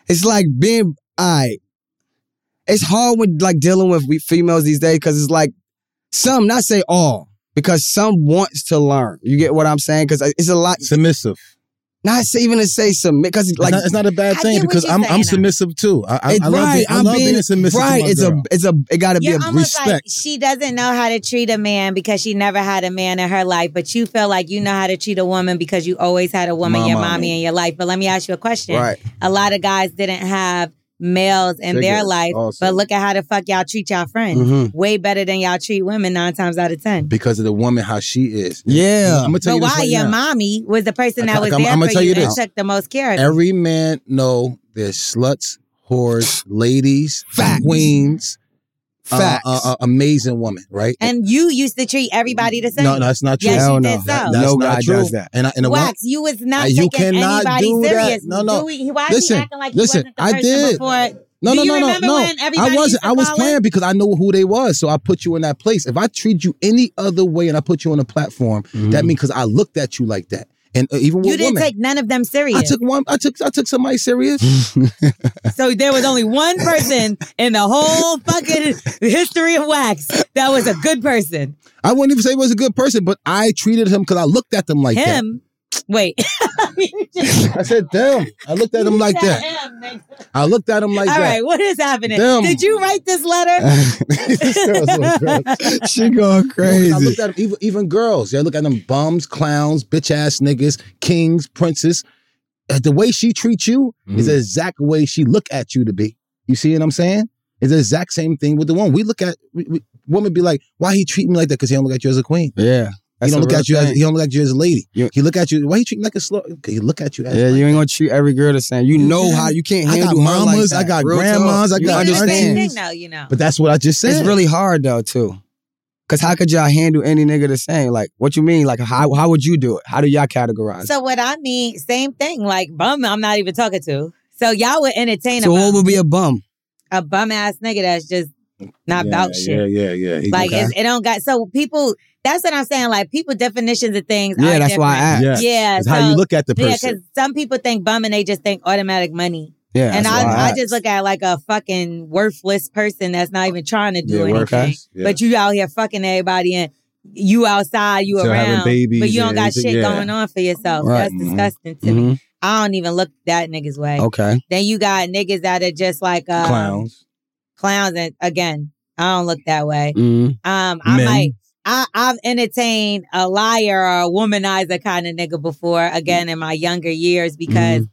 S4: It's like being I it's hard with like dealing with we females these days because it's like some, not say all, because some wants to learn. You get what I'm saying? Because it's a lot.
S3: Submissive.
S4: Not say, even to say submit because
S3: Like,
S4: like
S3: it's, not, it's not a bad
S2: I
S3: thing
S2: get what
S3: because
S2: you're
S3: I'm
S2: saying,
S3: I'm
S2: though.
S3: submissive too. I, I,
S4: It's
S3: I love,
S4: right,
S3: being, I
S4: I'm
S3: love
S4: being-
S3: being submissive.
S4: right.
S3: to my
S4: It's
S3: girl.
S4: a it's a it gotta
S2: You're
S4: be a
S2: almost like
S3: respect.
S2: she doesn't know how to treat a man because she never had a man in her life, but you feel like you know how to treat a woman because you always had a woman,
S3: My
S2: your
S3: mommy.
S2: mommy in your life. But let me ask you a question.
S4: right.
S2: A lot of guys didn't have males in their
S3: Figures
S2: life,
S3: also.
S2: but look at how the fuck y'all treat y'all friends.
S4: Mhm.
S3: Mm-hmm.
S2: Way better than y'all treat women nine times out of ten.
S3: because of the woman how she is.
S4: Yeah.
S3: I'm gonna
S2: But
S3: tell you this
S2: why
S3: right
S2: your
S3: now.
S2: mommy was the person
S3: I-
S2: that was
S3: I'm-
S2: there
S3: I'ma
S2: for
S3: tell
S2: you,
S3: you
S2: and
S3: this.
S2: took the most care of you.
S3: Every man know there's sluts, whores, ladies,
S4: Facts.
S3: queens, uh,
S4: Facts.
S3: uh, uh, amazing woman, right?
S2: And you used to treat everybody the same.
S3: no, no, that's not true.
S2: Yes,
S4: Hell
S2: you
S4: no.
S2: did so.
S3: That-
S4: No
S3: that's
S4: guy
S3: not
S4: does
S3: true.
S4: that.
S3: And I, and the one-
S2: Wax, you was not
S3: You
S2: taking
S3: cannot
S2: anybody
S3: do that.
S2: serious.
S3: No, no.
S2: Do we- why
S3: Listen,
S2: are you acting like
S3: listen,
S2: you wasn't the
S3: I
S2: person
S3: did.
S2: before?
S3: No,
S2: Do
S3: no,
S2: you
S3: no, no,
S2: remember
S3: no.
S2: when everybody
S3: I wasn't.
S2: used to
S3: I was
S2: call
S3: playing
S2: in?
S3: because I know who they was, so I put you in that place. If I treat you any other way and I put you on a platform,
S4: Mm.
S3: that means because I looked at you like that, and uh, even with
S2: You didn't
S3: women,
S2: take none of them serious.
S3: I took one. I took. I took somebody
S4: Hmm.
S3: serious.
S2: so there was only one person in the whole fucking history of Wax that was a good person.
S3: I wouldn't even say he was a good person, but I treated him because I looked at them like that.
S2: Him. Wait.
S3: I said them. I looked at them like that.
S2: Him, nigga.
S3: I looked at them like
S2: All
S3: that.
S2: right, what is happening?
S3: Them.
S2: Did you write this letter?
S4: she going
S3: I
S4: crazy.
S3: looked at them, even, even girls. Yeah, I look at them bums, clowns, bitch ass niggas, kings, princes. Uh, the way she treats you is
S4: Mm-hmm.
S3: the exact way she look at you to be. You see what I'm saying? It's the exact same thing with the woman. We look at we, we, women be like, why he treat me like that? Because he don't look at you as a queen.
S4: Yeah.
S3: He
S4: that's
S3: don't
S4: a
S3: look
S4: real
S3: at you as
S4: thing.
S3: he don't look at you as a lady.
S4: You-
S3: he look at you. Why he treat me like a slow? 'Cause He look at you as
S4: Yeah, you ain't gonna treat every girl the same. You know how you can't
S3: I got
S4: handle her like
S3: mamas, I
S4: that.
S3: got
S4: Real talk.
S3: grandmas, I
S4: You
S3: got
S2: Doing the same
S4: understand.
S2: thing now, you know.
S3: But that's what I just said.
S4: It's really hard though too. Cause how could y'all handle any nigga the same? Like what you mean? Like how how would you do it? How do y'all categorize?
S2: So what I mean, same thing. Like bum, I'm not even talking to. So y'all would entertain
S4: so
S2: a,
S4: what
S2: bum,
S4: would be a bum?
S2: a bum ass nigga that's just not about shit.
S3: Yeah, yeah, yeah. He-
S2: Like
S3: okay.
S2: it's, it don't got. So people, that's what I'm saying. Like people definitions of things.
S4: Yeah,
S2: are
S4: that's why I
S2: different.
S4: asked.
S3: yeah,
S2: Yeah,
S3: It's
S2: so,
S3: how you look at the
S2: Yeah,
S3: person.
S2: because some people think bum and they just think automatic money.
S4: Yeah,
S2: and
S4: that's why
S2: I, I,
S4: asked.
S2: just look at it like a fucking worthless person that's not even trying to do
S3: Yeah,
S2: anything.
S3: worthless, yeah.
S2: But you out here fucking everybody and you outside, you
S3: Still having
S2: around,
S3: babies
S2: but you don't
S3: and
S2: got
S3: everything,
S2: shit
S3: yeah.
S2: going on for yourself.
S4: Right,
S2: That's
S3: mhm,
S2: disgusting to me.
S4: Mhm.
S2: I don't even look that niggas way.
S3: Oh.
S4: Okay.
S2: Then you got niggas that are just like uh,
S3: Clowns.
S2: clowns, and again, I don't look that way.
S4: Mhm.
S2: Um, I
S3: Men.
S2: might. I, I've entertained a liar or a womanizer kind of nigga before, again, in my younger years,
S3: Mm-hmm.
S2: because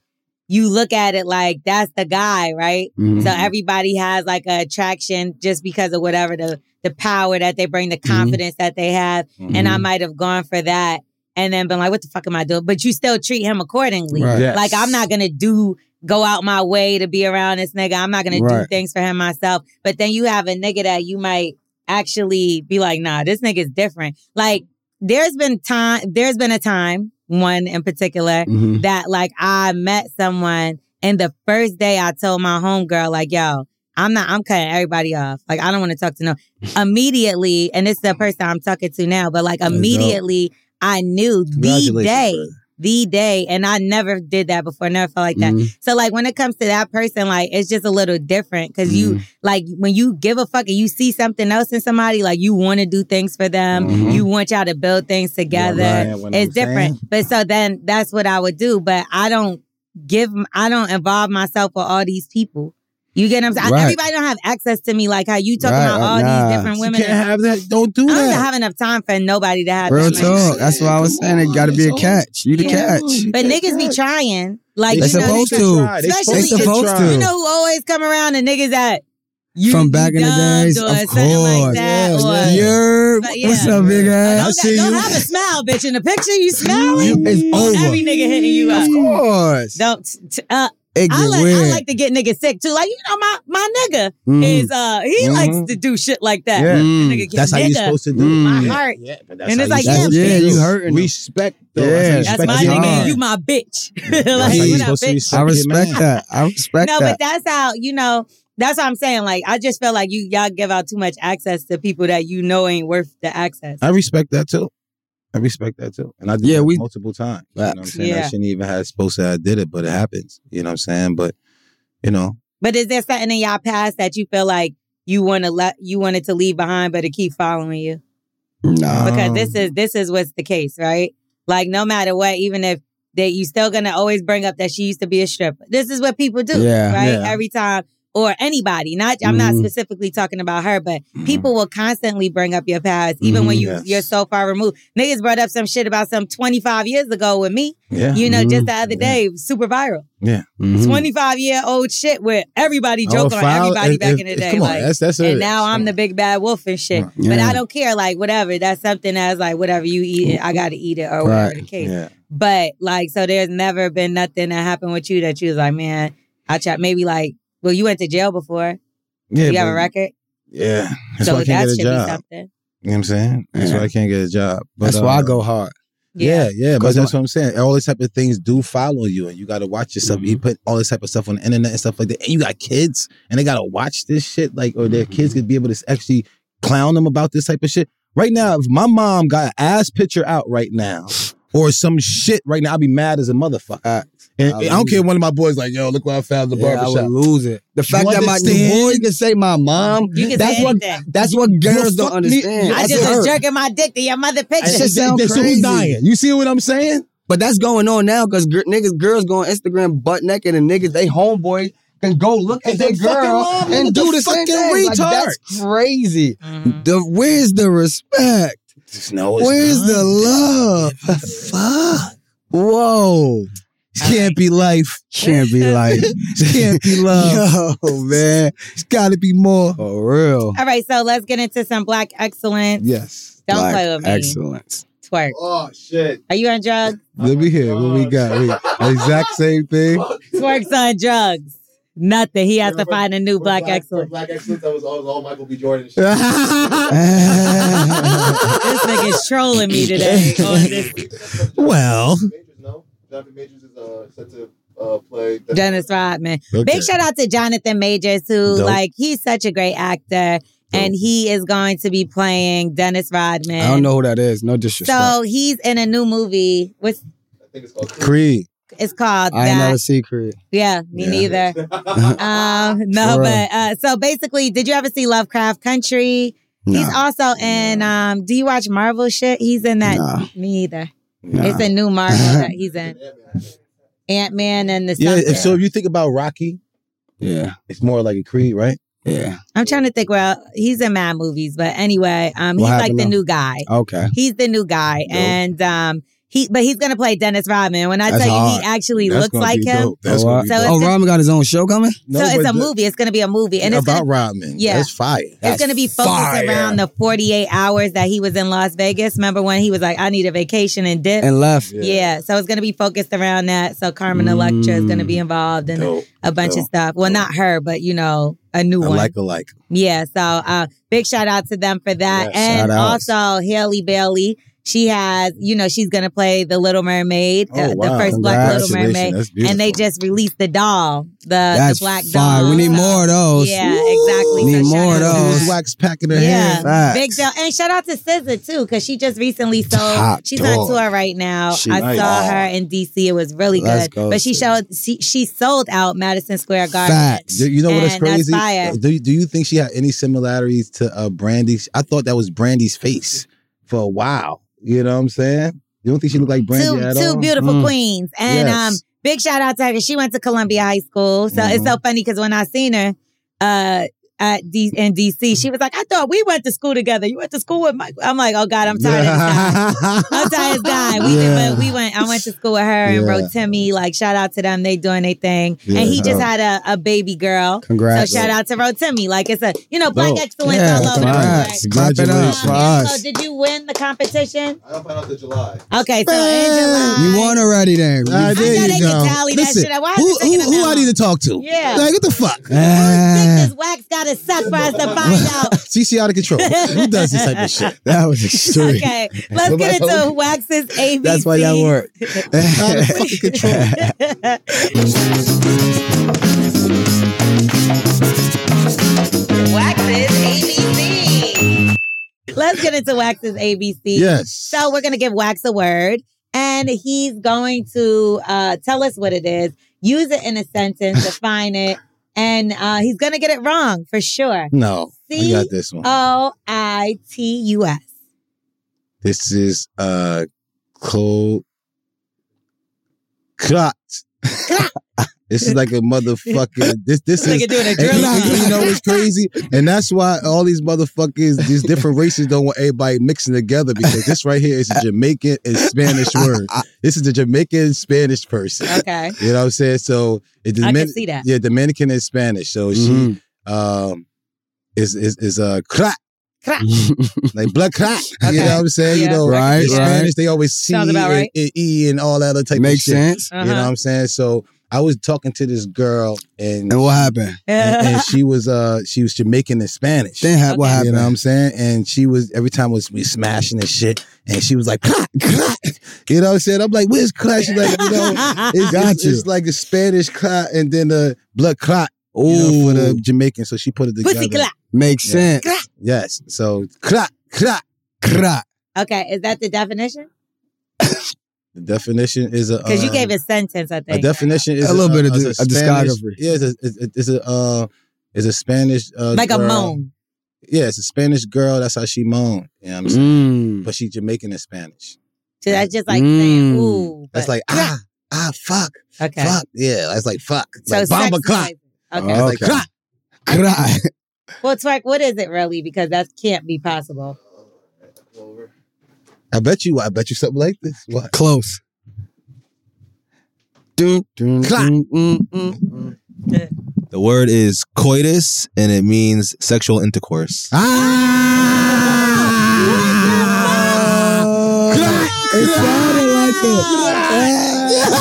S2: you look at it like that's the guy, right?
S4: Mhm.
S2: So everybody has like an attraction just because of whatever the the power that they bring, the
S4: Mm-hmm.
S2: confidence that they have. And I might have gone for that and then been like, what the fuck am I doing? But you still treat him accordingly.
S4: Right.
S3: Yes.
S2: Like I'm not gonna do go out my way to be around this nigga. I'm not gonna do
S4: Right.
S2: things for him myself. But then you have a nigga that you might actually be like, nah, this nigga's different. Like there's been time there's been a time, one in particular,
S4: Mhm.
S2: that like I met someone and the first day I told my homegirl, like, yo, I'm not, I'm cutting everybody off. Like, I don't want to talk to no. immediately, and it's the person I'm talking to now, but like
S3: dope.
S2: immediately I knew the
S3: Congratulations,
S2: day,
S3: brother.
S2: the day, and I never did that before, never felt like that.
S3: Mm-hmm.
S4: Mhm.
S2: So like when it comes to that person, like it's just a little different because
S4: Mm-hmm.
S3: Mm-hmm.
S2: you like when you give a fuck and you see something else in somebody, like you want to do things for them,
S3: Mm-hmm.
S4: Mhm.
S2: you want y'all to build things together.
S3: understand what I'm
S2: It's different, but so then that's what I would do. But I don't give, I don't involve myself with all these people. You get what I'm saying?
S4: Right.
S2: Everybody don't have access to me like how you talking
S4: Right,
S2: about
S4: uh,
S2: all
S4: nah.
S2: these different
S3: You
S2: women.
S3: can't have that. Don't do
S2: I don't
S3: that.
S2: have enough time for nobody to have
S4: Real
S2: that. much.
S4: talk. That's why I was saying it got to be a catch. You the
S2: Yeah.
S4: catch.
S2: But niggas be trying. Like
S4: They
S2: you know,
S4: supposed
S2: niggas-
S4: to.
S2: Especially- They
S4: supposed to.
S2: You know who always come around the niggas that you
S4: From back in the
S2: dumbed
S4: days,
S2: or
S4: of
S2: something like
S4: course.
S2: that.
S3: Yeah,
S2: or,
S3: yeah.
S4: Yerp.
S2: But yeah.
S4: What's up, big
S2: Don't,
S4: ass?
S2: got- don't have a smile, bitch. In the picture, you
S4: You-
S2: smiling.
S4: It's over.
S2: Every nigga hitting you up.
S4: Of course.
S2: Don't. T- t- uh,
S4: It
S2: I
S4: get
S2: like,
S4: weird.
S2: I like to get niggas sick too. Like you know, my my nigga
S4: Mhm.
S2: is uh he
S3: Mhm.
S4: Mm-hmm.
S2: likes to do shit like that.
S3: Yeah.
S4: Mm.
S2: Nigga,
S3: That's how
S2: nigga,
S3: you're supposed to do.
S4: Mm.
S2: my
S3: it.
S2: heart.
S3: Yeah, but
S2: And it's
S3: how
S2: like,
S3: you're
S2: yeah,
S3: supposed
S4: yeah,
S3: to
S4: you
S3: do.
S4: hurting them.
S3: Respect. Though.
S4: Yeah.
S3: that's, how
S2: That's
S3: you
S2: my
S3: respect your
S2: nigga.
S4: man.
S2: and
S3: man.
S2: You my bitch. like
S3: That's how
S2: what
S3: you're
S2: up,
S3: supposed to
S2: bitch?
S3: respect
S4: I
S3: your
S4: respect
S3: man.
S4: that. I respect
S2: no,
S4: that.
S2: but that's how you know. That's what I'm saying. Like I just feel like you y'all give out too much access to people that you know ain't worth the access.
S3: I respect that too. I respect that too. And I did
S4: Yeah,
S3: that
S4: we-
S3: multiple times. You know what I'm saying? I
S2: Yeah.
S3: shouldn't even have supposed to I did it, but it happens. You know what I'm saying? But you know,
S2: But is there something in y'all past that you feel like you want to let you wanted to leave behind, but it keep following you?
S4: Nah.
S2: because
S3: Um,
S2: this is this is what's the case, right? Like no matter what, even if that you still gonna always bring up that she used to be a stripper. This is what people do,
S4: Yeah,
S2: right?
S3: yeah. Mm-hmm.
S2: Every time or anybody. Not I'm not
S4: Mhm.
S2: specifically talking about her, but
S3: mm,
S2: people will constantly bring up your past, even when
S4: Mhm.
S2: you
S3: Mm-hmm. Yes.
S2: you're so far removed. Niggas brought up some shit about some 25 years ago with me.
S3: yeah, Mm-hmm.
S2: You know, just
S4: Mhm.
S2: the other day, it was super viral.
S3: yeah.
S4: Mhm.
S2: 25 year old shit where everybody
S3: I would
S2: joked on
S3: file-
S2: everybody
S3: Oh, if-
S2: back
S3: if-
S2: in the
S3: if-
S2: day.
S3: Come on,
S2: like,
S3: that's that's it.
S2: and now I'm
S3: Come
S2: the big bad wolf and shit.
S3: Right.
S2: But
S4: Yeah.
S2: I don't care, like whatever. That's something that's like whatever you eat it, I gotta eat it or whatever
S4: Right.
S2: the
S3: on.
S2: case.
S3: Yeah.
S2: But like, so there's never been nothing that happened with you that you was like, man, I tried. Maybe like, well, you went to jail before.
S3: Yeah,
S2: you have a
S3: but-
S2: record.
S3: Yeah. That's
S2: so
S3: why I
S2: that
S3: can't get a
S2: should be
S3: job.
S2: something.
S3: You know what I'm saying? That's why I can't get a job. But,
S4: That's why I
S3: uh,
S4: go hard.
S3: Yeah, yeah, but
S4: 'Cause
S3: that's what I'm saying. All these type of things do follow you, and you got to watch yourself. You
S4: Mm-hmm.
S3: put all this type of stuff on the internet and stuff like that, and you got kids, and they got to watch this shit. Like, or their kids could be able to actually clown them about this type of shit. Right now, if my mom got an ass picture out right now, or some shit right now, I'd be mad as a motherfucker. and,
S4: I
S3: and I don't
S4: would-
S3: care. if One of my boys like, yo, look what I found in the
S4: Yeah, I would
S3: barbershop.
S4: lose it. The fact that my the
S3: understand?
S4: boy can say my mom,
S2: Um, You can
S4: that's
S2: say
S4: what
S2: anything.
S4: that's what girls don't
S3: fuck me-
S4: understand.
S2: I
S4: That's
S2: just
S4: what
S2: was
S4: hurt.
S2: jerking my dick to your mother
S4: That
S2: picture.
S4: shit sound
S3: That's who's
S4: crazy.
S3: dying. You see what I'm saying?
S4: But that's going on now because gr- niggas, girls go on Instagram butt naked and niggas, they homeboys can go look at
S3: And
S4: their
S3: the fucking
S4: girl
S3: mom,
S4: and
S3: look
S4: do
S3: at
S4: the,
S3: the
S4: same
S3: fucking
S4: thing. Like, that's crazy.
S3: Mm.
S2: Mhm.
S4: The where's the respect?
S3: No,
S4: Where's the love? Fuck. Whoa.
S3: Can't be life.
S4: Can't be like,
S3: Can't be love.
S4: yo, man. It's gotta be more. For real.
S2: All right, so let's get into some black excellence.
S4: Yes.
S2: Don't play with me.
S4: Excellence.
S2: Twerk.
S5: Oh shit.
S2: Are you on drugs?
S4: Let me hear what we got. We the exact same thing.
S2: Twerk's on drugs. Nothing. He has to
S5: Remember-
S2: find a new
S5: For
S2: black
S5: for
S2: excellence.
S5: Black excellence. That was all, all Michael B. Jordan. And shit.
S2: this nigga's trolling me today. on this
S4: well.
S5: Majors, no. Jonathan Majors is uh, set to uh, play.
S2: Dennis Rodman.
S3: Okay.
S2: Big shout out to Jonathan Majors, who
S3: Dope.
S2: like he's such a great actor, and he is going to be playing Dennis Rodman.
S4: I don't know who that is. No disrespect.
S2: So he's in a new movie. What's
S5: I think it's called.
S3: Creed.
S2: it's called
S4: I ain't
S2: that?
S4: never see Creed.
S2: yeah, me
S3: Yeah.
S2: neither. Um, no,
S4: For real.
S2: but uh, so basically, did you ever see Lovecraft Country? He's also in. Um, do you watch Marvel shit? He's in that.
S4: Nah.
S2: Me either.
S4: Nah.
S2: It's a new Marvel that he's in. Ant Man and the
S3: Yeah.
S2: something.
S3: If, so if you think about Rocky,
S4: Yeah.
S3: it's more like a Creed, right?
S4: Yeah.
S2: I'm trying to think. Well, he's in mad movies, but anyway, um,
S4: What
S2: he's like
S4: happened
S2: the
S4: now?
S2: new guy.
S4: Okay.
S2: He's the new guy,
S3: Dope.
S2: and um, he but he's gonna play Dennis Rodman. When I
S4: That's
S2: tell you,
S4: hard.
S2: he actually looks
S3: gonna
S2: like
S3: be
S2: him.
S3: dope. That's
S4: oh,
S3: gonna
S4: wow.
S3: be
S2: So
S3: dope.
S2: it's
S4: oh
S2: just-
S4: Robin got his own show coming?
S3: No,
S2: so
S3: but
S2: it's a
S3: the-
S2: movie. It's gonna be a movie, and it's
S3: about
S2: gonna,
S3: Rodman.
S2: Yeah.
S3: That's fire.
S2: it's gonna be focused
S3: fire.
S2: around the 48 hours that he was in Las Vegas. Remember when he was like, "I need a vacation and dip."
S4: And left.
S2: yeah. so it's gonna be focused around that. So Carmen Electra is gonna be involved and
S3: Mm. Dope.
S2: a bunch
S3: dope,
S2: of stuff. Well,
S3: dope.
S2: not her, but you know, a new
S3: I
S2: one.
S3: like a like.
S2: Yeah, so uh, big shout out to them for that.
S3: Yeah,
S2: and
S4: shout outs.
S2: also Haley Bailey. She has, you know, she's going to play the Little Mermaid, uh,
S3: Oh,
S2: the, the
S3: wow.
S2: first Black Little
S3: Congratulations.
S2: Mermaid.
S3: That's beautiful.
S2: And they just released the doll, the, the
S4: That's
S2: Black
S4: fire.
S2: doll.
S4: We need
S2: So,
S4: more of those.
S2: Yeah, exactly.
S4: Need
S2: So shout
S4: more of
S2: out to
S4: those.
S2: her.
S3: This wax pack in her
S2: Yeah,
S3: hand.
S4: Facts.
S2: big deal. And shout out to SZA too, because she just recently sold.
S4: Top
S2: she's on
S4: dog.
S2: tour right now.
S3: She
S2: I
S3: nice.
S2: saw
S3: Wow.
S2: her in DC. It was really
S4: Let's
S2: good.
S4: go,
S2: but she
S4: SZA.
S2: showed she, she sold out Madison Square Garden.
S4: Facts.
S3: Do You know what's
S2: And that's
S3: crazy?
S2: fire.
S3: Do, do you think she had any similarities to uh, Brandy? I thought that was Brandy's face for a while. You know what I'm saying? You don't think she looked like Brandy
S2: two
S3: at
S2: two
S3: all?
S2: beautiful
S4: Mm.
S2: queens, and um,
S3: Yes.
S2: big shout out to her. 'cause She went to Columbia High School, so it's so funny because when I seen her, uh. At D- in DC, she was like, "I thought we went to school together. You went to school with Mike." I'm like, "Oh God, I'm tired of this guy. I'm tired of this guy." We
S3: Yeah.
S2: went, we went. I went to school with her and
S3: Yeah.
S2: wrote Timmy. Like, shout out to them. They doing their thing,
S3: Yeah.
S2: and he just had a, a baby girl. So
S4: Congrats.
S2: shout out to Rotimi. Like it's a you know black
S3: Dope.
S2: excellence
S4: Yeah,
S2: all over the
S4: congrats.
S2: place.
S4: Clap it up for
S2: Um, so
S4: us.
S2: did you win the competition?
S5: I don't find out till July.
S2: Okay, so Angela,
S4: You won already then.
S3: Ah, there
S2: I know
S3: you
S2: they
S3: go.
S2: can tally that
S3: Listen,
S2: shit out. Why is
S3: who
S2: it taking
S3: who,
S2: them
S3: who
S2: that
S3: I need to talk to?
S2: Yeah.
S3: Like what the fuck?
S2: Who's
S4: Ah,
S2: thick this wax gotta suck for us to find out?
S3: She she out of control. who does this type of shit?
S4: that was extreme.
S2: Okay, let's get into Wax's ABC.
S4: That's why y'all work.
S3: Out of fucking control.
S2: Wax's ABC. Let's get into Wax's ABC.
S3: Yes.
S2: So we're gonna give Wax a word, and he's going to uh, tell us what it is, use it in a sentence, define it, and uh, he's gonna get it wrong for sure.
S3: No, I
S2: See? uh,
S3: got this one.
S2: O I T U S.
S3: This is uh cold clot. this is like a motherfucking this this is
S2: doing a
S3: and, and- and you know what's crazy? And that's why all these motherfuckers, these different races don't want everybody mixing together because this right here is a Jamaican and Spanish word. This is the Jamaican Spanish person.
S2: Okay.
S3: You know what I'm saying? So it
S2: I can
S3: Domin-
S2: see that.
S3: yeah, Dominican and Spanish. So she
S4: Mhm.
S3: um is is is a uh, crack.
S2: Crack.
S3: like blood clot.
S2: Okay.
S3: You know what I'm saying?
S2: Yeah.
S3: You know,
S4: Right, right.
S3: in Spanish they always C
S2: Sounds about right.
S3: and, and E and all that other type
S4: Makes
S3: of shit.
S4: sense.
S2: Uh-huh.
S3: You know what I'm saying? So I was talking to this girl and
S4: And what happened?
S3: and, and she was uh she was Jamaican and Spanish.
S4: Then ha- what
S2: Okay.
S3: You
S4: happened?
S3: know what I'm saying? And she was every time was we smashing and shit, and she was like, "Clack, clack." you know what I'm saying? I'm like, where's clack? She's like, you know, it's,
S4: Got
S3: it's,
S4: you.
S3: it's like a Spanish clot and then the blood clot you know,
S4: Ooh,
S3: for the Jamaican. So she put it together.
S2: Pussy clap.
S4: makes
S3: Yeah.
S4: sense.
S3: Yes. So clot, clot.
S4: Crack.
S2: Okay, is that the definition?
S3: The definition is a
S2: Because you
S3: uh,
S2: gave a sentence, I
S3: a
S2: think.
S3: definition is
S4: A little bit of
S3: is
S4: dis- a
S3: Spanish-
S4: discography.
S3: Yeah, it's a, it's- it's a uh, it's a Spanish uh,
S2: like a
S3: girl.
S2: moan.
S3: Yeah, it's a Spanish girl. That's how she moan. You know what I'm saying?
S4: Mm.
S3: But she Jamaican and Spanish.
S2: So that's just like saying,
S4: Mm.
S2: ooh.
S3: That's
S2: but-
S3: like ah ah fuck
S2: okay.
S3: fuck yeah. That's like fuck
S2: So
S3: like
S2: sex
S3: bomba Uh-huh. clock.
S2: noise. Okay.
S3: That's like,
S4: Okay.
S3: clock.
S4: Crack.
S2: Well, twerk, what is it really? Because that can't be possible.
S5: Over.
S3: I bet you. I bet you something like this. What?
S4: Close. Dun, dun,
S3: Crack.
S4: dun, mm, mm, mm.
S6: The word is coitus, and it means sexual intercourse.
S4: Ah! Crack. It sounded like it.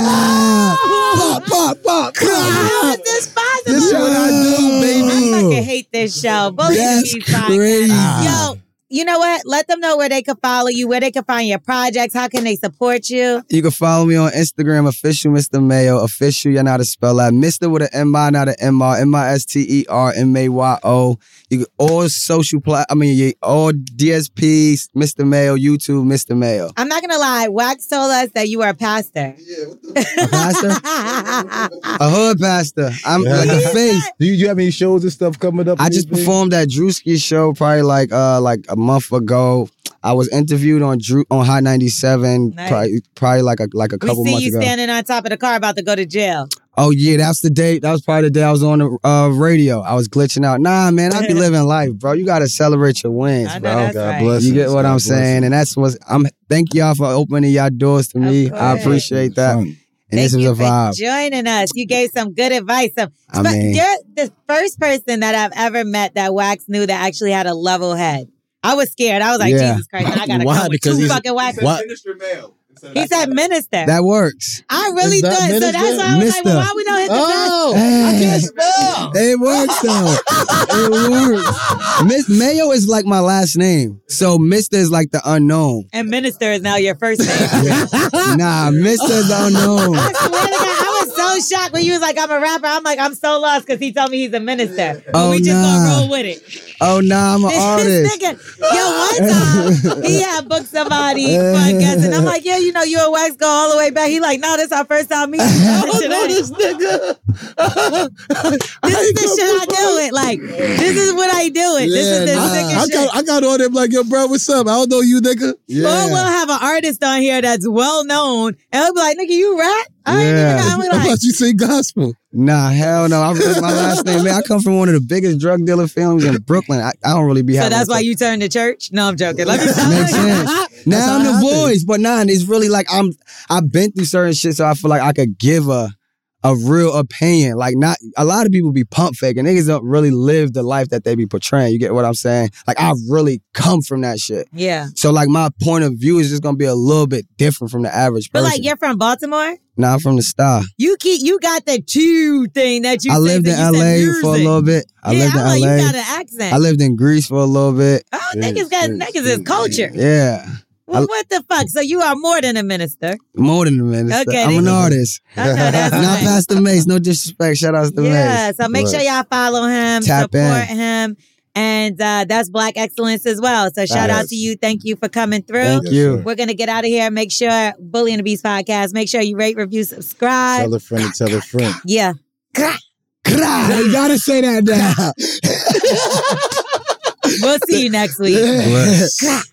S4: Ah. Pop, pop, pop.
S2: How
S4: Crack.
S2: is this possible?
S3: This is what I do, baby.
S2: I fucking hate this show. Both of
S4: That's
S2: these podcasts.
S4: crazy.
S2: Yo, you know what? Let them know where they can follow you, where they can find your projects. How can they support you?
S4: You can follow me on Instagram, official Mr. Mayo. Official, you know how to spell that. Mr. with an M I, not an M R. M I S T E R M A Y O. You can all social plat. I mean, you- all DSPs, Mr. Mayo, YouTube, Mr. Mayo.
S2: I'm not gonna lie. Wax told us that you were a pastor.
S5: Yeah, what the?
S4: A pastor, a hood pastor. I'm
S3: Yeah. Mm-hmm.
S4: like a face.
S3: Do you, you have any shows and stuff coming up?
S4: I just
S3: Anything?
S4: performed that Drewski show probably like uh like a month ago. I was interviewed on Drew on Hot 97
S2: Nice.
S4: probably, probably like a like a
S2: we
S4: couple
S2: see
S4: months
S2: you
S4: ago.
S2: standing on top of the car about to go to jail.
S4: Oh yeah, that's the day. That was probably the day I was on the uh, radio. I was glitching out. Nah, man, I be living life, bro. You gotta celebrate your wins,
S2: I know
S4: bro.
S2: that's
S3: Oh, God
S2: right.
S3: bless
S4: You get
S3: us.
S4: what
S3: God
S4: I'm
S3: bless
S4: saying,
S3: us.
S4: and that's what I'm. Thank y'all for opening y'all doors to
S2: Of
S4: me. I
S2: course.
S4: appreciate that. And
S3: Fun.
S4: this
S2: Thank
S4: was
S2: you
S4: a vibe.
S2: for joining us. You gave some good advice. Some,
S4: I
S2: but
S4: mean-
S2: you're the first person that I've ever met that Wax knew that actually had a level head. I was scared. I was like,
S4: Yeah.
S2: Jesus Christ, I gotta
S3: Why?
S2: come with
S3: Because
S2: two
S3: he's-
S2: fucking Wax.
S3: What?
S5: Minister Mail. Instead of-
S2: He said minister.
S4: That works.
S2: I really
S3: Is
S2: thought
S3: that
S2: so. That's
S3: minister?
S2: why I was like, well,
S4: Mister.
S2: why we don't hit
S4: Hey.
S2: the
S3: Oh, I can't spell.
S4: It works though. it works. Miss Mayo is like my last name, so Mister is like the unknown.
S2: And minister is now your first name.
S4: nah, Mister is the unknown.
S2: I swear to God, I was so shocked when you was like, I'm a rapper. I'm like, I'm so lost because he told me he's a minister.
S4: Oh,
S2: we just gonna
S4: nah.
S2: roll with it.
S4: Oh nah, I'm an
S2: This
S4: artist.
S2: nigga, yo, one time he had booked somebody for a guest, and I'm like, yeah, you know, you and Wax go all the way back. He like, no, this our first time meeting. This shit ain't-
S3: this nigga.
S2: this is the shit I do it. Like, this is what I do it. this is the
S4: nah.
S2: nigga
S3: I
S2: shit.
S3: got I got on him like yo, bro. What's up? I don't know you, nigga.
S2: Or we'll have an artist on here that's well known, and we'll be like, nigga, you rap?
S4: Yeah.
S2: I ain't even know.
S3: I
S2: I'm like,
S3: thought you sing gospel.
S4: Nah, hell no. I that's my last name, man. I come from one of the biggest drug dealer families in Brooklyn. I, I don't really be
S2: so
S4: having.
S2: that's why you turned to church? No, I'm joking. Let me stop.
S4: Makes sense. Now I'm
S3: how it
S4: the
S3: happens.
S4: voice, but nah, it's really like I'm. I've been through certain shit, so I feel like I could give a a real opinion. Like not a lot of people be pump faking. Niggas don't really live the life that they be portraying. You get what I'm saying? Like I really come from that shit.
S2: Yeah.
S4: So like my point of view is just gonna be a little bit different from the average
S2: But
S4: person.
S2: like, you're from Baltimore?
S4: nah, I'm from the star.
S2: You keep you got the two thing that you.
S4: I
S2: said
S4: lived in
S2: that you said
S4: LA for a
S2: music.
S4: little bit. I
S2: yeah,
S4: lived in
S2: I'm like,
S4: LA.
S2: you got an accent.
S4: I lived in Greece for a little bit.
S2: oh, niggas got niggas is culture.
S4: Yeah.
S2: Well, what the fuck? So you are more than a minister.
S4: More than a minister.
S2: Okay,
S4: I'm an
S2: nigga.
S4: artist.
S2: I know that's
S4: Not
S2: right.
S4: Pastor Mace. No disrespect. Shout out to
S2: Yeah.
S4: Mace.
S2: So make sure y'all follow him,
S4: Tap
S2: support
S4: in.
S2: him, and uh, that's Black Excellence as well. So shout out
S4: Yes.
S2: to you. Thank you for coming through.
S4: Thank you.
S2: We're gonna get out of here. Make sure Bully and the Beast podcast. Make sure you rate, review, subscribe.
S3: Tell a friend and tell a friend.
S2: yeah.
S4: Krah! You gotta say that now.
S2: We'll see you next week.
S6: Bless.